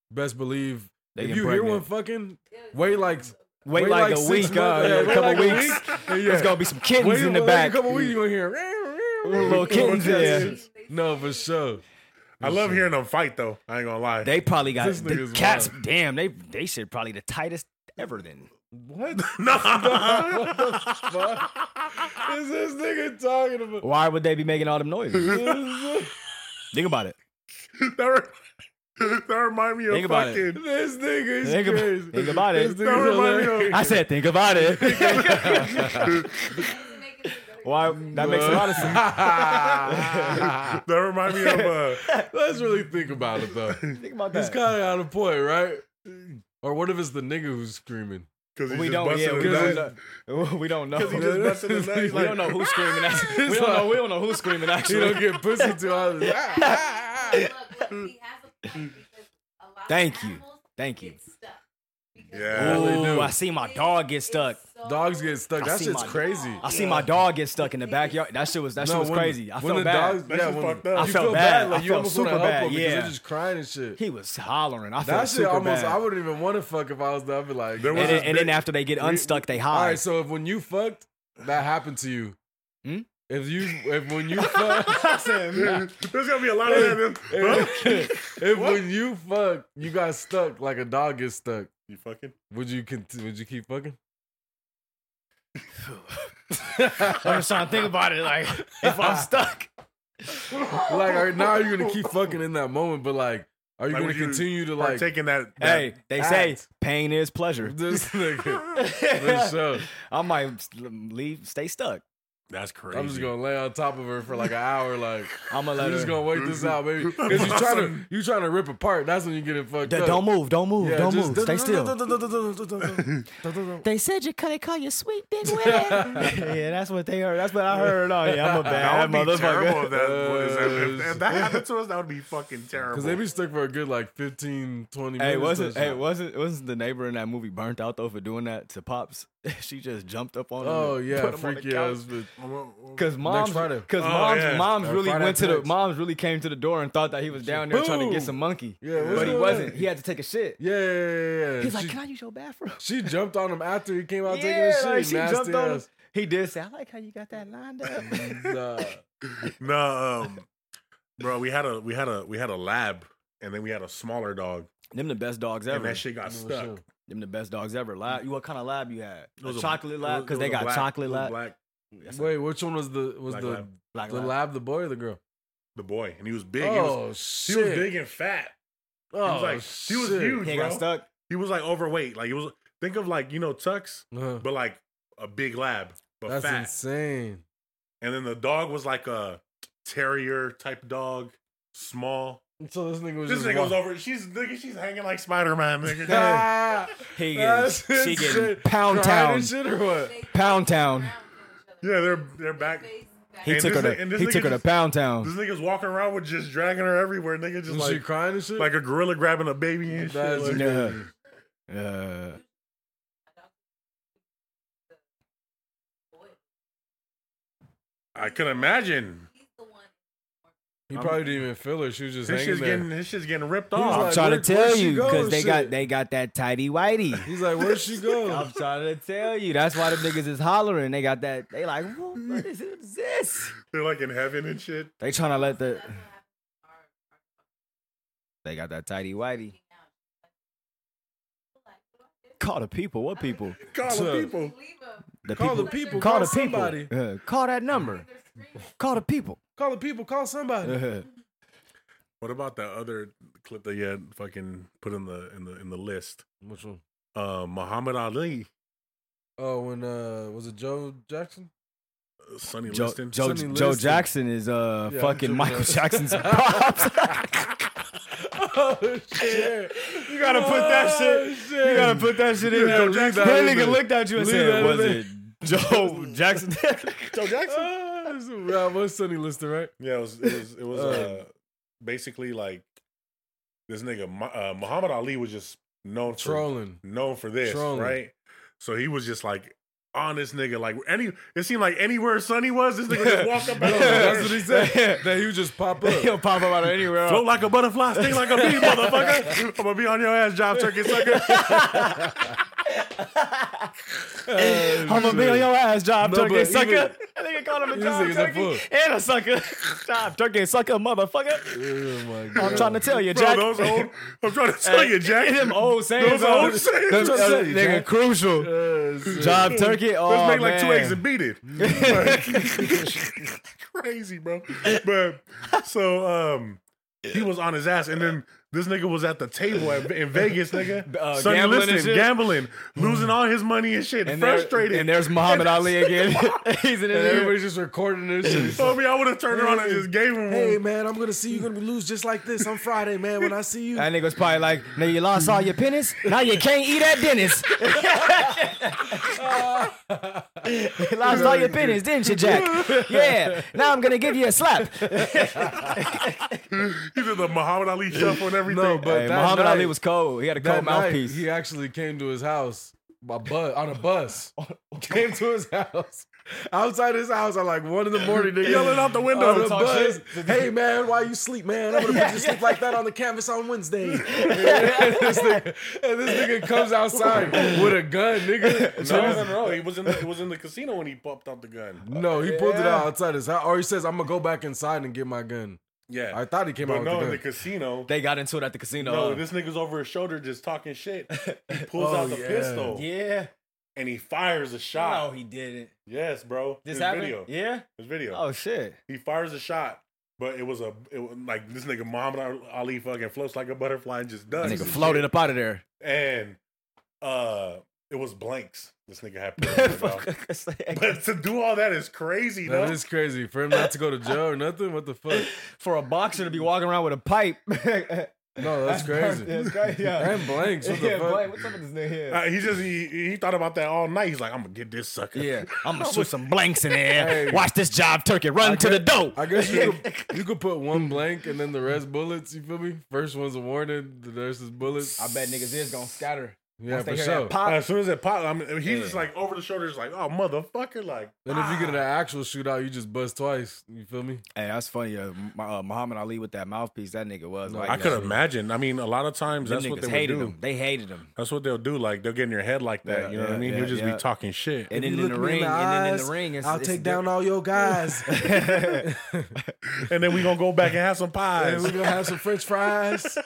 S3: best believe.
S2: They
S3: if
S2: get
S3: you hear one
S2: pregnant.
S3: fucking, wait like
S2: Wait,
S3: wait
S2: like,
S3: like
S2: a
S3: six
S2: week,
S3: months-
S2: uh,
S3: yeah,
S2: a
S3: wait
S2: couple
S3: like a
S2: weeks.
S3: week.
S2: There's gonna be some kittens
S3: wait,
S2: in the
S3: wait
S2: back.
S3: a couple weeks, you gonna hear
S2: Little kittens, yeah.
S3: No, for sure.
S1: I love hearing them fight though. I ain't gonna lie.
S2: They probably got
S3: This
S2: the
S3: nigga's
S2: cats.
S3: wild.
S2: Damn, they they said probably the tightest ever. Then
S3: What?
S1: nah.
S3: what the fuck is this nigga talking about?
S2: why would they be making all them noises? Think about it.
S1: that, re- that remind me of
S2: Think about it.
S1: fucking.
S3: this nigga is
S2: Think ab-
S3: crazy.
S2: think about it.
S3: This nigga's
S1: Don't remind me of-
S3: hilarious.
S2: I said, think about it. why? That makes a lot of sense.
S1: that remind me of uh,
S3: Let's really think about it though.
S2: Think about
S3: He's
S2: that.
S3: kind of out of point, right? Or what if it's the nigga who's screaming?
S1: because
S2: we don't. Yeah, we don't. Know. We don't know.
S1: Because he just busted his nut. He's
S2: we
S1: like,
S2: don't know who's screaming. At, we
S3: It's
S2: don't know.
S3: like-
S2: We don't know who's screaming.
S3: He
S2: Actually,
S3: don't get pussy to all this. Ah, ah, ah.
S2: Thank you. Thank you.
S1: Yeah,
S3: they do.
S2: Ooh, I see my dog get stuck.
S3: Dogs get stuck.
S2: I
S3: That
S2: see
S3: shit's
S2: my-
S3: crazy.
S2: I see my dog get stuck in the backyard. That shit was that shit
S3: No,
S2: was
S3: when the-
S2: crazy. I
S3: when
S2: felt
S3: the
S2: bad.
S3: dogs-
S1: That
S3: yeah,
S1: shit's
S3: when-
S1: fucked up. I
S3: you
S2: felt
S3: feel
S2: bad. I
S3: Like you
S2: felt
S3: almost
S2: super
S3: want to help
S2: bad,
S3: them because
S2: yeah.
S3: they're just crying and shit.
S2: he was hollering. I felt
S3: That shit
S2: super
S3: almost.
S2: bad.
S3: I wouldn't even want to fuck if I was the. I'd be like,
S1: There was
S2: and
S1: this
S2: then, and then
S1: big-
S2: after they get unstuck, they
S3: all
S2: hide.
S3: right. So if when you fucked, that happened to you.
S2: Hmm?
S3: If you if when you fuck
S1: There's gonna be a lot of that. in- Huh?
S3: if, if when you fuck you got stuck like a dog gets stuck,
S1: You fucking.
S3: would you continue, would you keep fucking?
S2: I'm just trying to think about it. Like, if I'm stuck,
S3: Like are, now you're gonna keep fucking in that moment, but like are you
S1: Like,
S3: gonna
S1: would you
S3: continue to like
S1: Like taking that. that
S2: hey, they say
S3: act.
S2: pain is pleasure.
S3: this nigga? For
S2: I
S3: sure.
S2: might s- leave, stay stuck.
S1: That's crazy.
S3: I'm just gonna lay on top of her for like an hour, like
S2: I'm gonna let
S3: I'm just
S2: her-
S3: gonna wait this out, baby. Because you trying to you trying to rip apart. That's when you get it fucked
S2: D-
S3: up.
S2: don't move, don't move,
S3: Yeah,
S2: don't
S3: just-
S2: move. Stay still.
S3: They
S2: They said you could call you sweet big wig. yeah, that's what they heard. That's what I heard. Oh, yeah, I'm a
S1: That
S2: bad
S1: would be terrible if
S2: motherfucker.
S1: that, was, if, if
S3: Uh,
S1: that happened to us. That would be fucking terrible.
S3: Because they be stuck for a good like 15, 20 minutes.
S2: Hey, wasn't
S3: or
S2: hey,
S3: something.
S2: wasn't wasn't the neighbor in that movie burnt out though for doing that to pops? she just jumped up on him.
S3: Oh
S2: put
S3: yeah,
S2: him on the
S3: freaky
S2: couch.
S3: ass bitch.
S2: Cause moms,
S3: Friday.
S2: cause
S1: Oh,
S2: moms,
S1: yeah.
S2: moms
S3: Uh,
S2: really
S3: Friday
S2: went to
S3: Night
S2: the
S3: Lights.
S2: moms really came to the door and thought that he was down there trying to
S3: Boom.
S2: get some monkey,
S3: Yeah, what's
S2: but he
S3: going
S2: wasn't.
S3: on?
S2: He had to take a shit.
S3: Yeah, yeah, yeah, yeah.
S2: He's like,
S3: she,
S2: "Can I use your bathroom?"
S3: she jumped on him after he came out taking
S2: Yeah,
S3: his shit.
S2: like she
S3: nasty
S2: jumped on him.
S3: ass. uh,
S2: He did say, "I like how you got that lined up."
S3: Nah.
S1: no, um, bro, we had a we had a we had a lab, and then we had a smaller dog,
S2: Them the best dogs
S1: and
S2: ever.
S1: that shit got
S3: For
S1: stuck.
S3: sure.
S2: Them the best dogs ever. Lab, you what kind of lab you had?
S1: It
S2: A
S1: was a-
S2: chocolate
S1: it
S2: lab
S1: was-
S2: because
S1: it
S2: they
S1: was a
S2: got
S1: black- it
S2: chocolate
S1: was a
S2: lab.
S1: black,
S3: Wait, which one was the was
S1: black
S3: the
S1: lab.
S2: Black
S3: the lab.
S2: lab.
S3: the boy or the girl?
S1: the boy, and he was big. he was,
S3: oh
S1: he
S3: shit!
S1: was big and fat.
S3: Oh,
S1: he was like he was
S3: shit.
S1: huge,
S2: He
S1: bro.
S2: got stuck.
S1: He was like overweight. Like he was. Think of like you know Tux,
S3: Uh-huh.
S1: but like a big lab, but
S3: That's
S1: fat.
S3: insane.
S1: And then the dog was like a terrier type dog, small.
S3: So this nigga was
S1: This
S3: just
S1: nigga was
S3: wa-
S1: over. She's nigga. She's hanging like Spider Man. Nigga.
S3: Ah,
S2: He getting,
S3: that's
S2: she getting
S3: insane.
S2: pound
S3: Crying and
S2: town.
S3: shit or what?
S4: They
S2: Pound town.
S4: around from each other.
S1: yeah, they're they're back.
S4: Face back.
S2: He
S1: And
S2: took
S1: this
S2: her
S1: nigga- and
S2: to
S1: this
S2: he
S1: nigga
S2: took her to
S1: just- This
S2: pound town.
S1: nigga's walking around with just dragging her everywhere. Nigga just
S3: Was she
S1: like
S3: crying and shit?
S1: like a gorilla grabbing a baby and shit.
S3: That's
S1: Like,
S2: Yeah. Uh,
S1: I can imagine.
S4: He's the one.
S3: he probably didn't even feel her. She was just
S1: This
S3: hanging
S1: shit's
S3: there.
S1: getting this shit's getting ripped
S3: He was
S1: off.
S2: I'm
S3: like,
S2: trying
S3: where-
S2: to
S3: where'd
S2: tell
S3: she
S2: you
S3: go
S2: because
S3: and
S2: they got
S3: shit?
S2: they got that tidy whitey.
S3: He's like, where'd she go?
S2: I'm trying to tell you. That's why them niggas is hollering. They got that. They like, "Whoa, what is what is this?
S1: They're like in heaven and shit.
S2: They trying to let the.
S4: That's what happened to our, our
S2: They got that tidy whitey.
S4: fucking out. Like, what do I
S2: Call the people. What people?
S1: Call
S3: So-
S1: the
S4: do?
S1: people.
S4: Leave him.
S2: The
S3: Call
S2: people.
S3: the people.
S2: Call the people.
S3: somebody.
S2: Uh, call that number.
S4: They're screaming.
S2: Call the people.
S3: Call the people. Call somebody.
S2: Uh,
S1: What about that other clip that you had fucking put in the in the in the list?
S3: Which one?
S1: Uh, Muhammad Ali,
S3: Oh, when uh, was it Joe Jackson?
S1: uh, Sonny
S2: Joe,
S1: Liston.
S2: Joe,
S3: Sonny
S2: Joe
S3: Liston.
S2: Jackson is uh
S3: Yeah,
S2: fucking
S3: Joe
S2: Michael
S3: Jackson.
S2: Jackson's pops.
S3: Oh shit! Oh,
S2: you gotta put that shit. You gotta put that shit in.
S3: Yeah,
S2: Joe
S3: leave
S2: Jackson.
S3: that
S2: That
S3: in
S2: nigga
S3: there.
S2: looked at you and
S3: Leave that
S2: said,
S3: in
S2: "Was
S3: there.
S2: it Joe Jackson?"
S1: Joe Jackson.
S3: Jackson. That was Sonny Lister, right?
S1: Yeah, it was it was, it was uh,
S3: Um,
S1: basically like this nigga Mu- uh, Muhammad Ali was just known for,
S3: Trolling.
S1: known for this,
S3: Trolling.
S1: right? So he was just like on this nigga like any it seemed like anywhere Sonny was, this nigga just walked up
S3: That's
S1: and
S3: what he said. That he would just pop
S2: He'll
S3: up.
S2: pop up out of anywhere.
S1: Float like a butterfly, sting like a bee, motherfucker. I'm gonna be on your ass, job turkey sucker.
S2: I'm gonna be on your ass, job
S3: No,
S2: turkey
S3: but
S2: sucker.
S3: even-
S2: that nigga called him a
S3: This
S2: job
S3: nigga's a
S2: turkey
S3: fool.
S2: and a sucker. job turkey and sucker, motherfucker.
S3: Oh my god!
S2: I'm trying to tell you,
S1: Bro,
S2: Jack.
S1: those old, I'm trying to tell you, Jack.
S2: Them old sayings.
S1: Those
S2: though.
S1: old sayings. Let's
S2: Those-
S3: Just
S2: uh,
S3: say,
S2: nigga,
S3: Jack.
S2: crucial.
S3: Yes.
S2: Job turkey. Oh,
S1: make like two
S2: man.
S1: eggs and beat it. Like, crazy, bro. But so um, he was on his ass, and then this nigga was at the table at, in Vegas, nigga,
S2: Uh,
S1: Sonny
S2: gambling and
S1: Liston,
S2: shit. Hmm.
S1: gambling, losing all his money and shit,
S2: And there-
S1: frustrated.
S2: and there's Muhammad Ali again. He's in
S3: And
S2: his
S3: everybody's just recording this. shit.
S1: told me I would have turned around and just gave him
S3: Hey
S1: one.
S3: man, I'm gonna see you. Gonna lose just like this on Friday, man. When I see you,
S2: That nigga was probably like, now you lost all your pennies. Now you can't eat at Dennis. you lost all your pennies, didn't you, Jack? Yeah. Now I'm going to give you a slap.
S1: He did the Muhammad Ali shuffle and everything.
S3: No, but
S2: Hey,
S3: that
S2: Muhammad
S3: night,
S2: Ali was cold. He had a
S3: that
S2: cold
S3: night,
S2: mouthpiece.
S3: he actually came to his house my bus on a bus came to his house outside his house at like one in the morning. Nigga.
S1: Yelling out the window.
S3: on a
S1: Talk
S3: bus. Hey man, why you sleep, man? I'm gonna put you to sleep like that on the canvas on Wednesday. and, this nigga, and this nigga comes outside with a gun, nigga.
S1: No, no, no, no. He was in the, it was in the casino when he popped out the gun.
S3: No, he pulled it
S2: Yeah.
S3: out outside his house. Or he says, I'm gonna go back inside and get my gun.
S1: Yeah,
S3: I thought he came
S1: but
S3: out
S1: no, in
S3: with
S1: the
S3: the gun.
S1: casino.
S2: They got into it at the casino.
S1: No,
S2: huh?
S1: this nigga's over his shoulder just talking shit. He pulls
S3: Oh,
S1: out the
S3: yeah.
S1: pistol
S2: yeah.
S1: and he fires a
S2: No,
S1: shot.
S2: he didn't.
S1: Yes, bro. There's
S2: This happened.
S1: Video.
S2: Yeah.
S1: There's video.
S2: Oh shit.
S1: He fires a shot, but it was a it was like this nigga Muhammad Ali fucking floats like a butterfly and just does.
S2: Nigga
S1: some
S2: floated up out of there.
S1: shit. and uh, it was blanks. This nigga had. put on, bro.
S2: Fuck.
S1: but to do all that is crazy, though.
S3: That is crazy. For him not to go to jail or nothing? What the fuck?
S2: For a boxer to be walking around with a pipe. That's
S3: No, that's crazy.
S2: That's crazy. Yeah.
S3: And blanks. What the
S2: yeah,
S3: fuck?
S2: Blake, what's up with this nigga here?
S1: Uh, he just he, he thought about that all night. He's like, I'm gonna get this sucker.
S2: Yeah, I'm gonna shoot some blanks in there.
S3: Hey.
S2: Watch this job turkey run to the door.
S3: I guess you could, you could put one blank and then the rest bullets. You feel me? First one's a warning. The rest is bullets.
S2: I bet niggas is gonna scatter.
S3: Yeah,
S2: Once they
S3: for
S2: hear
S3: sure.
S2: that pop,
S1: as soon as it popped, I mean, he's
S2: Yeah.
S1: just like over the shoulder, just like, oh motherfucker, like
S3: And if you get in an actual shootout, you just buzz twice. You feel me?
S2: hey, that's funny. Uh, my, uh, Muhammad Ali with that mouthpiece, that nigga was.
S3: No,
S2: like,
S1: I
S2: that.
S1: could imagine. I mean, a lot of times
S2: Them
S1: that's what
S2: niggas
S1: they would
S2: hated
S1: do.
S2: him. They hated him.
S1: That's what they'll do. Like they'll get in your head like that.
S2: Yeah,
S1: you know what
S2: yeah,
S1: I mean?
S2: yeah,
S1: You'll just
S2: yeah.
S1: be talking shit.
S2: And then in the ring, and then in the ring, it's, it's different.
S3: all your guys.
S1: and then we gonna go back and have some
S3: and
S1: pies.
S3: we're gonna have some French fries.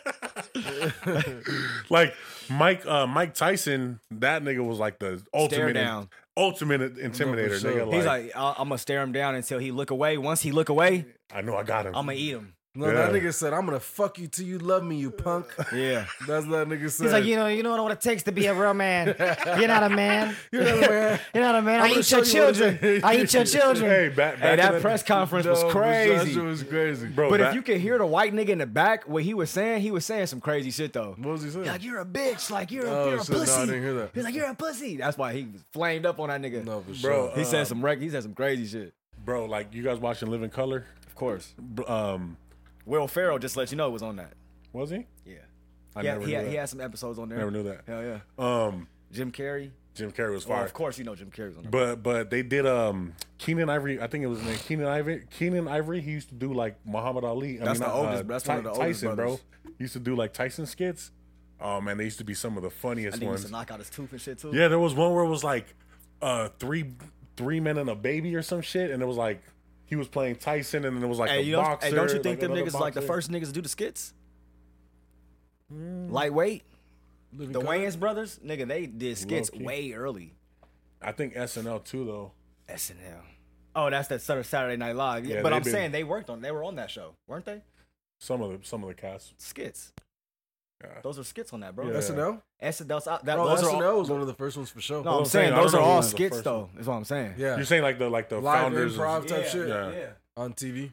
S1: like Mike, uh, Mike Tyson, that nigga was like the
S2: Stare
S1: ultimate,
S2: down.
S1: ultimate intimidator.
S3: sure.
S1: Nigga, like,
S2: He's like, I- I'm gonna stare him down until he look away. Once he look away,
S1: I know I got him.
S2: I'm gonna eat him.
S3: No, that
S1: Yeah.
S3: nigga said, "I'm gonna fuck you till you love me, you punk."
S2: Yeah.
S3: That's what that nigga said.
S2: He's like, you know, you don't know what it takes to be a real man. You're not a man.
S3: You're not a man.
S2: You're not a man.
S3: I'm
S2: I
S3: gonna
S2: eat your
S3: show you what it
S2: children.
S3: is.
S2: I eat your children.
S1: Hey, back, back
S2: Hey,
S1: in
S2: that
S1: the-
S2: press conference was
S3: No,
S2: crazy.
S3: That shit was crazy,
S1: bro.
S2: But
S1: back-
S2: if you could hear the white nigga in the back, what he was saying, he was saying some crazy shit though.
S3: What was he saying?
S2: Like you're a bitch, like you're a,
S3: Oh,
S2: you're a
S3: shit, no, I
S2: pussy.
S3: didn't hear that.
S2: He's like you're a pussy. That's why he was flamed up on that nigga.
S3: no, for
S1: Bro,
S3: sure.
S2: he
S1: uh,
S2: said some rec- he said some crazy shit.
S1: bro, like you guys watching Living Color?
S2: Of course,
S1: Br- Um,
S2: Will Ferrell just let you know was on that.
S1: was he?
S2: Yeah,
S1: I
S2: yeah,
S1: never
S2: he
S1: knew
S2: had, he
S1: that.
S2: had some episodes on there.
S1: Never knew that.
S2: Hell yeah,
S1: Um,
S2: Jim Carrey.
S1: Jim Carrey was
S2: Well,
S1: fire.
S2: of course you know Jim Carrey's on there.
S1: But but they did um Keenan Ivory. I think it was named Keenan Ivory. Keenan Ivory. He used to do like Muhammad Ali. I
S2: That's
S1: mean,
S2: the
S1: uh,
S2: oldest- that's one of the oldest
S1: Tyson, bro.
S2: brothers.
S1: He used to do like Tyson skits. Oh man, they used to be some of the
S2: I
S1: funniest
S2: think he used
S1: ones.
S2: to knock out his tooth and shit too.
S1: Yeah, there was one where it was like uh three three men and a baby or some shit, and it was like he was playing Tyson, and then it was like
S2: Hey,
S1: a
S2: you don't,
S1: boxer.
S2: hey, don't you think
S1: like
S2: them niggas
S1: another
S2: is like the
S1: boxer. Mm.
S2: first niggas to do the skits? Lightweight, the Wayans brothers, nigga, they did skits
S1: Low-key.
S2: way early.
S1: I think SNL too, though.
S2: SNL. Oh, that's that Saturday- Saturday Night Live. Yeah,
S1: Yeah,
S2: but
S1: they
S2: I'm
S1: been-
S2: saying they worked on, they were on that show, weren't they?
S1: Some of the some of the casts.
S2: Skits.
S1: Yeah.
S2: Those are skits on that, bro.
S1: Yeah.
S3: SNL.
S2: SNL's out. That,
S3: Bro,
S2: those
S3: SNL
S2: are all,
S3: was one of the first ones for sure.
S2: no,
S1: what
S2: I'm
S1: I'm
S2: saying,
S1: saying, I
S2: those
S1: don't
S2: are
S1: know who
S2: all
S1: was the
S2: skits
S1: first
S2: though. Is what I'm saying.
S3: Yeah,
S1: You're saying like the like the
S3: live
S1: founders.
S3: improv
S1: Of,
S3: type shit
S1: yeah.
S3: on TV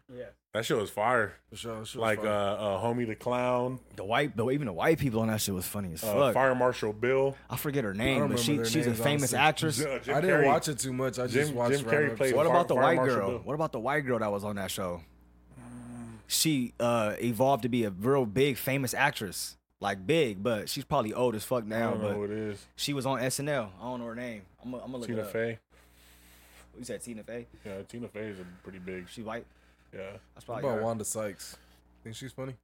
S1: that shit was fire.
S3: for sure. that shit was
S1: Like uh,
S3: fire.
S1: uh, homie the clown.
S2: The white, the, even the white people on that shit was funny as
S1: uh,
S2: fuck.
S1: Fire Marshal Bill.
S2: I forget her
S3: I
S2: name,
S3: don't
S2: but she
S3: remember
S2: she's
S3: their
S2: a
S3: names,
S2: famous
S3: honestly.
S2: actress.
S1: J- Jim
S3: I didn't
S1: Carrey.
S3: watch it too much. I just
S1: Jim-
S3: watched.
S1: Jim
S3: random
S1: Carrey played
S3: episodes.
S2: What
S1: Fire-
S2: about the
S1: Fire
S2: white
S1: Marshal
S2: girl?
S1: Bill.
S2: What about the white girl that was on that show? She uh evolved to be a real big famous actress, like big, but she's probably old as fuck
S1: I
S2: now.
S1: don't know
S2: But
S1: who it is.
S2: she was on SNL. I don't know her name. I'm gonna I'm look
S1: Oh. Tina
S2: it up.
S1: Fey.
S2: You said Tina Fey.
S1: Yeah, Tina Fey is a pretty big. sh-
S2: She white.
S1: Yeah.
S2: That's
S3: What
S2: probably
S3: about
S2: her.
S3: Wanda Sykes? Think she's funny?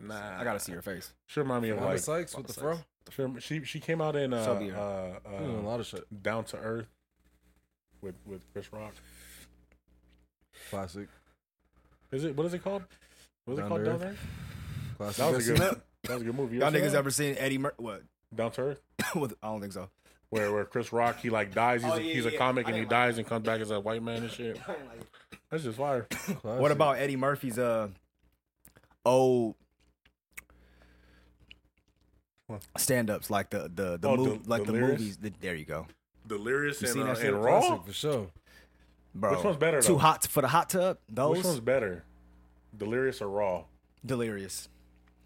S1: Nah.
S2: I gotta see her face.
S1: She remind me of
S3: Wanda
S1: like.
S3: Sykes with the fro.
S2: Wanda
S1: she rem- She she came out in uh,
S2: So be her.
S1: uh,
S3: She was in a
S1: uh,
S3: lot of shit.
S1: Down to Earth with with Chris Rock.
S3: Classic.
S1: Is it what is it called? What is
S3: Down
S1: it called
S3: to
S1: Down
S3: Earth.
S1: there?
S3: Classic.
S1: That was a good.
S3: SNL.
S1: That was a good movie. You
S2: Y'all
S1: ever seen
S2: niggas
S1: that?
S2: ever seen Eddie Mur- what?
S1: Down to Earth?
S2: With- I don't think so.
S1: Where where Chris Rock he like dies. He's
S2: Oh,
S1: a,
S2: yeah,
S1: he's a
S2: yeah.
S1: comic
S2: I
S1: and he
S2: didn't like
S1: dies and comes back as a white man and shit. That's just fire.
S2: What
S3: Classic.
S2: about Eddie Murphy's uh old
S1: What?
S2: stand-ups like the the the
S1: Oh,
S2: mov-
S1: the-
S2: like
S1: the
S2: the,
S1: lyrics?
S2: movies? The, there you go,
S1: Delirious
S2: You
S1: and,
S2: seen
S1: uh,
S2: that shit?
S1: and Raw.
S3: Classic for sure.
S2: bro.
S1: Which one's better,
S2: Too
S1: though?
S2: hot for the hot tub. Those
S1: Which one's better, Delirious or Raw?
S2: delirious.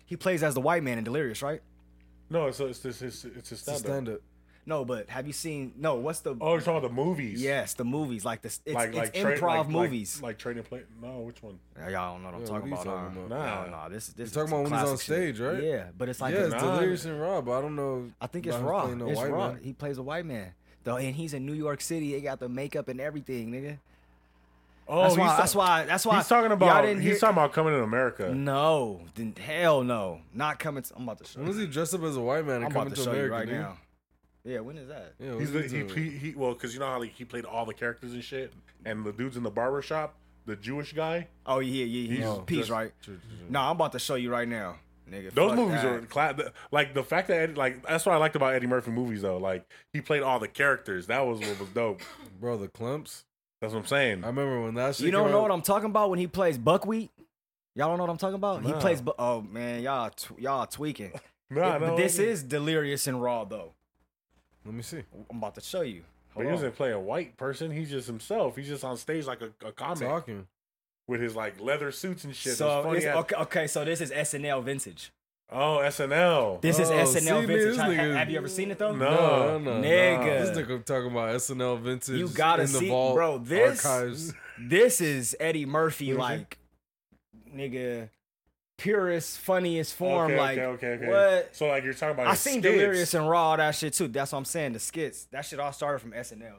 S2: He plays as the white man in Delirious, right?
S1: No, it's it's it's it's, it's a
S3: It's a
S1: stand up.
S3: stand up.
S2: No, but have you seen? No, what's the?
S1: Oh, you're talking about the movies.
S2: yes, the movies like this. It's,
S1: like
S2: it's
S1: like tra-
S2: improv
S1: like- like-
S2: movies.
S1: Like, trading play. No, which one?
S2: Yeah, y'all don't know what I'm
S3: Yeah,
S2: talking
S3: what
S2: about.
S3: are you
S2: Nah,
S3: talking
S1: about?
S2: nah, nah, this this.
S3: You're talking
S2: is some
S3: about when he's on
S2: classic shit.
S3: stage, right?
S2: Yeah, but it's like
S3: yeah,
S2: a-
S3: it's
S1: nah.
S3: Delirious and Rob. I don't know.
S2: I think it's
S3: about him
S2: raw.
S3: playing a
S2: It's
S3: white
S2: raw.
S3: man.
S2: He plays a white man though, and he's in New York City. They got the makeup and everything, nigga.
S1: Oh,
S2: that's,
S1: he's
S2: why,
S1: ta-
S2: that's why. That's why.
S1: he's talking
S2: y'all
S1: about.
S2: didn't
S1: He's
S2: hear-
S1: talking about coming to America.
S2: No, then hell no, not coming. To, I'm about to show.
S3: When was
S2: you.
S3: he dressed up as a white man
S2: I'm
S3: and
S2: about
S3: coming
S2: to
S3: to
S2: show
S3: America
S2: you right
S3: dude?
S2: now. Yeah, when is that?
S3: Yeah,
S1: He's the,
S3: what's
S1: he,
S3: doing?
S1: he, he well because you know how like, he played all the characters and shit, and the dudes in the barber shop, the Jewish guy.
S2: Oh yeah, yeah, yeah.
S1: He's
S2: He's peace,
S1: just-
S2: right?
S3: True, true, true.
S2: No, I'm about to show you right now, nigga.
S1: Those
S2: fuck
S1: movies
S2: that.
S1: are cla- the- like the fact that Eddie, like that's what I liked about Eddie Murphy movies though. Like he played all the characters. That was what was dope.
S3: Bro, the clumps.
S1: That's what I'm saying.
S3: I remember when that shit
S2: You don't
S3: came
S2: know
S3: out.
S2: what I'm talking about when he plays buckwheat. Y'all don't know what I'm talking about. He
S1: No.
S2: plays. Bu- oh man, y'all tw- y'all tweaking.
S1: Nah,
S2: It-
S1: no,
S2: but this
S1: I mean-
S2: is delirious and raw though.
S3: Let me see.
S2: I'm about to show you.
S1: But
S2: Hold
S1: he
S2: on.
S1: doesn't play a white person. He's just himself. He's just on stage like a, a comic
S3: Talking.
S1: with his like leather suits and shit.
S2: so
S1: It's funny
S2: it's-
S1: as-
S2: okay, okay, so this is SNL vintage.
S1: Oh, SNL.
S2: This is
S3: Oh,
S2: SNL
S3: see,
S2: vintage.
S3: this
S2: Ha- ha-
S3: nigga-
S2: have you ever seen it though?
S1: No.
S3: no, no, no.
S2: Nigga.
S3: This nigga talking about SNL vintage.
S2: You gotta
S3: in the
S2: see-
S3: vault
S2: bro, this-
S3: archives.
S2: This is Eddie Murphy,
S1: Mhm.
S2: like nigga, purest, funniest form.
S1: okay,
S2: like
S1: okay, okay, okay.
S2: what?
S1: So like you're talking about.
S2: I
S1: his
S2: seen
S1: skits.
S2: delirious and raw that shit too. That's what I'm saying. The skits. That shit all started from SNL.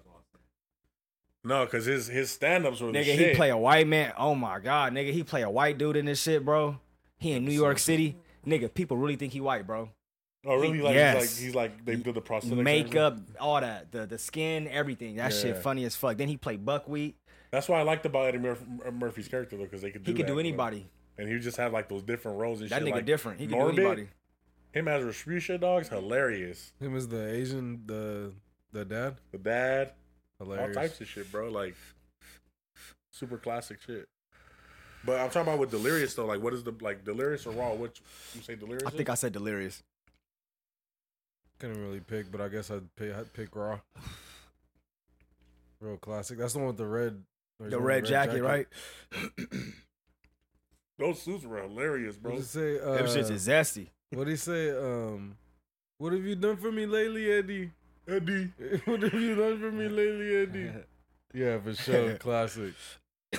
S1: No, because his his stand ups were the
S2: Nigga,
S1: Oh, shit.
S2: he play a white man. Oh my god, nigga, he play a white dude in this shit, bro. He in New York City. Nigga, people really think he white, bro.
S1: Oh, really?
S2: he-
S1: Like
S2: yes.
S1: he's like he's like they did the prosthetic surgery.
S2: Makeup, all that, the the skin, everything. That shit
S1: Yeah.
S2: funny as fuck. Then he played buckwheat.
S1: That's why I liked about Eddie Murphy, Murphy's character though, because they could do
S2: He could
S1: that,
S2: do
S1: bro.
S2: anybody.
S1: and he would just have like those different roles and
S2: That
S1: shit.
S2: nigga
S1: like,
S2: different. He could
S1: Norbit,
S2: do anybody.
S1: Him as Respucia dogs, hilarious.
S3: Him as the Asian, the the dad.
S1: The dad,
S3: Hilarious.
S1: all types of shit, bro. Like super classic shit. But I'm talking about with Delirious though. Like, what is the like Delirious or Raw? Which you say Delirious?
S2: I
S1: is?
S2: think I said delirious.
S3: Couldn't really pick, but I guess I'd pick, I'd pick Raw. Real classic. That's the one with the red.
S2: The red, jacket, right?
S1: those suits were hilarious,
S3: What
S1: bro.
S3: did he say?
S2: Them
S3: Uh,
S2: shits is zesty.
S3: what did he say? Um, what have you done for me lately, Eddie?
S1: Eddie,
S3: what have you done for me lately, Eddie? Yeah, for sure. classic.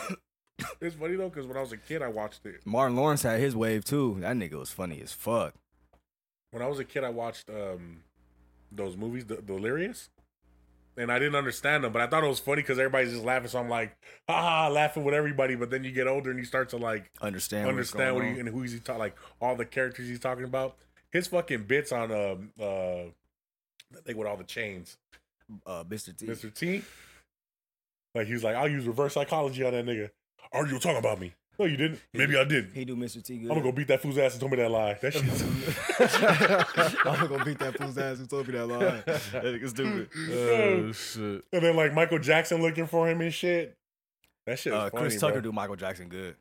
S1: it's funny though because when I was a kid, I watched it.
S2: Martin Lawrence had his wave too. That nigga was funny as fuck.
S1: when I was a kid, I watched um those movies, the Delirious, and I didn't understand them, but I thought it was funny because everybody's just laughing. So I'm like, ha ha, laughing with everybody. But then you get older and you start to like
S2: Understand.
S1: understand what
S2: what's
S1: he
S2: going on.
S1: and who he's talking, like all the characters he's talking about. His fucking bits on um uh, they with all the chains,
S2: uh, Mr. T.
S1: Mr. T. Like he's like, I'll use reverse psychology on that nigga. Are you talking about me? No, you didn't. Maybe I did.
S2: He do Mr. T good.
S1: I'm gonna go beat that fool's ass and told me that lie. That shit's
S2: I'm gonna beat that fool's ass who told me that lie. That nigga's stupid.
S3: Oh shit.
S1: And then like Michael Jackson looking for him and shit. That shit was
S2: Uh,
S1: funny,
S2: Chris Tucker
S1: bro.
S2: do Michael Jackson good.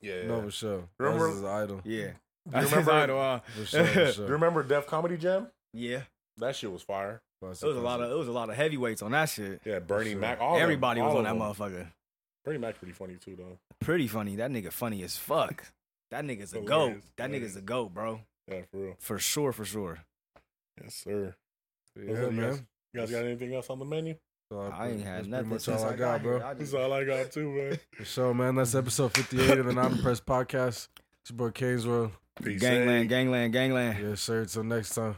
S1: Yeah.
S3: No, for sure.
S1: Remember-
S3: That was his idol.
S2: Yeah.
S1: Do you remember?
S3: For sure. For
S1: do
S3: sure.
S1: you remember Def Comedy Jam?
S2: yeah.
S1: That shit was fire.
S2: It was a lot of it was a lot of heavyweights on that shit.
S1: Yeah, Bernie
S3: sure.
S1: Mac. All of them,
S2: Everybody was
S1: all
S2: on
S1: of
S2: that
S1: them.
S2: motherfucker.
S1: Bernie Mac's pretty funny too, though.
S2: Pretty funny. That nigga funny as fuck. That nigga's a goat.
S1: Hilarious,
S2: That
S1: hilarious.
S2: nigga's a goat, bro.
S1: Yeah, for real.
S2: For sure, for sure.
S1: Yes, sir. Those
S3: Yeah,
S1: are the guys.
S3: man.
S1: You guys got anything else on the menu?
S3: So
S2: I ain't had
S3: that's pretty
S2: nothing
S3: Much
S2: since
S3: all I got,
S2: here.
S3: bro.
S2: I
S1: That's
S2: just-
S1: all I got too, man.
S3: For sure, man. That's episode 58 of the Not Impressed podcast. It's your boy Kane's World.
S1: Peace.
S2: Gangland, gangland, gangland.
S3: Yes, sir. Till next time.